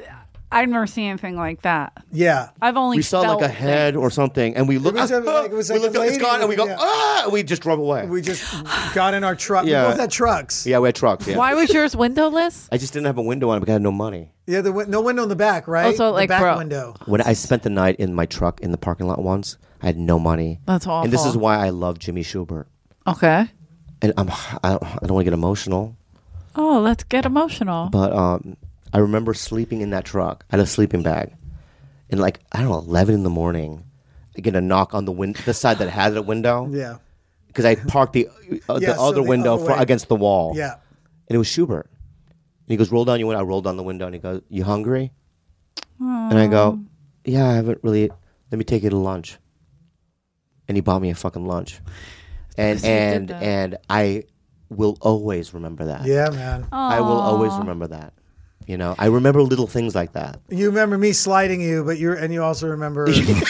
S3: I've never seen anything like that.
S7: Yeah.
S3: I've only
S2: we saw like
S3: felt
S2: a head or something, and we looked.
S7: was a-
S2: ah,
S7: like, it was
S2: we
S7: like a
S2: looked. up, it's
S7: lady
S2: gone, and we go.
S7: with- yeah.
S2: Ah! and We just drove away.
S7: We just got in our truck.
S2: Yeah.
S7: We both had trucks.
S2: yeah, we had trucks. Yeah.
S3: Why was yours windowless?
S2: I just didn't have a window on it because I had no money.
S7: Yeah. The, win- no window in the back, right?
S3: so, like,
S7: the back
S3: bro.
S7: window.
S2: When I spent the night in my truck in the parking lot once, I had no money.
S3: That's
S2: And this
S3: awful.
S2: is why I love Jimmy Schubert.
S3: Okay.
S2: And I'm, I don't- I don't want to get emotional,
S3: Oh, let's get emotional.
S2: but um, I remember sleeping in that truck. I had a sleeping bag, and like I don't know, eleven in the morning, I get a knock on the wind, the side that had a window.
S7: Yeah.
S2: Because I parked the uh,
S7: Yeah,
S2: the
S7: so
S2: other
S7: the
S2: window
S7: other
S2: fro-
S7: way.
S2: against the wall.
S7: Yeah.
S2: and it was Schubert. And he goes, "Roll down your window." I rolled down the window, and he goes, "You hungry?" And I go, "Yeah, I haven't really. Let me take you to lunch." And he bought me a fucking lunch, and
S3: he did
S2: and
S3: that.
S2: and I will always remember that.
S7: Yeah, man.
S2: I will always remember that. You know, I remember little things like that.
S7: You remember me sliding you, but you're and you also
S2: *laughs*
S7: remember.
S3: He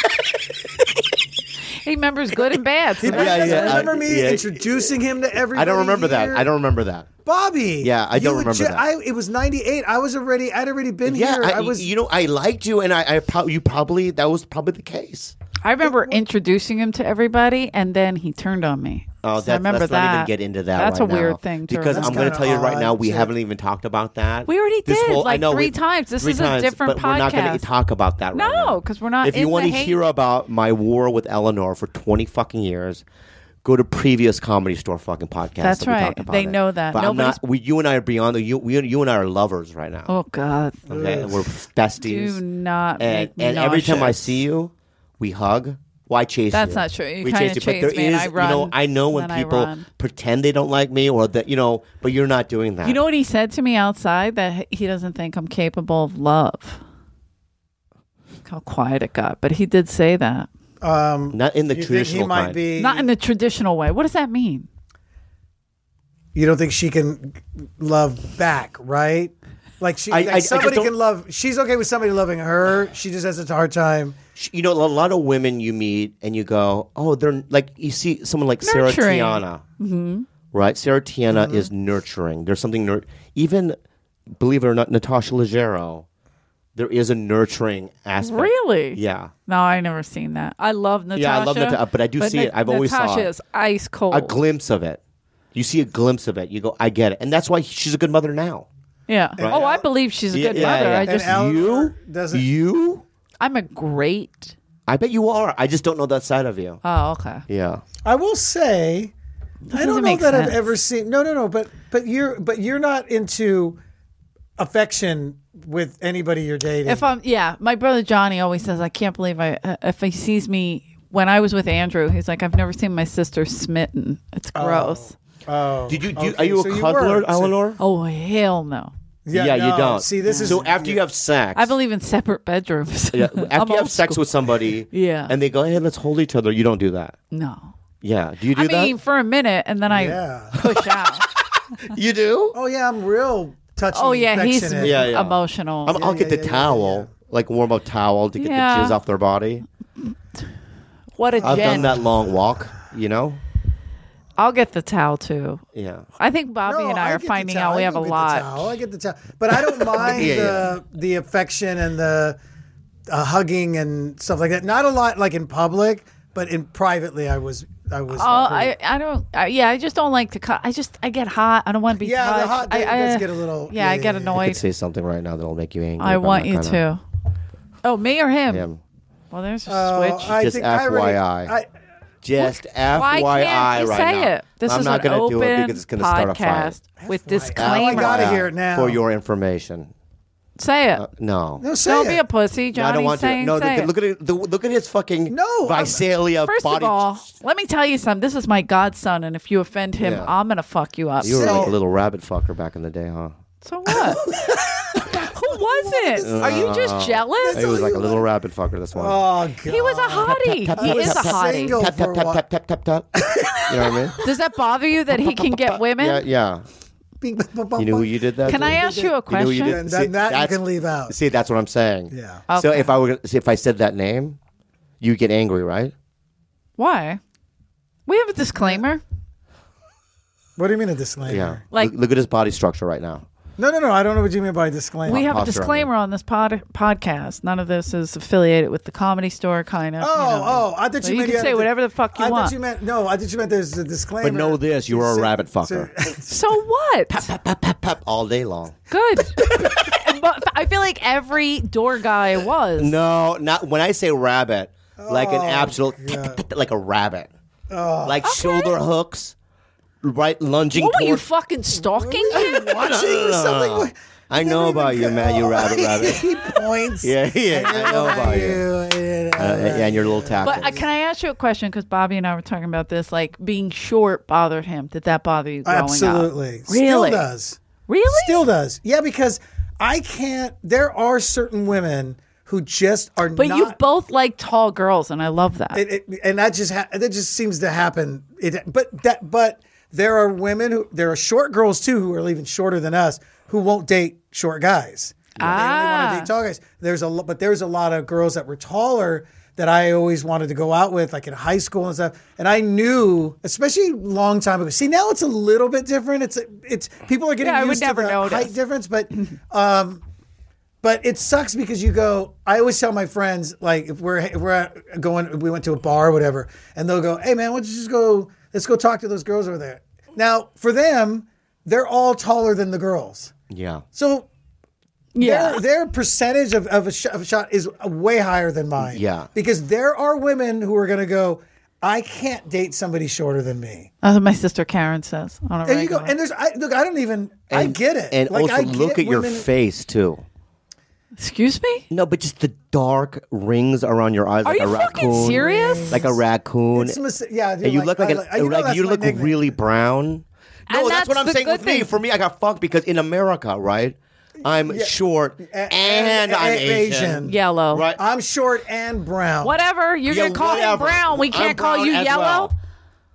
S3: remembers good and bad.
S7: *laughs*
S3: so
S7: He
S3: that's-
S2: Yeah,
S7: doesn't
S2: yeah,
S7: remember
S2: I-
S7: me
S2: yeah.
S7: introducing him to everybody.
S2: I don't remember that.
S7: here?
S2: I don't remember that.
S7: Bobby.
S2: Yeah, I
S7: you
S2: don't
S7: had
S2: remember
S7: ju-
S2: that.
S7: I, it was '98. I was already. I'd already been
S2: Yeah,
S7: here.
S2: I, e-
S7: I, was.
S2: You know, I liked you, and I, I pro- you probably that was probably the case.
S3: I remember introducing him to everybody, and then he turned on me.
S2: Oh,
S3: So
S2: that,
S3: I remember
S2: let's
S3: that.
S2: not even get into that.
S3: That's
S2: right
S3: a weird
S2: now,
S3: thing. To
S2: because
S3: remember.
S2: I'm going to
S7: kinda
S2: tell you right now,
S7: odd,
S2: we
S7: too.
S2: haven't even talked about that.
S3: We already
S2: This
S3: did,
S2: whole- I
S3: like,
S2: know,
S3: three
S2: we-
S3: times. This
S2: three
S3: is a
S2: times,
S3: different
S2: but We're not gonna
S3: podcast.
S2: talk about that. right
S3: No,
S2: now.
S3: 'cause we're not
S2: If you
S3: in
S2: wanna
S3: the hate-
S2: hear about my war with Eleanor for 20 fucking years. Go to previous comedy store fucking podcasts.
S3: That's
S2: that we
S3: right.
S2: talked about
S3: They
S2: it.
S3: know that.
S2: But I'm
S3: Nobody's-
S2: not. We, you and I are beyond. The, you, you, you and I are lovers right now.
S3: oh God,
S2: Okay, and we're besties.
S3: do not
S2: and
S3: make me
S2: and every time I
S3: nauseous.
S2: see you, we hug. Why chase
S3: That's
S2: you?
S3: not true. You
S2: we
S3: kinda
S2: chase you, but
S3: chase
S2: there
S3: me and
S2: is-
S3: I
S2: you know,
S3: run,
S2: I know
S3: and
S2: when
S3: then I
S2: people
S3: run.
S2: pretend they don't like me or that you know, but you're not doing that.
S3: You know what he said to me outside? That he doesn't think I'm capable of love. how quiet it got. But he did say that.
S2: Not in e- the
S7: um, You think
S2: traditional
S7: he might
S2: kind.
S7: be?
S3: Not in the traditional way. What does that mean?
S7: you don't think she can love back, right? Like she,
S2: I-
S7: like
S2: I- I just
S7: somebody
S2: don't-
S7: can love. She's okay with somebody loving her. She just has a hard time.
S2: Sh- You know, a lot of women you meet and you go, oh, they're like you see someone like Sarah
S3: Nurturing. Mm-hmm.
S2: Tiana, right? Sarah Tiana
S7: Mm-hmm.
S2: is nurturing. There's something nur- even believe it or not, Natasha Leggero, there is a nurturing aspect.
S3: Really?
S2: Yeah.
S3: No, I never seen that. I love Natasha.
S2: Yeah, I love Nata- but I do see it. I've always saw
S3: Natasha
S2: it.
S3: is ice cold.
S2: A glimpse of it. You see a glimpse of it. You go, I get it, and that's why she's a good mother now.
S3: yeah. Oh, I believe she's a
S2: Yeah,
S3: good
S2: yeah,
S3: mother.
S2: yeah.
S3: I
S2: And
S3: just,
S7: Al-
S2: you
S7: doesn't-
S2: you.
S3: I'm a great.
S2: I bet you are. I just don't know that side of you.
S3: Oh, okay.
S2: Yeah.
S7: I will say, I don't
S3: doesn't
S7: know
S3: make
S7: that I've
S3: sense.
S7: ever seen. No, no, no. But but you're but you're not into affection with anybody you're dating.
S3: If I'm, yeah, my brother Johnny always says, I can't believe I, uh, if he sees me when I was with Andrew, he's like, I've never seen my sister smitten. It's
S2: Oh.
S3: gross.
S2: Did you? Do,
S7: Oh. okay,
S2: are you a
S7: so you
S2: cuddler,
S7: were. So-
S2: Eleanor?
S3: Oh, hell no.
S2: yeah, you
S7: no.
S2: don't.
S7: See, this is
S2: so after you have sex.
S3: I believe in separate bedrooms.
S2: Yeah,
S3: *laughs*
S2: after
S3: I'm
S2: you have
S3: old
S2: sex
S3: school.
S2: with somebody,
S3: *laughs* Yeah.
S2: and they go, "Hey, let's hold each other." You don't do that.
S3: No.
S2: Yeah, do you do
S3: I mean, for a minute, and then I
S7: Yeah.
S3: push
S2: *laughs*
S3: out.
S2: that? You do.
S7: Oh yeah, I'm real touchy.
S3: oh, yeah, he's
S7: affectionate.
S2: Yeah, yeah.
S3: emotional.
S2: I'm, I'll get the
S7: yeah, yeah,
S2: towel, like warm up towel to get
S3: Yeah.
S2: the jizz off their body.
S3: what a
S2: I've done
S3: gent.
S2: that long walk, you know.
S3: I'll get the towel too.
S2: Yeah.
S3: I think Bobby
S7: No,
S3: and I,
S7: I
S3: are
S7: get the
S3: finding
S7: towel.
S3: out we
S7: I
S3: have
S7: do
S3: a
S7: get the towel.
S3: lot.
S7: I get the towel, but I don't
S2: *laughs*
S7: mind
S2: Yeah,
S7: the the affection and the uh, hugging and stuff like that. Not a lot like in public, but in privately, I was I was.
S3: Oh, I, I don't. I, yeah, I just don't like to cut. I just I get hot. I don't want to be
S7: Yeah, the
S3: touched.
S7: hot-
S3: I,
S7: it
S3: I,
S7: does get a little-
S3: Yeah,
S7: yeah,
S3: I
S7: yeah,
S3: get
S7: yeah.
S2: I
S3: annoyed.
S2: could say something right now that'll make you angry.
S3: I
S2: but I'm
S3: want
S2: not
S3: you
S2: gonna.
S3: to. Oh, me or him?
S2: Him.
S3: Well, there's a
S7: Oh,
S3: switch.
S7: I
S2: Just
S7: think I already-
S2: FYI.
S7: I-
S2: Just FYI,
S3: Why can't you
S2: right
S3: say
S2: now.
S3: it? This
S2: I'm
S3: is
S2: not
S3: an
S2: gonna
S3: open
S2: do it because it's gonna start a fight.
S3: podcast with
S7: Oh, I
S3: disclaimer.
S7: gotta hear it now.
S2: For your information,
S3: Say it.
S2: no.
S7: no, Uh, say
S3: don't
S7: it.
S3: be a pussy,
S2: No,
S3: Johnny.
S2: I don't want
S3: saying,
S2: to. No,
S3: say
S2: look,
S3: it.
S2: look at it, the, look at his fucking
S7: No, I'm-
S2: Visalia
S3: First
S2: body.
S3: of all, let me tell you something. This is my godson, and if you offend him,
S2: Yeah.
S3: I'm gonna fuck you up.
S2: you were
S3: so,
S2: like a little rabbit fucker back in the day, huh?
S3: so
S7: *laughs*
S3: what? Who was it? Are you
S2: Uh,
S3: just jealous?
S2: He was like a little rabbit fucker. That's why.
S7: Oh god.
S3: He was a hottie. He is a
S7: single.
S3: hottie.
S2: tap tap
S7: for a
S2: tap
S7: while.
S2: tap tap tap
S7: *laughs*
S2: tap. you know what I mean?
S3: Does that bother you that he can get
S2: Yeah,
S3: women?
S2: yeah.
S7: Bing, bing, bing, bing,
S2: You knew who
S7: bing.
S2: you did that.
S3: Can
S2: to?
S3: I ask you a
S2: You knew who you
S3: question?
S2: did.
S7: Then
S2: See,
S7: that you
S2: that's-
S7: can leave out.
S2: See, that's what I'm saying.
S7: Yeah.
S2: So
S3: Okay.
S2: if I were, see, if I said that name, you get angry, right?
S3: Why? We have a disclaimer.
S7: What do you mean a disclaimer?
S2: Yeah.
S3: Like-
S2: look, look at his body structure right now.
S7: No, no, no. I don't know what you mean by disclaimer.
S3: We have
S2: posture
S3: a
S2: on you.
S3: disclaimer on this pod- podcast. None of this is affiliated with the comedy store, kind of.
S7: Oh, oh! I thought
S3: So
S7: you
S3: you
S7: meant
S3: can
S7: had
S3: say
S7: a-
S3: whatever the fuck you
S7: I
S3: want.
S7: thought you meant no. I thought you meant there's a disclaimer.
S2: But know this, you are a
S7: Say-
S2: rabbit
S7: *laughs*
S2: fucker.
S3: So what?
S2: Pep, pep, pep, all day long.
S7: *laughs*
S3: Good. but I feel like every door guy was.
S2: No, not when I say rabbit, like
S7: Oh,
S2: an absolute, like a rabbit, like shoulder hooks, right lunging.
S3: What were you
S2: toward-
S3: fucking stalking
S7: *laughs*
S3: him?
S2: *laughs*
S7: watching
S2: Uh.
S7: something.
S2: I know about you, man. You rabbit,
S7: *laughs*
S2: rabbit.
S7: he points.
S2: Yeah, yeah, I know about you.
S7: you.
S2: Uh, yeah, and your little tactics.
S3: But uh, can I ask you a question? Because Bobby and I were talking about this. Like being short bothered him. Did that bother you growing
S7: Absolutely.
S3: up?
S7: Still
S3: Really?
S7: does.
S3: Really?
S7: Still does. Yeah, because I can't. There are certain women who just are
S3: But
S7: not.
S3: you both like tall girls, and I love that.
S7: it, it, and that just ha- that just seems to happen. It, but that but there are women who there are short girls too who are even shorter than us who won't date short guys. They only
S3: Ah.
S7: want to date tall guys. There's a lo- but there's a lot of girls that were taller that I always wanted to go out with, like in high school and stuff. And I knew, especially a long time ago. See, now it's a little bit different. It's it's people are getting
S3: Yeah, I would
S7: used to
S3: never
S7: the
S3: notice.
S7: height difference, but um, but it sucks because you go. I always tell my friends like if we're if we're going, we went to a bar or whatever, and they'll go, "Hey man, why don't you just go? Let's go talk to those girls over there." Now for them, they're all taller than the girls,
S2: yeah.
S7: so
S3: yeah.
S7: their their percentage of of a, sh- of a shot is way higher than mine.
S2: Yeah.
S7: because there are women who are gonna go. I can't date somebody shorter than me.
S2: Oh
S3: That's what my sister Karen says. On a
S7: There you go.
S3: regular.
S7: And there's I, look. I don't even. I get it.
S2: And
S7: Like,
S2: also
S7: I
S2: look
S7: get
S2: at your
S7: women-
S2: face too.
S3: Excuse me?
S2: No, but just the dark rings around your eyes,
S3: Are
S2: like
S3: you
S2: a
S3: fucking
S2: raccoon.
S3: serious?
S2: Like a raccoon.
S7: It's mis- yeah, dude,
S2: and you
S7: like,
S2: look like,
S7: I
S2: an,
S7: like- you know that's
S2: you
S7: my
S2: look
S7: nickname.
S2: really brown. No, that's,
S3: And that's
S2: what I'm
S3: the
S2: saying
S3: good
S2: with me.
S3: thing.
S2: For me, I got fucked because in America, right? I'm short and,
S7: A-
S2: I'm
S7: a-
S2: Asian.
S3: Yellow.
S2: Right.
S7: I'm short and brown.
S3: Whatever. You're
S2: Yeah,
S3: going to call him
S2: whatever.
S3: brown. We
S2: I'm
S3: can't call
S2: brown
S3: you
S2: as
S3: yellow.
S2: well.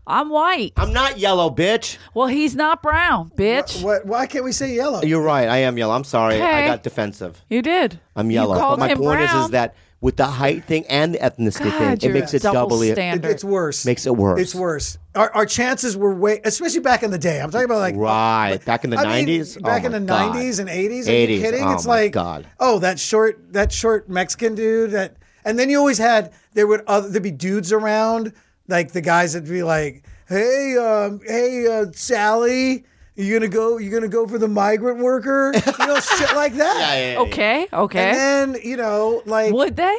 S3: I'm white.
S2: I'm not yellow, bitch.
S3: Well, he's not brown, bitch.
S7: What, why can't we say yellow?
S2: You're right. I am yellow. I'm sorry. I
S3: Okay.
S2: got defensive.
S3: You did.
S2: I'm yellow.
S3: You
S2: But
S3: called
S2: my
S3: him
S2: point
S3: brown.
S2: is, is that with the height thing and the ethnicity
S3: God,
S2: thing,
S3: you're
S2: it makes
S3: a
S2: it
S3: double
S2: doubly.
S3: standard.
S7: It's worse.
S2: Makes it worse.
S7: It's worse. Our, our chances were way, especially back in the day. I'm talking about like
S2: Right. Back in the
S7: I mean,
S2: 90s? Oh
S7: back in
S2: my
S7: the
S2: God.
S7: 90s and 80s. Are
S2: 80s.
S7: you kidding?
S2: Oh
S7: it's
S2: my
S7: like
S2: God.
S7: oh that short that short Mexican dude that, and then you always had there would other, there'd be dudes around like the guys that'd be like, hey um, hey uh, Sally. You gonna go? You gonna go for the migrant worker? You know,
S2: *laughs*
S7: shit like that.
S3: Okay. Okay.
S7: And then you know, like
S3: would they?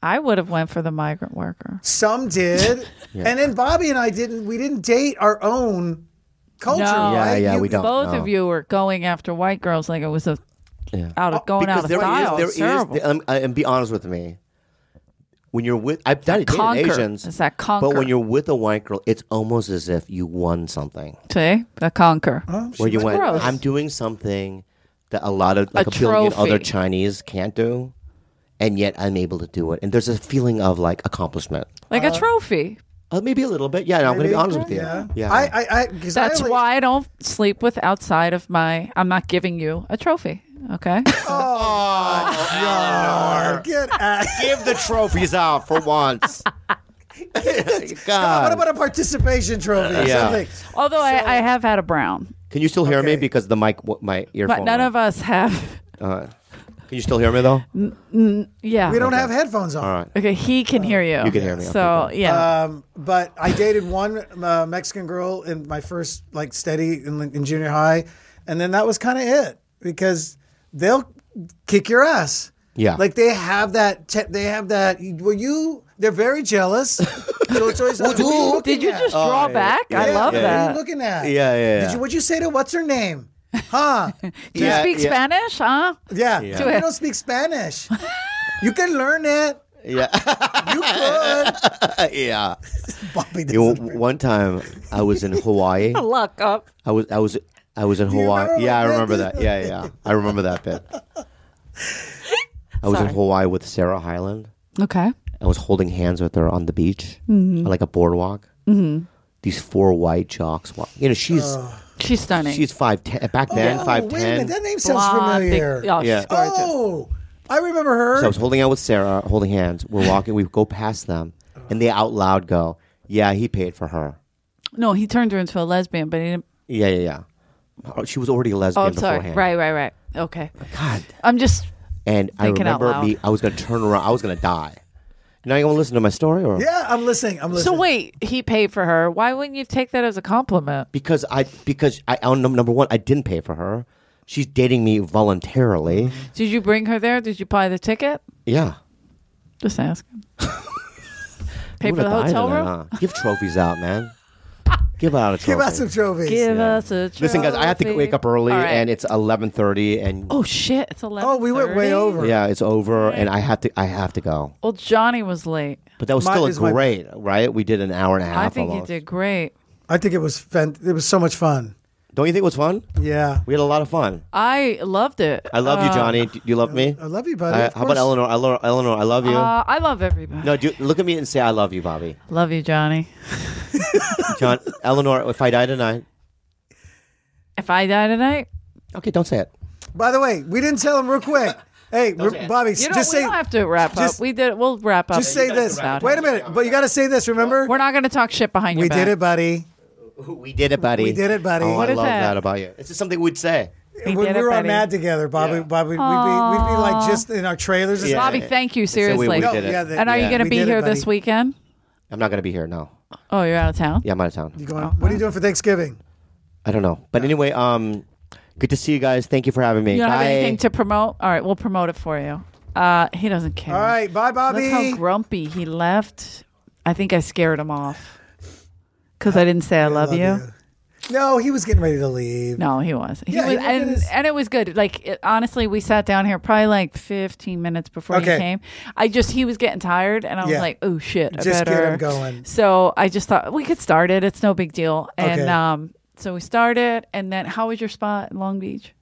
S3: I would have went for the migrant worker.
S7: Some did. And then Bobby and I didn't we didn't date our own culture,
S3: No.
S2: Yeah,
S7: right?
S2: yeah,
S7: You-
S2: we don't.
S3: Both
S2: know.
S3: of you were going after white girls like it was a
S2: Yeah.
S3: out of going out
S2: Because
S3: of
S2: there is-
S3: style.
S2: there
S3: It's
S2: is-
S3: terrible.
S2: um, uh, and be honest with me. When you're with, I've done it dated
S3: Conquer.
S2: Asians.
S3: It's that
S2: But
S3: conquer.
S2: when you're with a white girl, it's almost as if you won something.
S3: See, the conquer.
S2: Where you went,
S3: gross.
S2: I'm doing something that a lot of like
S3: A
S2: a, billion other
S3: trophy.
S2: Chinese can't do, and yet I'm able to do it. And there's a feeling of like accomplishment.
S3: Like a trophy.
S2: Uh, maybe a little bit. Yeah, no, I'm going to be honest with you.
S7: Yeah.
S2: yeah.
S7: I I, I cause I
S3: That's
S7: only-
S3: why I don't sleep with outside of my. I'm not giving you a trophy. Okay.
S7: get
S2: *laughs* *laughs*
S7: at
S2: Give the trophies out for *laughs* once.
S7: What
S2: God.
S7: about a participation trophy or
S2: Yeah.
S7: something?
S3: Although I, I have had a brown,
S2: Can you still hear me
S7: Okay.
S2: because the mic w- my earphone?
S3: but none of us have. *laughs*
S2: Can you still hear me though?
S3: Yeah.
S7: We don't have headphones on.
S2: All right.
S3: Okay, he can hear you.
S2: you can hear me, okay,
S3: So yeah,
S7: Um, but I dated one uh, Mexican girl in my first like steady in, in junior high, and then that was kind of it because they'll kick your ass.
S2: Yeah.
S7: like they have that. Te- they have that. Were you? They're very
S2: *laughs*
S7: jealous. so it's always like, what are looking
S3: did you
S7: at?
S3: just draw back? I
S7: Yeah,
S3: love
S7: what Are
S3: that.
S7: you looking at?
S2: Yeah, yeah, yeah.
S7: Did you? What'd you say to what's her name?
S2: *laughs*
S7: Huh?
S3: Do you
S2: Yeah,
S3: speak
S2: yeah.
S3: Spanish? Uh, Huh?
S7: yeah.
S2: Yeah.
S7: You don't
S2: *laughs*
S7: speak Spanish. you can learn it.
S2: Yeah.
S7: You
S2: *laughs*
S7: could.
S2: yeah.
S7: Bobby
S2: You know,
S7: doesn't.
S2: w- one time I was in Hawaii.
S3: Look up.
S2: I was I was I was in
S7: you
S2: Hawaii.
S7: remember
S2: Yeah, I
S7: that
S2: remember
S7: bit?
S2: that. Yeah, yeah, yeah. I remember that bit. I was in Hawaii with Sarah Hyland.
S3: Okay.
S2: I was holding hands with her on the beach, on like a boardwalk. Mm-hmm. These four white jocks. Walk. You know, she's
S3: She's stunning.
S2: she's five ten. Back then,
S7: Oh,
S2: five
S7: wait a minute.
S2: ten.
S7: That name sounds
S3: blonde. big-
S7: familiar.
S3: oh,
S2: Yeah.
S3: she's gorgeous.
S7: Oh, I remember her.
S2: So I was holding out with Sarah, holding hands. We're walking. We go past them, and they out loud go, "Yeah, he paid for her."
S3: No, he turned her into a lesbian, but he didn't.
S2: Yeah, yeah, yeah. Oh, She was already a lesbian
S3: Oh, I'm sorry.
S2: beforehand.
S3: Right, right, right. Okay.
S2: God.
S3: I'm just.
S2: And I
S3: Thinking out
S2: remember
S3: loud.
S2: me. I was gonna turn around. I was gonna die. Now you gonna listen to my story, or
S7: yeah, I'm listening. I'm
S3: So
S7: listening.
S3: wait, he paid for her. Why wouldn't you take that as a compliment?
S2: because I because I on num- number one I didn't pay for her. She's dating me voluntarily.
S3: Did you bring her there? Did you buy the ticket?
S2: Yeah.
S3: Just asking.
S7: *laughs*
S2: Who
S3: Pay for the
S2: would've died
S3: hotel
S2: in that,
S3: room.
S2: huh? Give trophies out,
S3: *laughs*
S2: man. Give out a trophy.
S7: Give out some trophies.
S3: Give us a trophy.
S2: Listen, guys, I have to wake up early,
S3: All right.
S2: and it's eleven thirty, and
S3: oh shit, it's eleven.
S7: Oh, we went way over.
S2: yeah, it's over, and I have to I have to go.
S3: Well, Johnny was late.
S2: But that was
S7: My-
S2: still a
S7: is my-
S2: great, right? We did an hour and a half.
S3: I think
S2: almost.
S3: you did great.
S7: I think it was fan- it was so much fun.
S2: Don't you think it was fun?
S7: Yeah.
S2: We had a lot of fun.
S3: I loved it.
S2: I love you, Johnny. Do you love me?
S7: I love you, buddy.
S2: I-
S7: Of
S2: how about
S7: course.
S2: Eleanor? I love Eleanor. I love you.
S3: Uh, I love everybody.
S2: no, do, look at me and say I love you, Bobby.
S3: Love you, Johnny.
S2: *laughs* John, Eleanor. If I die tonight,
S3: If I die tonight,
S2: okay, don't say it.
S7: By the way, we didn't tell him
S2: *laughs*
S7: real quick. Hey, re- Bobby,
S3: you don't,
S7: just
S3: we
S7: say
S3: don't have to wrap
S7: just-
S3: up. We did. We'll wrap up.
S7: just say this.
S3: about
S7: Wait
S3: it.
S7: a minute, but you got to say this. Remember,
S3: We're not going to talk shit behind your
S7: we
S3: back.
S7: did it, buddy.
S2: We did it, buddy.
S7: We did it, buddy.
S2: Oh,
S7: What
S2: I
S3: is
S2: love
S3: that?
S2: that? about you. It's just something we'd say.
S3: We
S7: when
S3: did
S7: we
S3: it,
S7: were on
S3: buddy.
S7: Mad together, Bobby, Bobby, we'd be we'd be like just in our trailers. and
S2: Yeah.
S7: stuff.
S3: Bobby, thank you
S2: So we-
S3: seriously.
S2: we
S7: No,
S2: did it.
S7: yeah, the-
S3: And are you
S7: yeah.
S3: going to
S7: We
S3: be
S7: did it,
S3: here this
S7: buddy.
S3: weekend?
S2: I'm not gonna be here. No,
S3: Oh, you're out of town.
S2: yeah, I'm out of town.
S7: Going, what are you doing for Thanksgiving?
S2: I don't know. But anyway, um, good to see you guys. Thank you for having me.
S3: You don't have
S2: Bye.
S3: anything to promote? All right, we'll promote it for you. Uh, he doesn't care.
S7: All right, bye,
S3: Look
S7: Bobby.
S3: how grumpy he left. I think I scared him off because I didn't say I, love, you.
S7: No, he was getting ready to leave.
S3: No, he was. He
S7: Yeah,
S3: was
S7: he looked at
S3: and,
S7: his-
S3: and it was good. Like it, honestly, we sat down here probably like 15 minutes before
S7: Okay.
S3: he came. I just he was getting tired, and I was
S7: Yeah.
S3: like, oh shit, I
S7: Just get
S3: better
S7: him going.
S3: So I just thought we could start it. It's no big deal. And
S7: Okay.
S3: um, so we started, and then how was your spot in Long Beach?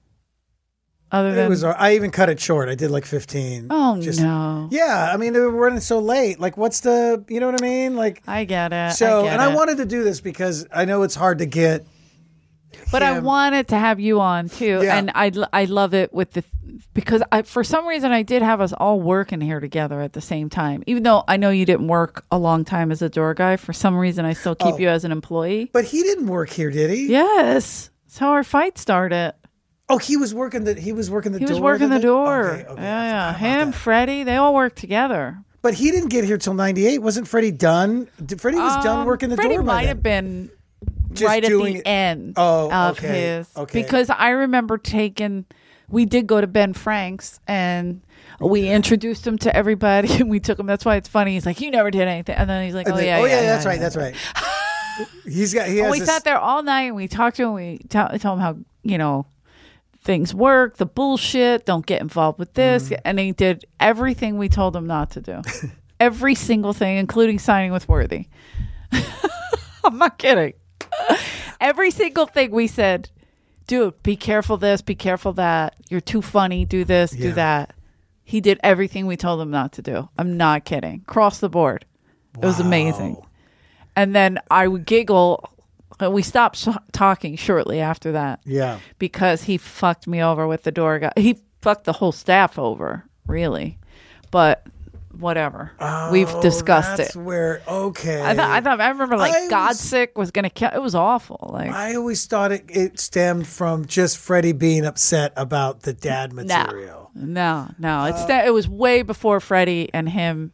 S3: Other
S7: It
S3: than
S7: was. I even cut it short. I did like fifteen.
S3: oh
S7: Just-
S3: no,
S7: Yeah, I mean, they were running so late. Like, what's the, you know what I mean? Like,
S3: I get it.
S7: so,
S3: I get
S7: and I
S3: it.
S7: wanted to do this because I know it's hard to get.
S3: but I
S7: him.
S3: wanted to have you on too,
S7: Yeah.
S3: and I I love it with the because I for some reason I did have us all working here together at the same time, even though I know you didn't work a long time as a door guy. For some reason, I still keep you as an employee.
S7: Oh. But he didn't work here, did he?
S3: Yes, that's how our fight started.
S7: Oh, he was working the. He was working the.
S3: He
S7: door
S3: was working the
S7: day?
S3: door. yeah,
S7: Okay, okay, I forgot
S3: yeah.
S7: about
S3: him,
S7: that.
S3: Freddie, they all work together.
S7: But he didn't get here till '98. Wasn't Freddie done? Did- Freddie was done
S3: Um,
S7: working the
S3: Freddie
S7: door. by
S3: might
S7: then.
S3: have been
S7: Just
S3: right at
S7: doing
S3: the
S7: it-
S3: end
S7: Oh,
S3: of
S7: okay,
S3: his
S7: okay.
S3: because I remember taking we did go to Ben Frank's and we introduced him to everybody *laughs* and we took him that's why it's funny he's like you never did anything and then he's like oh,
S7: And then-
S3: yeah,
S7: oh
S3: yeah,
S7: yeah, that's
S3: yeah,
S7: right.
S3: yeah."
S7: That's right.
S3: *laughs*
S7: He's got. He
S3: And
S7: has.
S3: we
S7: this-
S3: sat there all night and we talked to him we t- told him how you know things work the bullshit don't get involved with this
S7: Mm-hmm.
S3: and he did everything we told him not to do
S7: *laughs*
S3: every single thing including signing with Worthy *laughs* I'm not kidding every single thing we said, dude, be careful this, be careful that. You're too funny. Do this, do that. He did everything we told him not to do. I'm not kidding. Cross the board. It was amazing. And then I would giggle. and We stopped sh- talking shortly after that
S7: Yeah.
S3: because he fucked me over with the door guy. He fucked the whole staff over, really. But whatever. We've discussed
S7: Oh, That's
S3: it.
S7: where okay.
S3: I thought I thought I remember like
S7: I was-
S3: Godsick was gonna kill. It was awful. Like
S7: I always thought it, it stemmed from just Freddie being upset about the dad material.
S3: No, no. It's that it was way before Freddie and him.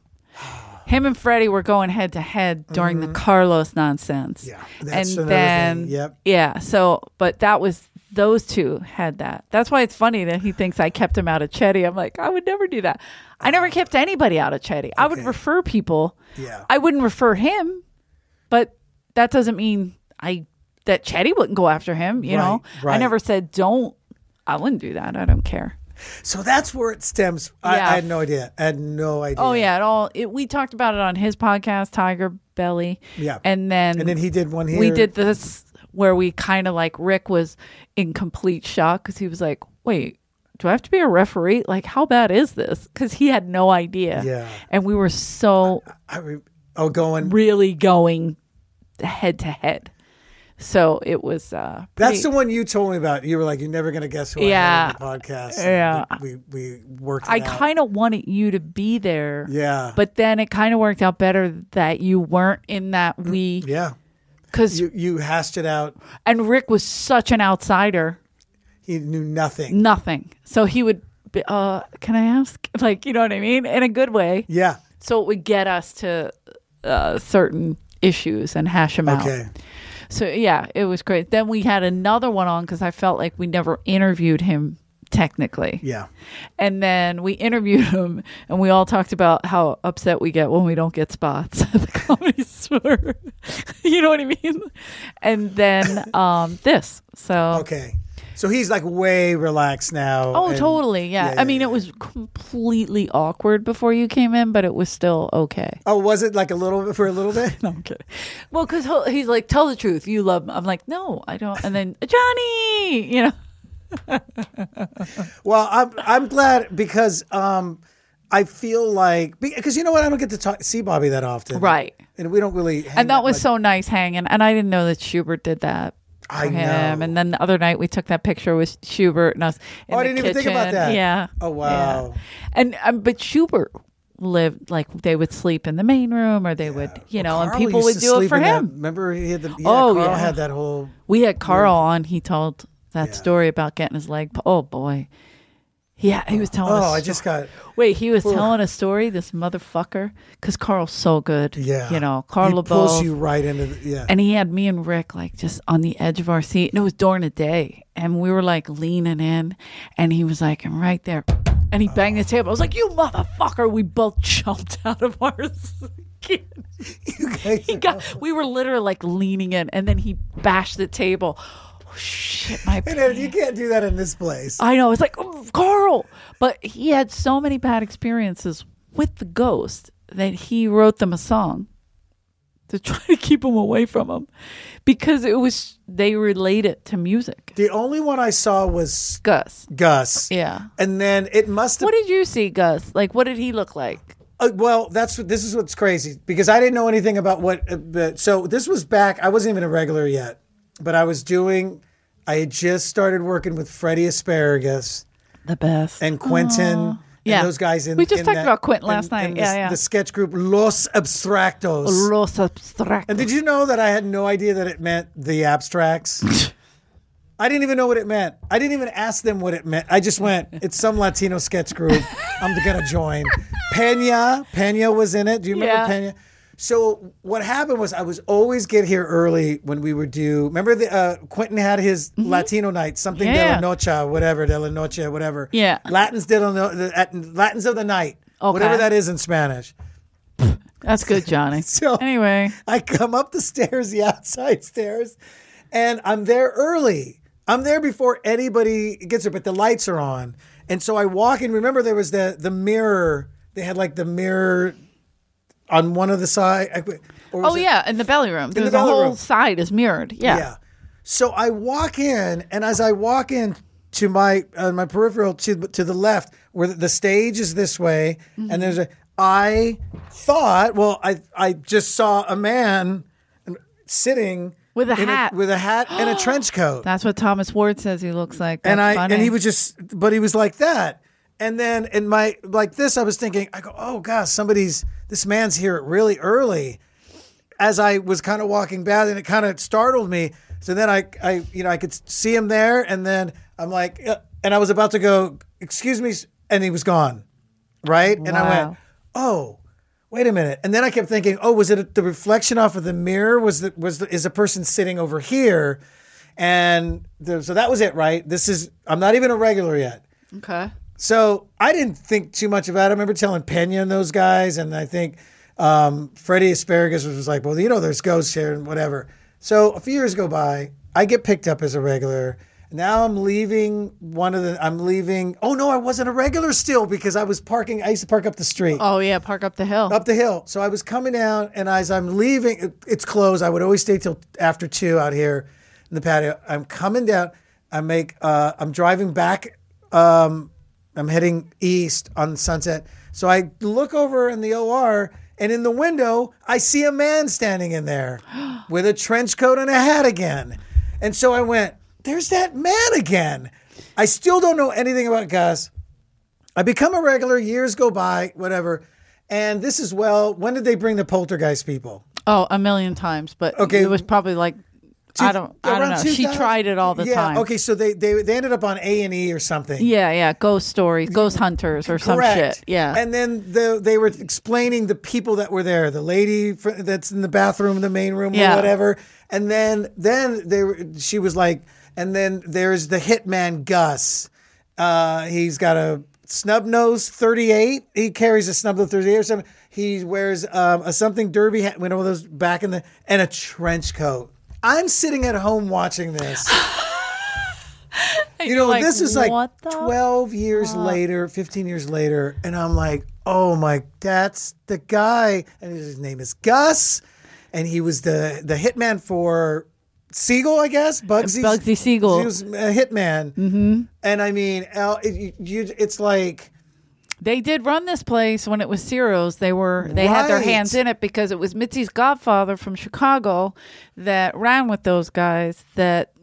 S3: Him and Freddie were going head to head during the Carlos nonsense.
S7: Mm-hmm. Yeah, that's
S3: and
S7: another
S3: then
S7: thing. Yep.
S3: yeah. So, but that was those two had that. That's why it's funny that he thinks I kept him out of Chetty. I'm like, I would never do that. I never kept anybody out of Chetty. I would refer people.
S7: Ah. Yeah.
S3: I wouldn't refer him, but that doesn't mean I that Chetty wouldn't go after him. You know,
S7: Right, right.
S3: I never said don't. I wouldn't do that. I don't care.
S7: So that's where it stems. I,
S3: Yeah.
S7: I had no idea. I had no idea.
S3: Oh yeah, it all. It, we talked about it on his podcast, Tiger Belly.
S7: Yeah.
S3: and then
S7: And then he did one here.
S3: we did this where we kind of like Rick was in complete shock because he was like, "Wait, do I have to be a referee? Like, how bad is this?" Because he had no idea.
S7: Yeah.
S3: and we were so
S7: I re- oh, going.
S3: really going head to head, so it was. uh
S7: That's
S3: pretty-
S7: the one you told me about. You were like, "You're never going to guess who
S3: Yeah.
S7: I had on the podcast." And
S3: Yeah.
S7: we we, we worked. it
S3: I
S7: out.
S3: kind of wanted you to be there.
S7: yeah,
S3: But then it kind of worked out better that you weren't in that we
S7: Mm. yeah,
S3: because
S7: you you hashed it out.
S3: and Rick was such an outsider,
S7: He knew nothing.
S3: nothing. So he would, be, uh, can I ask? *laughs* Like, you know what I mean? In a good way.
S7: Yeah,
S3: So it would get us to uh, certain issues and hash them
S7: okay.
S3: out. So yeah, it was great. Then we had another one on because I felt like we never interviewed him technically.
S7: Yeah,
S3: And then we interviewed *laughs* him and we all talked about how upset we get when we don't get spots *laughs* at the comedy store. *laughs* you know what I mean? And then um, this. So
S7: okay. So he's like way relaxed now.
S3: Oh,
S7: and-
S3: totally. Yeah. I mean,
S7: yeah.
S3: it was completely awkward before you came in, but it was still okay.
S7: Oh, was it like a little bit for a little bit?
S3: *laughs* No, I'm kidding. Well, because he's like, tell the truth. You love me. I'm like, no, I don't. And then, Johnny, you know.
S7: Well, I'm I'm glad because um, I feel like because you know what I don't get to talk, see Bobby that often,
S3: Right.
S7: And we don't really. hang
S3: And that
S7: out
S3: was
S7: much.
S3: so nice hanging. And I didn't know that Schubert did that. for
S7: I
S3: him.
S7: know.
S3: And then the other night we took that picture with Schubert and us. in
S7: Oh, I
S3: the
S7: didn't even think about
S3: kitchen.
S7: that.
S3: Yeah.
S7: Oh, wow.
S3: Yeah. And um, but Schubert lived like they would sleep in the main room or they would, you know, and
S7: Carl
S3: people
S7: used
S3: would
S7: to
S3: do it
S7: sleep
S3: for
S7: in
S3: him.
S7: that- remember, he had the yeah,
S3: Oh,
S7: Carl
S3: yeah.
S7: had that whole
S3: We had Carl on. He told that story about getting his leg. pu- Oh boy, yeah, he was telling.
S7: Oh,
S3: a
S7: I
S3: sto-
S7: just got-
S3: Wait, he was telling a story. This motherfucker, because Carl's so good.
S7: yeah.
S3: you know, Carl
S7: he pulls
S3: LeBeau.
S7: you right into the, *laughs* yeah.
S3: And he had me and Rick like just on the edge of our seat, and it was during the day, and we were like leaning in, and he was like, "I'm right there," and he banged the
S7: Oh.
S3: table. I was like, "You motherfucker!" We both *laughs* jumped out of our. *laughs* seat. he *laughs* got. We were literally like leaning in, and then he bashed the table. Oh, shit, my.
S7: And then you can't do that in this place.
S3: I know. It's like, oh, Carl. But he had so many bad experiences with the ghost that he wrote them a song to try to keep them away from them because it was they relate it to music.
S7: The only one I saw was
S3: Gus.
S7: Gus.
S3: Yeah.
S7: And then it must have.
S3: What did you see, Gus? Like, what did he look like?
S7: Uh, well, that's what- this is what's crazy because I didn't know anything about what. Uh, but- so this was back. I wasn't even a regular yet, but I was doing. I had just started working with Freddie Asparagus
S3: The best.
S7: and Quentin.
S3: Yeah.
S7: And those guys in
S3: We just
S7: in
S3: talked
S7: that-
S3: about Quentin last
S7: in- in
S3: night.
S7: the,
S3: Yeah, yeah.
S7: the sketch group Los Abstractos.
S3: Los Abstractos.
S7: And did you know that I had no idea that it meant the abstracts? I didn't even know what it meant. I didn't even ask them what it meant. I just went, it's some Latino sketch group. I'm going to join. Pena, Pena was in it. Do you remember
S3: Yeah.
S7: Pena? So what happened was I was always get here early when we were due. Remember the uh, Quentin had his Latino night, something
S3: Mm-hmm. Yeah.
S7: de la noche, whatever, de la noche, whatever.
S3: Yeah.
S7: Latins de la no- at- Latins of the night, whatever
S3: Okay.
S7: that is in Spanish.
S3: That's good, Johnny.
S7: *laughs* So-
S3: anyway,
S7: I come up the stairs, the outside stairs, and I'm there early. I'm there before anybody gets there, but the lights are on. And so I walk in. Remember, there was the the mirror. They had like the mirror on one of the side. I- or was
S3: oh
S7: it-
S3: yeah, in the belly room.
S7: the
S3: There's
S7: belly
S3: a whole
S7: room.
S3: side is mirrored. Yeah.
S7: yeah. So I walk in, and as I walk in to my uh, my peripheral to to the left, where the stage is this way,
S3: Mm-hmm.
S7: and there's a. I thought, well, I I just saw a man sitting
S3: With a
S7: in
S3: hat.
S7: with a hat
S3: *gasps*
S7: and a trench coat,
S3: That's what Thomas Ward says he looks like.
S7: and I
S3: That's funny.
S7: and he was just, but he was like that. And then in my like this, I was thinking, I go, oh gosh, somebody's this man's here really early as I was kind of walking back, and it kind of startled me. So then I, I, you know, I could see him there, and then I'm like, uh, and I was about to go, excuse me, s-" and he was gone, right? And I
S3: Wow.
S7: went, oh, wait a minute. And then I kept thinking, oh, was it the reflection off of the mirror? Was the was the, is a person sitting over here? And the, so that was it, right? This is I'm not even a regular yet.
S3: okay.
S7: So I didn't think too much about it. I remember telling Pena and those guys, and I think um, Freddie Asparagus was like, well, you know, there's ghosts here and whatever. So a few years go by. I get picked up as a regular. Now I'm leaving one of the, I'm leaving. Oh, no, I wasn't a regular still because I was parking. I used to park up the street
S3: Oh yeah, park up the hill.
S7: up the hill. So I was coming down, and as I'm leaving, it- it's closed. I would always stay till after two out here in the patio. I'm coming down. I make. Uh, I'm driving back. Um, I'm heading east on Sunset. So I look over in the OR, and in the window, I see a man standing in there with a trench coat and a hat again. And so I went, "There's that man again." I still don't know anything about Gus. I become a regular, years go by, whatever. And this is well, when did they bring the poltergeist people?
S3: oh, a million times, but
S7: Okay.
S3: okay. it was probably like I don't I don't
S7: Around
S3: know. She
S7: 2000?
S3: tried it all the
S7: yeah,
S3: time.
S7: Okay, so they, they they ended up on A and E or something.
S3: Yeah, yeah. Ghost stories, ghost hunters, or some
S7: Correct.
S3: shit. Yeah.
S7: And then the, they were explaining the people that were there, the lady fr- that's in the bathroom, the main room, or
S3: Yeah.
S7: whatever. And then then they were, she was like, and then there's the hitman Gus. Uh, he's got a snub nose 38. He carries a snub nose 38 or something. He wears um, a something derby hat, one of those back in the, and a trench coat. I'm sitting at home watching
S3: *laughs*
S7: this. you know,
S3: like,
S7: this is like
S3: what the
S7: 12 years later, 15 years later, and I'm like, oh my, that's the guy. And his name is Gus, and he was the, the hitman for Siegel, I guess, Bugsy.
S3: Bugsy Siegel.
S7: He was a hitman. Mm-hmm. And I mean, Al, it, you- you, it's like,
S3: They did run this place when it was Ciro's. They were they had their
S7: Right.
S3: hands in it because it was Mitzi's godfather from Chicago that ran with those guys that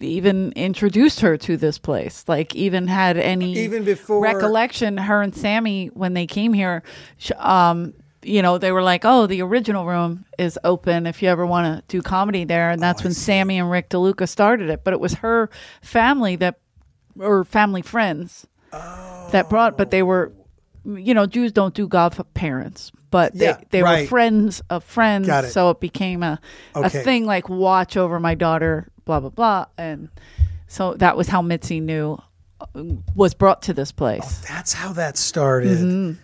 S3: even introduced her to this place. Like even had any
S7: Even before-
S3: recollection. Her and Sammy when they came here, sh- um, you know, they were like, "Oh, the original room is open if you ever want to do comedy there." And
S7: Oh,
S3: that's when Sammy and Rick DeLuca started it. But it was her family that or family friends that brought, but they were, you know, Jews don't do godparents, but they,
S7: Yeah,
S3: they
S7: right.
S3: were friends of friends.
S7: Got it.
S3: So it became a,
S7: Okay.
S3: a thing like watch over my daughter, blah, blah, blah. And so that was how Mitzi knew uh, was brought to this place.
S7: That's how that started.
S3: Mm-hmm.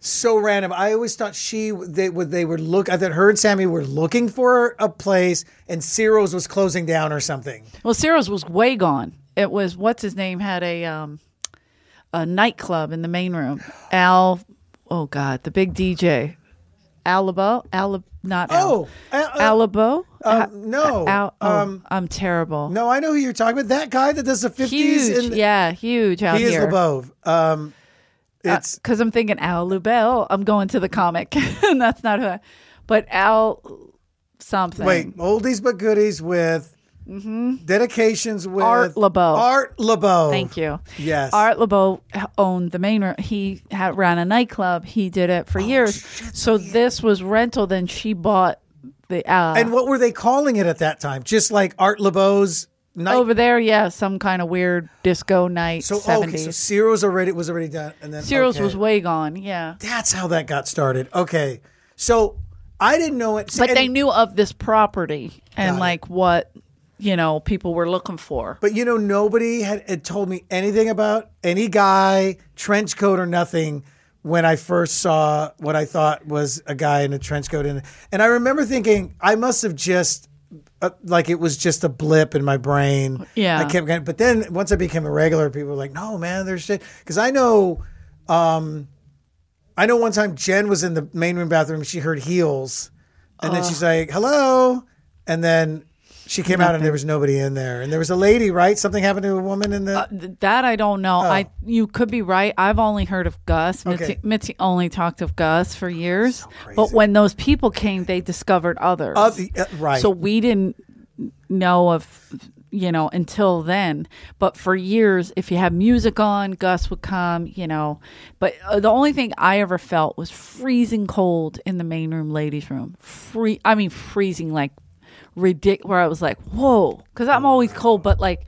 S7: So random. I always thought she they would they were look. I thought her and Sammy were looking for a place, and Ciro's was closing down or something.
S3: Well, Cyril's was way gone. It was, what's his name, had a, um, a nightclub in the main room. Al, oh God, the big DJ. Alabo, Alab, not
S7: Oh,
S3: Al-
S7: uh, uh,
S3: Alabo.
S7: uh,
S3: A-
S7: no,
S3: Al- oh,
S7: um,
S3: I'm terrible.
S7: No, I know who you're talking about. That guy that does the 50s.
S3: huge,
S7: and
S3: yeah, huge out
S7: He is
S3: here. Uh,
S7: LeBove. Um, it's
S3: because I'm thinking Al Lubell. I'm going to the comic, *laughs* and that's not who. I, but Al something.
S7: wait, oldies but goodies with dedications with
S3: Mm-hmm. Art LeBeau.
S7: Art LeBeau.
S3: Thank you.
S7: Yes.
S3: Art LeBeau owned the main room. He had, ran a nightclub. He did it
S7: Oh,
S3: for years. So this was rental. Then she bought the uh,
S7: And what were they calling it at that time? Just like Art LeBeau's night.
S3: over there. Yeah, some kind of weird disco night.
S7: so okay, so
S3: 70s.
S7: Cyril's already was already done, and then
S3: Cyril's
S7: okay.
S3: was way gone. Yeah,
S7: That's how that got started. Okay, so I didn't know it.
S3: but
S7: and-
S3: they knew of this property and like what you know people were looking for.
S7: But you know, nobody had, had told me anything about any guy, trench coat or nothing, when I first saw what I thought was a guy in a trench coat. And, and I remember thinking, I must have just, uh, like, it was just a blip in my brain.
S3: Yeah.
S7: I kept getting, but then once I became a regular, people were like, no, man, there's shit. Because I know, um, I know one time Jen was in the main room bathroom, she heard heels, and then she's like, hello. And then she came out and there was nobody in there. And there was a lady, right? Something happened to a woman in the.
S3: Th- That I don't know. I you could be right. I've only heard of Gus. Mitzi,
S7: Oh. Okay.
S3: Mitzi only talked of Gus for years. but when those people came, they discovered others.
S7: Uh, the- uh, right.
S3: So we didn't know of you know until then. But for years, if you had music on, Gus would come. You know, but uh, the only thing I ever felt was freezing cold in the main room, ladies' room. Free. I mean, freezing like ridiculous. Where I was like, whoa, because I'm always cold, but like.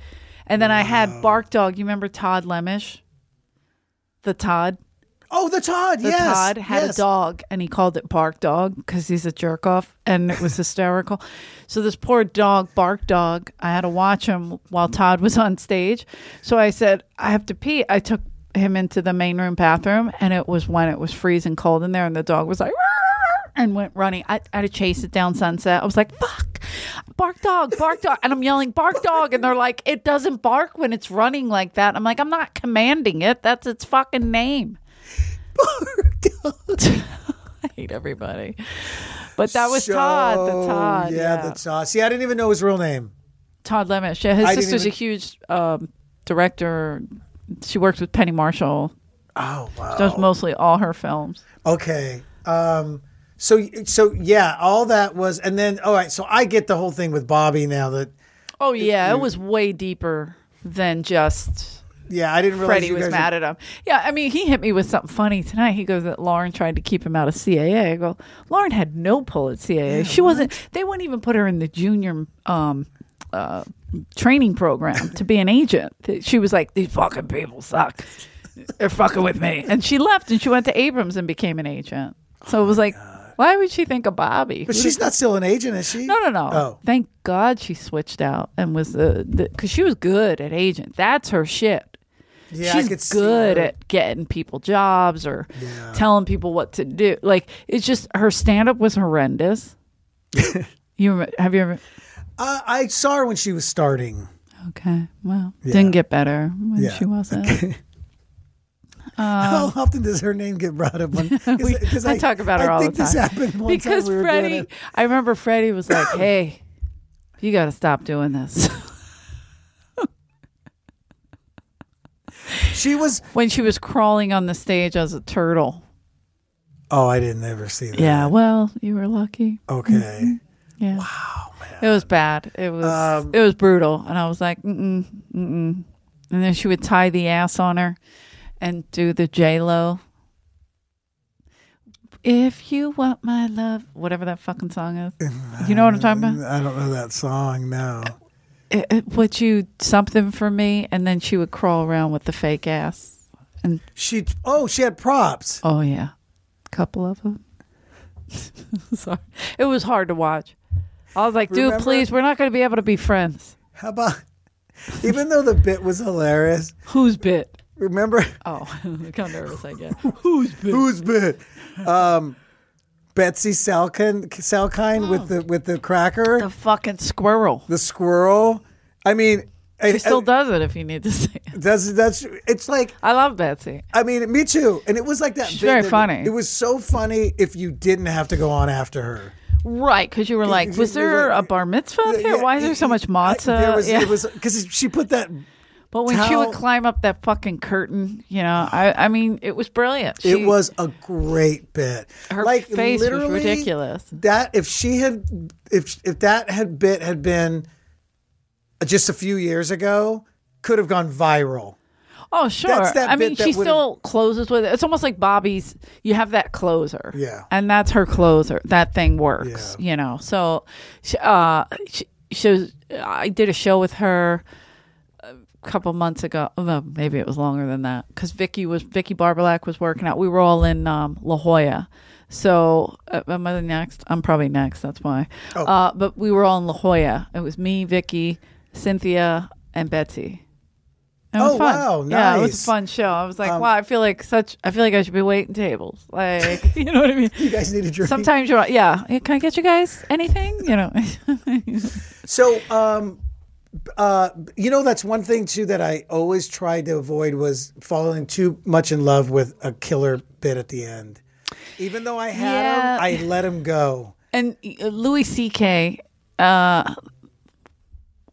S3: And then I had Bark Dog. You remember Todd Lemish? The Todd.
S7: oh, the Todd.
S3: The
S7: yes.
S3: Todd had
S7: yes.
S3: a dog and he called it Bark Dog because he's a jerk off and it was hysterical. So this poor dog, Bark Dog, I had to watch him while Todd was on stage. So I said, I have to pee. I took him into the main room bathroom and it was when it was freezing cold in there and the dog was like, "Roar," and went running. I, I had to chase it down sunset. I was like, fuck, bark dog, bark dog. And I'm yelling, bark dog. And they're like, it doesn't bark when it's running like that. I'm like, I'm not commanding it. That's its fucking name. *laughs* I hate everybody. But that was
S7: So,
S3: Todd, the Todd.
S7: Yeah,
S3: Yeah,
S7: the Todd. See, I didn't even know his real name.
S3: Todd Lemish. Yeah, his
S7: I didn't
S3: sister's
S7: even-
S3: a huge um, director. She worked with Penny Marshall.
S7: Oh, wow.
S3: Does mostly all her films.
S7: Okay. Um, so, so yeah, all that was, and then all right. So I get the whole thing with Bobby now. That
S3: Oh yeah, it was way deeper than just
S7: yeah, I didn't realize
S3: Freddie
S7: you
S3: was
S7: guys
S3: mad at him. Yeah, I mean, he hit me with something funny tonight. He goes that Lauren tried to keep him out of CAA. I go, Lauren had no pull at CAA. she wasn't. They wouldn't even put her in the junior um, uh, training program to be an agent. She was like, these fucking people suck. They're fucking with me, and she left and she went to Abrams and became an agent. So it was like, why would she think of Bobby?
S7: Oh But she's not still an agent, is she?
S3: No, no, no.
S7: Oh,
S3: Thank God she switched out and was the because she was good at agent. That's her shit.
S7: yeah, I
S3: She's
S7: could see
S3: good
S7: her.
S3: at getting people jobs or telling people what to do. Like it's just her stand up was
S7: *laughs*
S3: horrendous. you remem- have you ever?
S7: Uh, I saw her when she was starting.
S3: Okay, well, didn't get better when
S7: Yeah.
S3: she
S7: *laughs*
S3: wasn't. *laughs* Uh,
S7: How often does her name get brought up?
S3: *laughs* We-
S7: Because
S3: I, talk about her
S7: I
S3: all
S7: think
S3: the time.
S7: This happened one
S3: because
S7: time we were doing
S3: Freddie,
S7: it.
S3: I remember Freddie was
S7: *coughs*
S3: like, "Hey, you got to stop doing this." *laughs*
S7: she was.
S3: when she was crawling on the stage as a turtle.
S7: Oh, I didn't ever see that.
S3: Yeah, well, you were lucky.
S7: Okay.
S3: Yeah. Wow, man. Um, It was bad. It was it was brutal, and I was like, mm mm mm mm. And then she would tie the ass on her, and do the J Lo. If you want my love, whatever that fucking song is, you know what I'm talking about.
S7: Mm, I don't know that song now.
S3: It, it- would you something for me? And then she would crawl around with the fake ass. And
S7: She oh she had props.
S3: oh yeah, couple of them. *laughs* Sorry, it was hard to watch. I was like, dude,
S7: Remember-
S3: please, we're not going to be able to be friends.
S7: How about even though the bit was hilarious,
S3: Who's bit?
S7: remember *laughs*
S3: Oh, *laughs* look how nervous I get.
S7: whose bit? Um, Betsy Salkin
S3: Oh.
S7: Salkine with the with the cracker,
S3: The fucking squirrel.
S7: the squirrel. I mean, And-
S3: She still
S7: and
S3: does it if you need to see it.
S7: That's that's it's like
S3: I love Betsy.
S7: I mean me too, and it was like that.
S3: She's
S7: bit
S3: very
S7: that-
S3: funny.
S7: It was so funny if you didn't have to go on after her.
S3: Right, because you were like, was there a bar mitzvah up here?
S7: Yeah,
S3: Why is there so much matzah?
S7: I, there was,
S3: Yeah.
S7: It was because she put that.
S3: but when she
S7: towel-
S3: would climb up that fucking curtain, you know, I, I mean, it was brilliant. She,
S7: it was a great bit.
S3: her
S7: like
S3: face was
S7: literally,
S3: ridiculous.
S7: That if she had if if that had bit had been just a few years ago, could have gone viral.
S3: Oh, sure.
S7: That's that
S3: I
S7: bit
S3: mean,
S7: that
S3: she
S7: would've-
S3: still closes with it. It's almost like Bobby's. You have that closer.
S7: Yeah.
S3: And that's her closer. That thing works. You know. So, she, uh, she, she was, I did a show with her a couple months ago. Oh, no, maybe it was longer than that because Vicky was Vicky Barbalak was working out. We were all in um, La Jolla. So uh, am I the next? I'm probably next. That's why.
S7: Oh.
S3: Uh, but we were all in La Jolla. It was me, Vicky, Cynthia, and Betsy. And it was
S7: Oh,
S3: fun.
S7: wow,
S3: Yeah, it was
S7: nice.
S3: a
S7: Um,
S3: fun show. I was like, wow, I feel like such. I feel like I should be waiting tables. Like, *laughs* you know what I mean?
S7: *laughs* You guys need a drink.
S3: Sometimes you're, like, yeah. "Hey, Can I get you guys anything? You know, *laughs*
S7: So, um, uh, you know, that's one thing too that I always tried to avoid was falling too much in love with a killer bit at the end. Even though I had
S3: Yeah.
S7: him, I let him go.
S3: and uh, Louis C.K. Uh,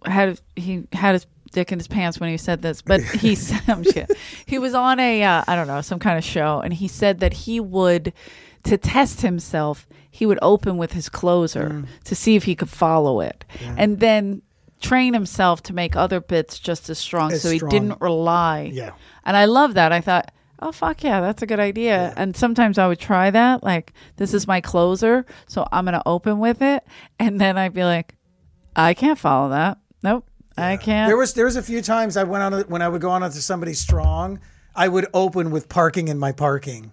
S3: had he had his dick in his pants when he said this, but
S7: *laughs*
S3: he said I'm just kidding. he was on a uh, I don't know some kind of show, and he said that he would to test himself. He would open with his closer
S7: Mm.
S3: to see if he could follow it, and then train himself to make other bits just as strong,
S7: As
S3: so he
S7: strong.
S3: didn't rely.
S7: Yeah.
S3: and I love that. I thought. Oh fuck yeah, that's a good idea. And sometimes I would try that. Like, this is my closer, so I'm gonna open with it, and then I'd be like, I can't follow that. Nope. I can't.
S7: There was there was a few times I went on when I would go on to somebody strong, I would open with parking in my parking.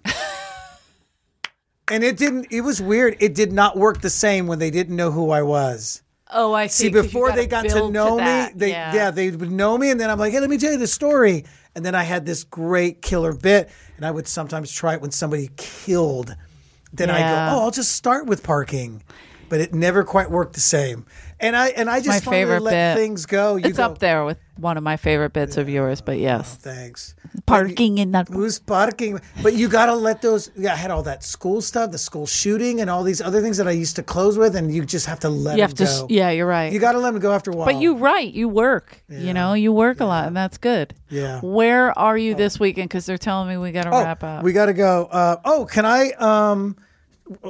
S7: and it didn't it was weird. It did not work the same when they didn't know who I was.
S3: oh, I
S7: See, before they got to know me, they yeah. they would know me, and then I'm like, hey, let me tell you the story. And then I had this great killer bit, and I would sometimes try it when somebody killed. Then I
S3: Yeah.
S7: go, oh, I'll just start with parking, but it never quite worked the same. And I and I
S3: my
S7: just finally
S3: favorite
S7: let
S3: bit.
S7: things go. You
S3: it's
S7: go,
S3: up there with one of my favorite bits of yours, but yes,
S7: Thanks.
S3: parking in that.
S7: Who's parking? But you got to let those. Yeah, I had all that school stuff, the school shooting, and all these other things that I used to close with, and you just have to let
S3: You have to.
S7: them
S3: s-
S7: go.
S3: Yeah, you're right.
S7: You got to let them go after a while.
S3: But you right, you work. You know, you work a lot, and that's good.
S7: Yeah.
S3: Where are you this weekend? Because they're telling me we got to
S7: Oh,
S3: wrap up.
S7: We got to go. Uh, oh, can I? Um,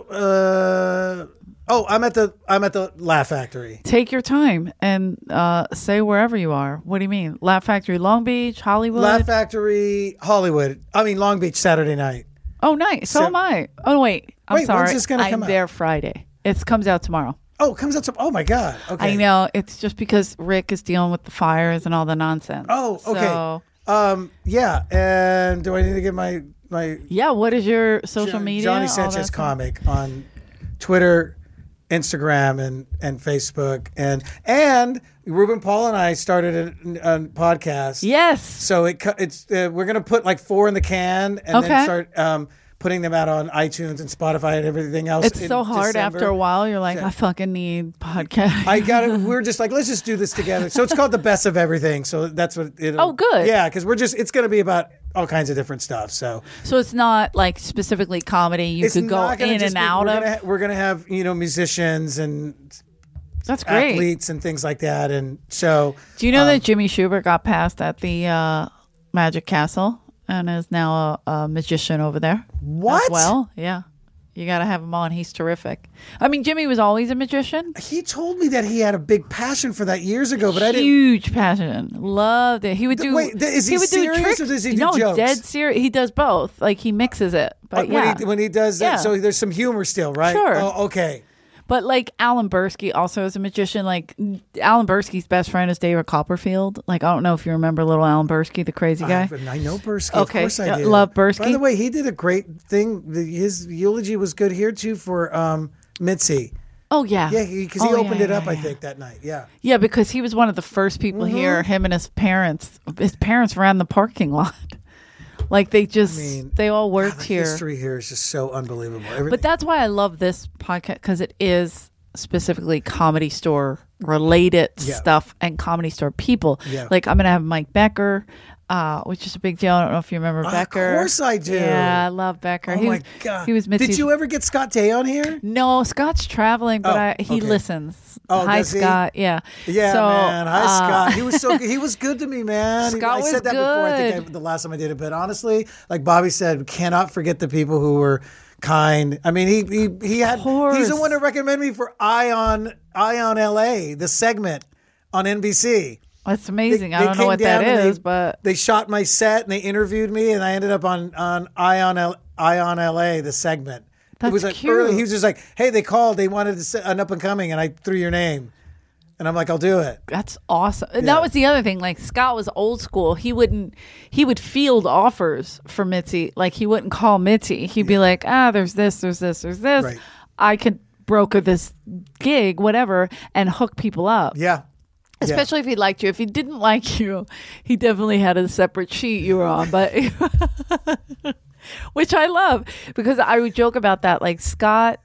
S7: uh, oh, I'm at the I'm at the Laugh Factory.
S3: Take your time and uh, say wherever you are. What do you mean? Laugh Factory, Long Beach, Hollywood.
S7: Laugh Factory, Hollywood. I mean, Long Beach Saturday night.
S3: oh, nice. So,
S7: So-
S3: am I. Oh wait, I'm
S7: Wait, when's
S3: sorry.
S7: this gonna
S3: I'm
S7: come out?
S3: there Friday. It comes out tomorrow.
S7: Oh, it comes out. To, oh my God. Okay.
S3: I know. It's just because Rick is dealing with the fires and all the nonsense.
S7: Oh, okay.
S3: So,
S7: Um, yeah. And do I need to get my my
S3: yeah. What is your social
S7: Jo-
S3: media?
S7: Johnny
S3: all
S7: Sanchez
S3: that stuff?
S7: comic on Twitter, Instagram, and and Facebook, and and Ruben Paul and I started a, a podcast.
S3: Yes.
S7: So it co- it's uh, we're gonna put like four in the can and then
S3: Okay.
S7: start um, putting them out on iTunes and Spotify and everything else.
S3: It's
S7: in
S3: so hard
S7: December.
S3: after a while. You're like, I fucking need podcast.
S7: I got it. We're just like, let's just do this together. So it's called the best of everything. So that's what it.
S3: Oh, good.
S7: Yeah, because we're just it's gonna be about all kinds of different stuff. So
S3: *laughs* so it's not like specifically comedy. You
S7: it's
S3: could go
S7: not gonna
S3: in and
S7: just be-
S3: out
S7: we're
S3: of.
S7: Gonna ha- we're gonna have you know musicians and
S3: That's great.
S7: athletes and things like that. And so
S3: Do you know
S7: Um,
S3: that Jimmy Schubert got passed at the uh, Magic Castle and is now a, a magician over there?
S7: What?
S3: As well, yeah. You got to have him on. He's terrific. I mean, Jimmy was always a magician.
S7: he told me that he had a big passion for that years ago, but I didn't.
S3: huge passion. Loved it. He would do.
S7: Wait, th- is he
S3: would
S7: serious
S3: do tricks.
S7: or does he do
S3: no,
S7: jokes?
S3: dead serious. He does both. Like he mixes it. But
S7: Like,
S3: yeah.
S7: when, he, when he does that,
S3: Yeah.
S7: so there's some humor still, right?
S3: Sure.
S7: Oh, okay.
S3: but like Alan Bursky also is a magician. Like Alan Bursky's best friend is David Copperfield. Like I don't know if you remember little Alan Bursky, the crazy guy.
S7: I, I know Bursky. Of
S3: Okay,
S7: course I
S3: yeah,
S7: do.
S3: love Bursky.
S7: By the way, he did a great thing. The- His eulogy was good here too for um, Mitzi.
S3: oh yeah.
S7: Yeah, because he,
S3: Oh, yeah,
S7: opened it
S3: yeah,
S7: up, I
S3: yeah.
S7: think, that night. Yeah.
S3: Yeah, because he was one of the first people
S7: Mm-hmm.
S3: here. Him and his parents. His parents ran the parking *laughs* lot. Like they just, they all worked
S7: The
S3: here.
S7: history here is just so unbelievable. Everything.
S3: But that's why I love this podcast because it is specifically comedy store related stuff and comedy store people.
S7: Yeah.
S3: Like I'm gonna have Mike Becker, uh, which is a big deal. I don't know if you remember Becker.
S7: course I do.
S3: Yeah, I love Becker.
S7: Oh
S3: he
S7: my
S3: was,
S7: god!
S3: He was Mitzi's
S7: Did you ever get Scott Day on here?
S3: no, Scott's traveling, but
S7: Oh,
S3: I, he
S7: okay.
S3: listens.
S7: Oh,
S3: Hi,
S7: does he?
S3: Scott. Yeah.
S7: Yeah,
S3: So,
S7: man. Hi,
S3: uh,
S7: Scott. He was so good. He was good to
S3: *laughs*
S7: me, man. He-
S3: Scott
S7: I
S3: was
S7: said that before. I think I,
S3: good.
S7: the last time I did it, but honestly, like Bobby said, cannot forget the people who were kind. I mean, he he he had. He's
S3: course.
S7: the one to recommend me for Ion Ion LA, the segment on NBC.
S3: That's amazing. I don't know what that
S7: and
S3: is,
S7: they,
S3: but
S7: they shot my set and they interviewed me, and I ended up on on Ion L, Ion LA the segment. it
S3: That's
S7: was like
S3: cute.
S7: early. He was just like, "Hey, they called. They wanted to set an up and coming, and I threw your name." And I'm like, I'll do it.
S3: that's awesome. And That was the other thing. Like Scott was old school. He wouldn't. He would field offers for Mitzi. Like he wouldn't call Mitzi. He'd be like, ah, there's this, there's this, there's this.
S7: Right.
S3: I could broker this gig, whatever, and hook people up.
S7: Yeah.
S3: Especially if he liked you. If he didn't like you, he definitely had a separate sheet you were on, but *laughs* which I love because I would joke about that. Like Scott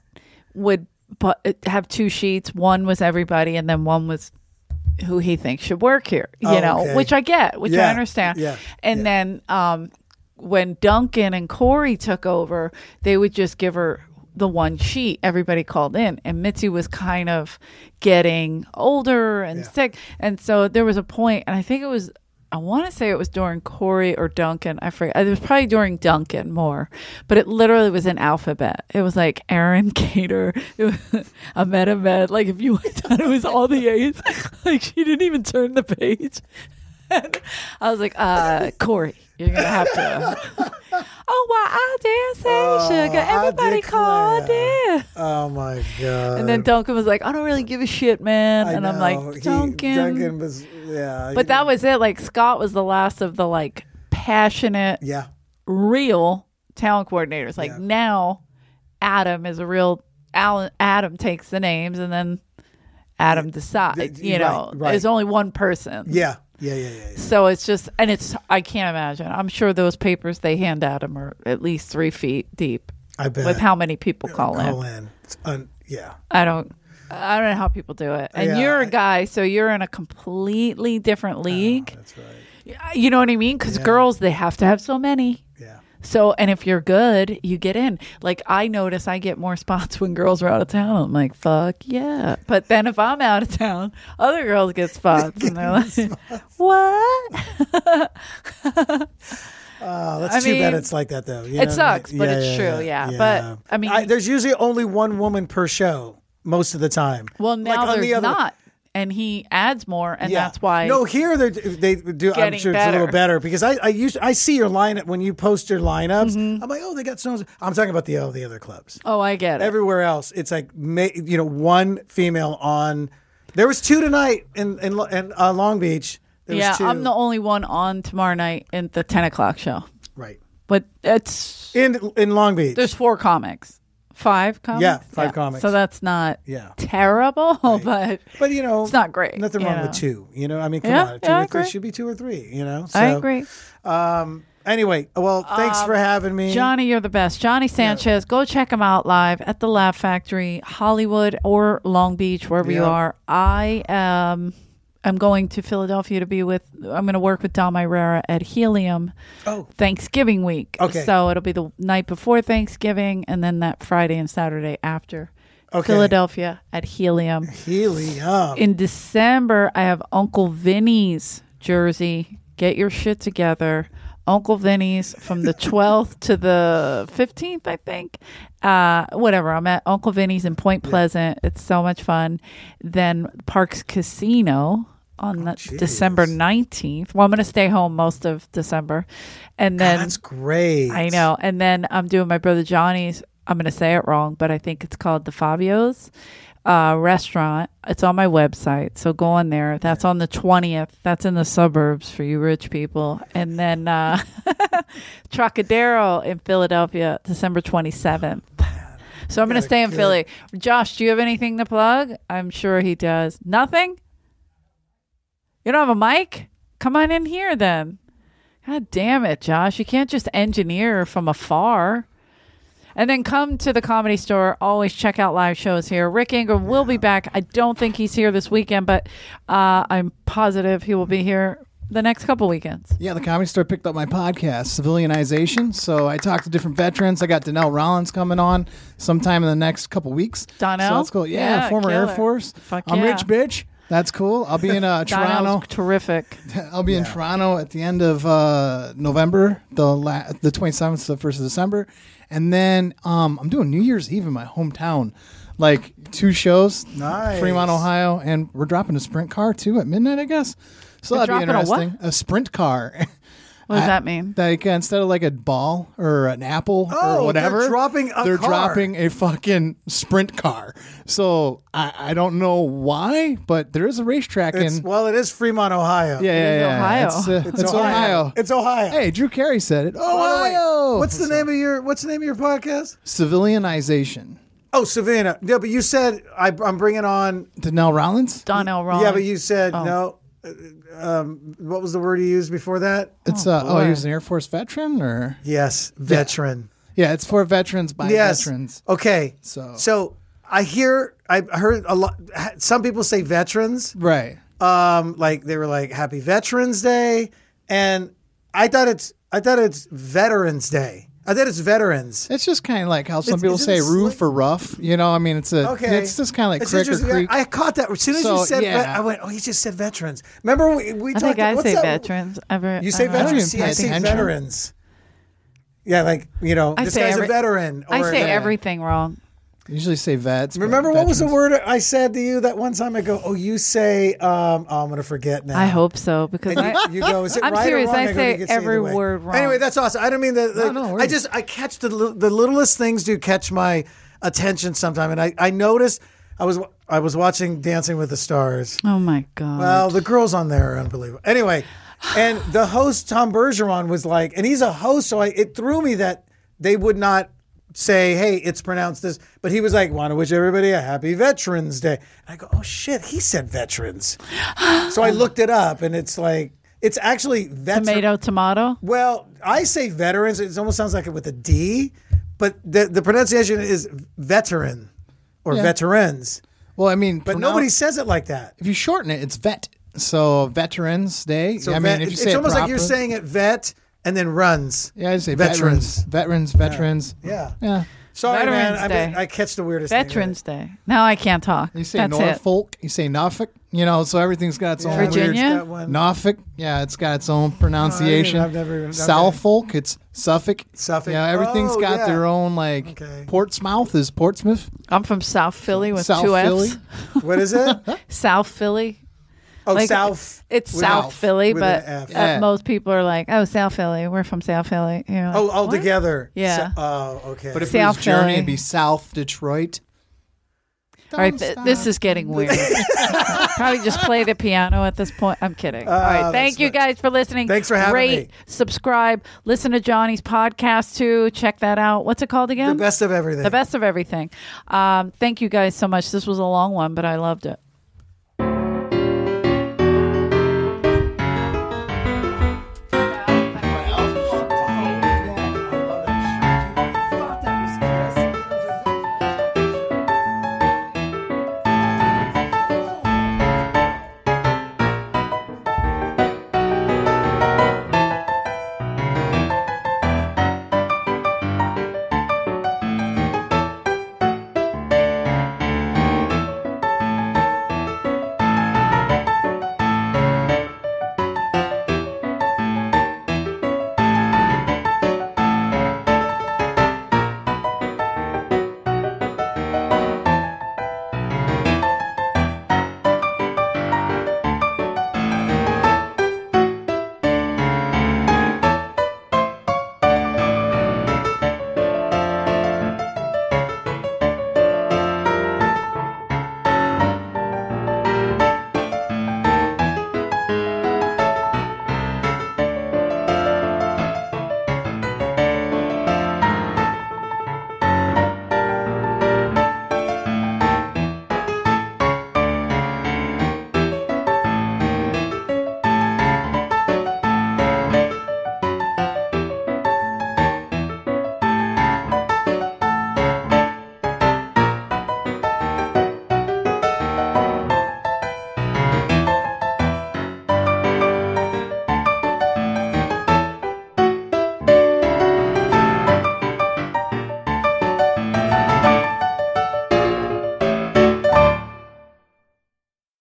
S3: would bu- have two sheets. One was everybody, and then one was who he thinks should work here. You
S7: Oh,
S3: know,
S7: okay.
S3: which I get, which
S7: Yeah,
S3: I understand.
S7: yeah,
S3: And
S7: yeah.
S3: then um, when Duncan and Corey took over, they would just give her the one sheet everybody called in and mitzi was kind of getting older and sick and so there was a point and i think it was I want to say it was during Corey or Duncan. I forget. It was probably during Duncan more, but it literally was an alphabet. It was like Aaron *laughs* Cater, it was Ahmed Ahmed. Like if you *laughs* went down, it was all the A's. *laughs* Like she didn't even turn the page. And *laughs* I was like, uh, Corey, you're gonna have
S7: *laughs*
S3: to. oh, well, I dare say, sugar.
S7: Oh, I
S3: Everybody called
S7: declare.
S3: it.
S7: Oh my god.
S3: And then Duncan was like, I don't really give a shit, man.
S7: Uh, I
S3: and I'm
S7: know. He-
S3: like,
S7: Duncan was yeah.
S3: but that was it. Like Scott was the last of the like passionate,
S7: yeah.
S3: real talent coordinators. Like
S7: Yeah.
S3: now, Adam is a real Alan. Adam takes the names, and then Adam decides.
S7: th-
S3: You know,
S7: right, right.
S3: there's only one person.
S7: Yeah. Yeah, yeah, yeah. yeah.
S3: So it's just, and it's. I can't imagine. I'm sure those papers they hand out him are at least three feet deep.
S7: I bet.
S3: With how many people call in.
S7: Call in. It's un- yeah.
S3: I don't I don't know how people do it. And
S7: Yeah,
S3: you're a
S7: I- Ah,
S3: guy, so you're in a completely different league. that's right. You know what I mean? Because girls, they have to have so many.
S7: Yeah.
S3: So, and if you're good, you get in. Like I notice, I get more *laughs* spots when girls are out of town. I'm like, fuck yeah. But then if I'm out of town, other girls get spots, and
S7: *laughs*
S3: they're like, what?
S7: Oh, that's
S3: I
S7: too bad
S3: mean,
S7: it's like that though. You
S3: it
S7: know what I
S3: sucks,
S7: mean?
S3: but it's true, yeah. But, I mean-
S7: there's usually only one woman per show most of the time.
S3: Well,
S7: Like,
S3: now
S7: on the
S3: there's
S7: other-
S3: not, and he adds more, and
S7: Yeah.
S3: that's why.
S7: No, here they they do. I'm
S3: Getting
S7: sure it's a little
S3: better.
S7: better because I I used I see your lineup when you post your lineups.
S3: Mm-hmm.
S7: I'm like, oh, they got so. I'm talking about the all the other clubs.
S3: oh, I get it.
S7: Everywhere else, it's like ma- you know one female on. There was two tonight in in, Lo- in uh, Long Beach. There
S3: yeah,
S7: was two.
S3: I'm the only one on tomorrow night in the 10 o'clock show.
S7: right
S3: But it's
S7: in in Long Beach.
S3: there's four comics, five comics.
S7: Yeah, five comics.
S3: So that's not
S7: Yeah.
S3: terrible, *laughs* but
S7: but you know,
S3: it's not great,
S7: Nothing
S3: you
S7: wrong with
S3: know.
S7: two. You know, I mean, come
S3: Yeah,
S7: on, two
S3: yeah, I
S7: or three
S3: agree.
S7: should be two or three. You know,
S3: I
S7: So,
S3: agree. Um,
S7: Um, anyway, well, thanks for having me,
S3: Johnny, you're the best. Johnny Sanchez, go check him out live at the Laugh Factory, Hollywood or Long Beach, wherever you
S7: Yeah.
S3: are. I am I'm going to Philadelphia to be with I'm going to work with Dom Irera at Helium
S7: Oh.
S3: Thanksgiving week.
S7: Okay.
S3: So it'll be the night before Thanksgiving and then that Friday and Saturday after.
S7: Okay.
S3: Philadelphia at Helium.
S7: Helium.
S3: In December, I have Uncle Vinny's jersey. Get your shit together. Uncle Vinny's from the 12th to the 15th, I think. Uh, whatever. I'm at Uncle Vinny's in Point Pleasant. It's so much fun. Then Parks Casino on the December 19th. Well, I'm going to stay home most of December. And then
S7: That's great.
S3: I know. And then I'm doing my brother Johnny's. I'm going to say it wrong, but I think it's called the Fabio's uh, restaurant. It's on my website. So go on there. That's on the 20th. That's in the suburbs for you rich people. And then uh, *laughs* Trocadero in Philadelphia, December 27th. So I'm going to stay in Philly. Josh, do you have anything to plug? I'm sure he does. Nothing? You don't have a mic? Come on in here then. God damn it, Josh. You can't just engineer from afar. And then come to the comedy store. Always check out live shows here. Rick Ingram will be back. I don't think he's here this weekend, but uh, I'm positive he will be here the next couple weekends.
S9: Yeah, the comedy store picked up my podcast, Civilianization. So I talked to different veterans. I got Donnell Rollins coming on sometime in the next couple weeks.
S3: Donnell?
S9: So that's cool. Yeah,
S3: Yeah,
S9: former Air
S3: killer.
S9: Force.
S3: Fuck
S9: I'm
S3: yeah.
S9: rich, bitch. That's cool. I'll be in uh,
S3: *laughs*
S9: Toronto.
S3: Donnell's terrific.
S9: I'll be in Toronto at the end of uh, November, the la- the 27th to the 1st of December. And then um, I'm doing New Year's Eve in my hometown. Like two shows,
S7: Nice.
S9: Fremont, Ohio, and we're dropping a sprint car too at midnight, I guess. So
S3: You're
S9: that'd be
S3: dropping a what?
S9: interesting. A sprint car.
S3: What
S9: *laughs*
S3: does
S9: I-
S3: that mean?
S9: Like uh, instead of like a ball or an apple
S7: Oh, they're
S9: or whatever,
S7: dropping a
S9: they're
S7: car.
S9: dropping a fucking sprint car. So I, I don't know why, but there is a racetrack
S7: It's,
S9: in.
S7: well, it is Fremont, Ohio.
S9: yeah, yeah,
S3: is
S9: yeah.
S3: Ohio.
S9: It's, uh, it's Ohio.
S7: It's Ohio.
S9: hey, Drew Carey said it.
S7: Oh, wait.
S9: Ohio.
S7: What's the name of your What's the name of your podcast?
S9: civilianization?
S7: Oh, Savannah. No, but you said I, I'm bringing on.
S9: Danelle Rollins.
S3: Donnell Rollins.
S7: Yeah, but you said
S9: Oh.
S7: no. Uh, Um, what was the word you used before that?
S9: It's uh, oh,
S3: boy.
S9: he was an Air Force veteran, or
S7: Yes, veteran.
S9: yeah, it's for veterans by
S7: yes.
S9: veterans.
S7: Okay.
S9: So-
S7: so I hear I heard a lot. Some people say veterans.
S9: Right.
S7: Um, like they were like Happy Veterans Day, and I thought it's I thought it's Veterans Day. I thought it's veterans.
S9: It's just kind of like how some
S7: It's-
S9: people
S7: is it
S9: say
S7: a
S9: roof
S7: slight-
S9: or rough. You know, I mean, it's a.
S7: Okay,
S9: It's just kind of like
S7: It's
S9: crick or
S7: interesting.
S9: creek.
S7: I caught that as soon as
S9: So,
S7: you said.
S9: yeah.
S7: Vet, I went, oh, he just said veterans. Remember we, we
S3: I
S7: talked.
S3: think I
S7: what's
S3: say
S7: that-
S3: veterans. Ever
S7: You say
S3: Uh-huh. I don't know.
S7: veterans.
S9: even
S7: See, I
S9: pay
S7: say
S9: attention.
S7: veterans. Yeah, like you know,
S3: I
S7: this
S3: say
S7: guy's
S3: every-
S7: a veteran.
S3: I
S7: or-
S3: say
S7: Yeah.
S3: everything wrong.
S9: usually say vets. but
S7: Remember what was the
S9: veterans.
S7: word I said to you that one time I go, oh, you say, um, oh, I'm gonna forget now.
S3: I hope so because
S7: And
S3: I,
S7: you, you go, is
S3: *laughs*
S7: it
S3: I'm
S7: right
S3: serious.
S7: or wrong?
S3: I
S7: go,
S3: say
S7: you can
S3: every
S7: either way.
S3: word wrong.
S7: Anyway, that's awesome. I don't mean that. Like,
S9: no
S7: I
S9: worries.
S7: just I catch the li- the littlest things do catch my attention sometime, and I I noticed I was I was watching Dancing with the Stars.
S3: oh my god.
S7: Well, the girls on there are unbelievable. Anyway, and the host Tom Bergeron was like, and he's a host, so I, it threw me that they would not say, "Hey, it's pronounced this," but he was like, "Want to wish everybody a happy Veterans Day." And I go, "Oh shit, he said veterans," so I looked it up, and it's like it's actually veteran.
S3: tomato, tomato.
S7: Well, I say veterans. It almost sounds like it with a D, but the the pronunciation is veteran or veterans,
S9: Well, I mean,
S7: but nobody says it like that.
S9: If you shorten it, it's vet. So Veterans Day.
S7: So
S9: I mean,
S7: vet-
S9: if you
S7: it's
S9: say it
S7: almost like you're
S9: proper-
S7: saying it vet and then runs.
S9: Yeah, I say
S7: veterans.
S9: veterans, veterans, veterans.
S7: Yeah.
S9: yeah.
S7: Sorry,
S3: Veterans
S7: man. I,
S3: Day.
S7: mean, I catch the weirdest thing.
S3: Veterans Day. Now I can't talk.
S9: You say
S3: That's it.
S9: Norfolk. You say Norfolk. You know, so everything's got its own
S7: Yeah, it's
S9: weird.
S3: Virginia?
S7: got one.
S9: Norfolk, yeah, it's got its own pronunciation.
S7: I've never even- okay.
S9: Suffolk, it's Suffolk.
S7: Suffolk.
S9: Yeah, everything's
S7: Oh,
S9: got
S7: yeah.
S9: their own like.
S7: Okay.
S9: Portsmouth is Portsmouth.
S3: I'm from South Philly with
S9: South
S3: two F's.
S9: Philly.
S7: What is
S9: *laughs*
S7: it?
S3: South Philly.
S7: Oh,
S3: Like,
S7: South.
S3: It's
S7: with
S3: South
S7: an F.
S3: Philly,
S7: With
S3: but
S7: an F.
S3: uh,
S9: Yeah.
S3: most people are like, "Oh, South Philly. We're from South Philly." You're like,
S7: oh, all
S3: "What?"
S7: together.
S3: Yeah.
S7: So- oh, okay.
S9: But if it
S3: South
S9: was Germany,
S3: Philly.
S9: it'd be South Detroit.
S3: All right, th- this is getting
S7: *laughs*
S3: weird. Probably just play the piano at this point. I'm kidding. All right, thank you guys for listening.
S7: Ah, Thanks for having
S3: Rate,
S7: me.
S3: Subscribe, listen to Johnny's podcast too. Check that out. What's it called again?
S7: the best of everything.
S3: The best of everything. Um, thank you guys so much. This was a long one, but I loved it.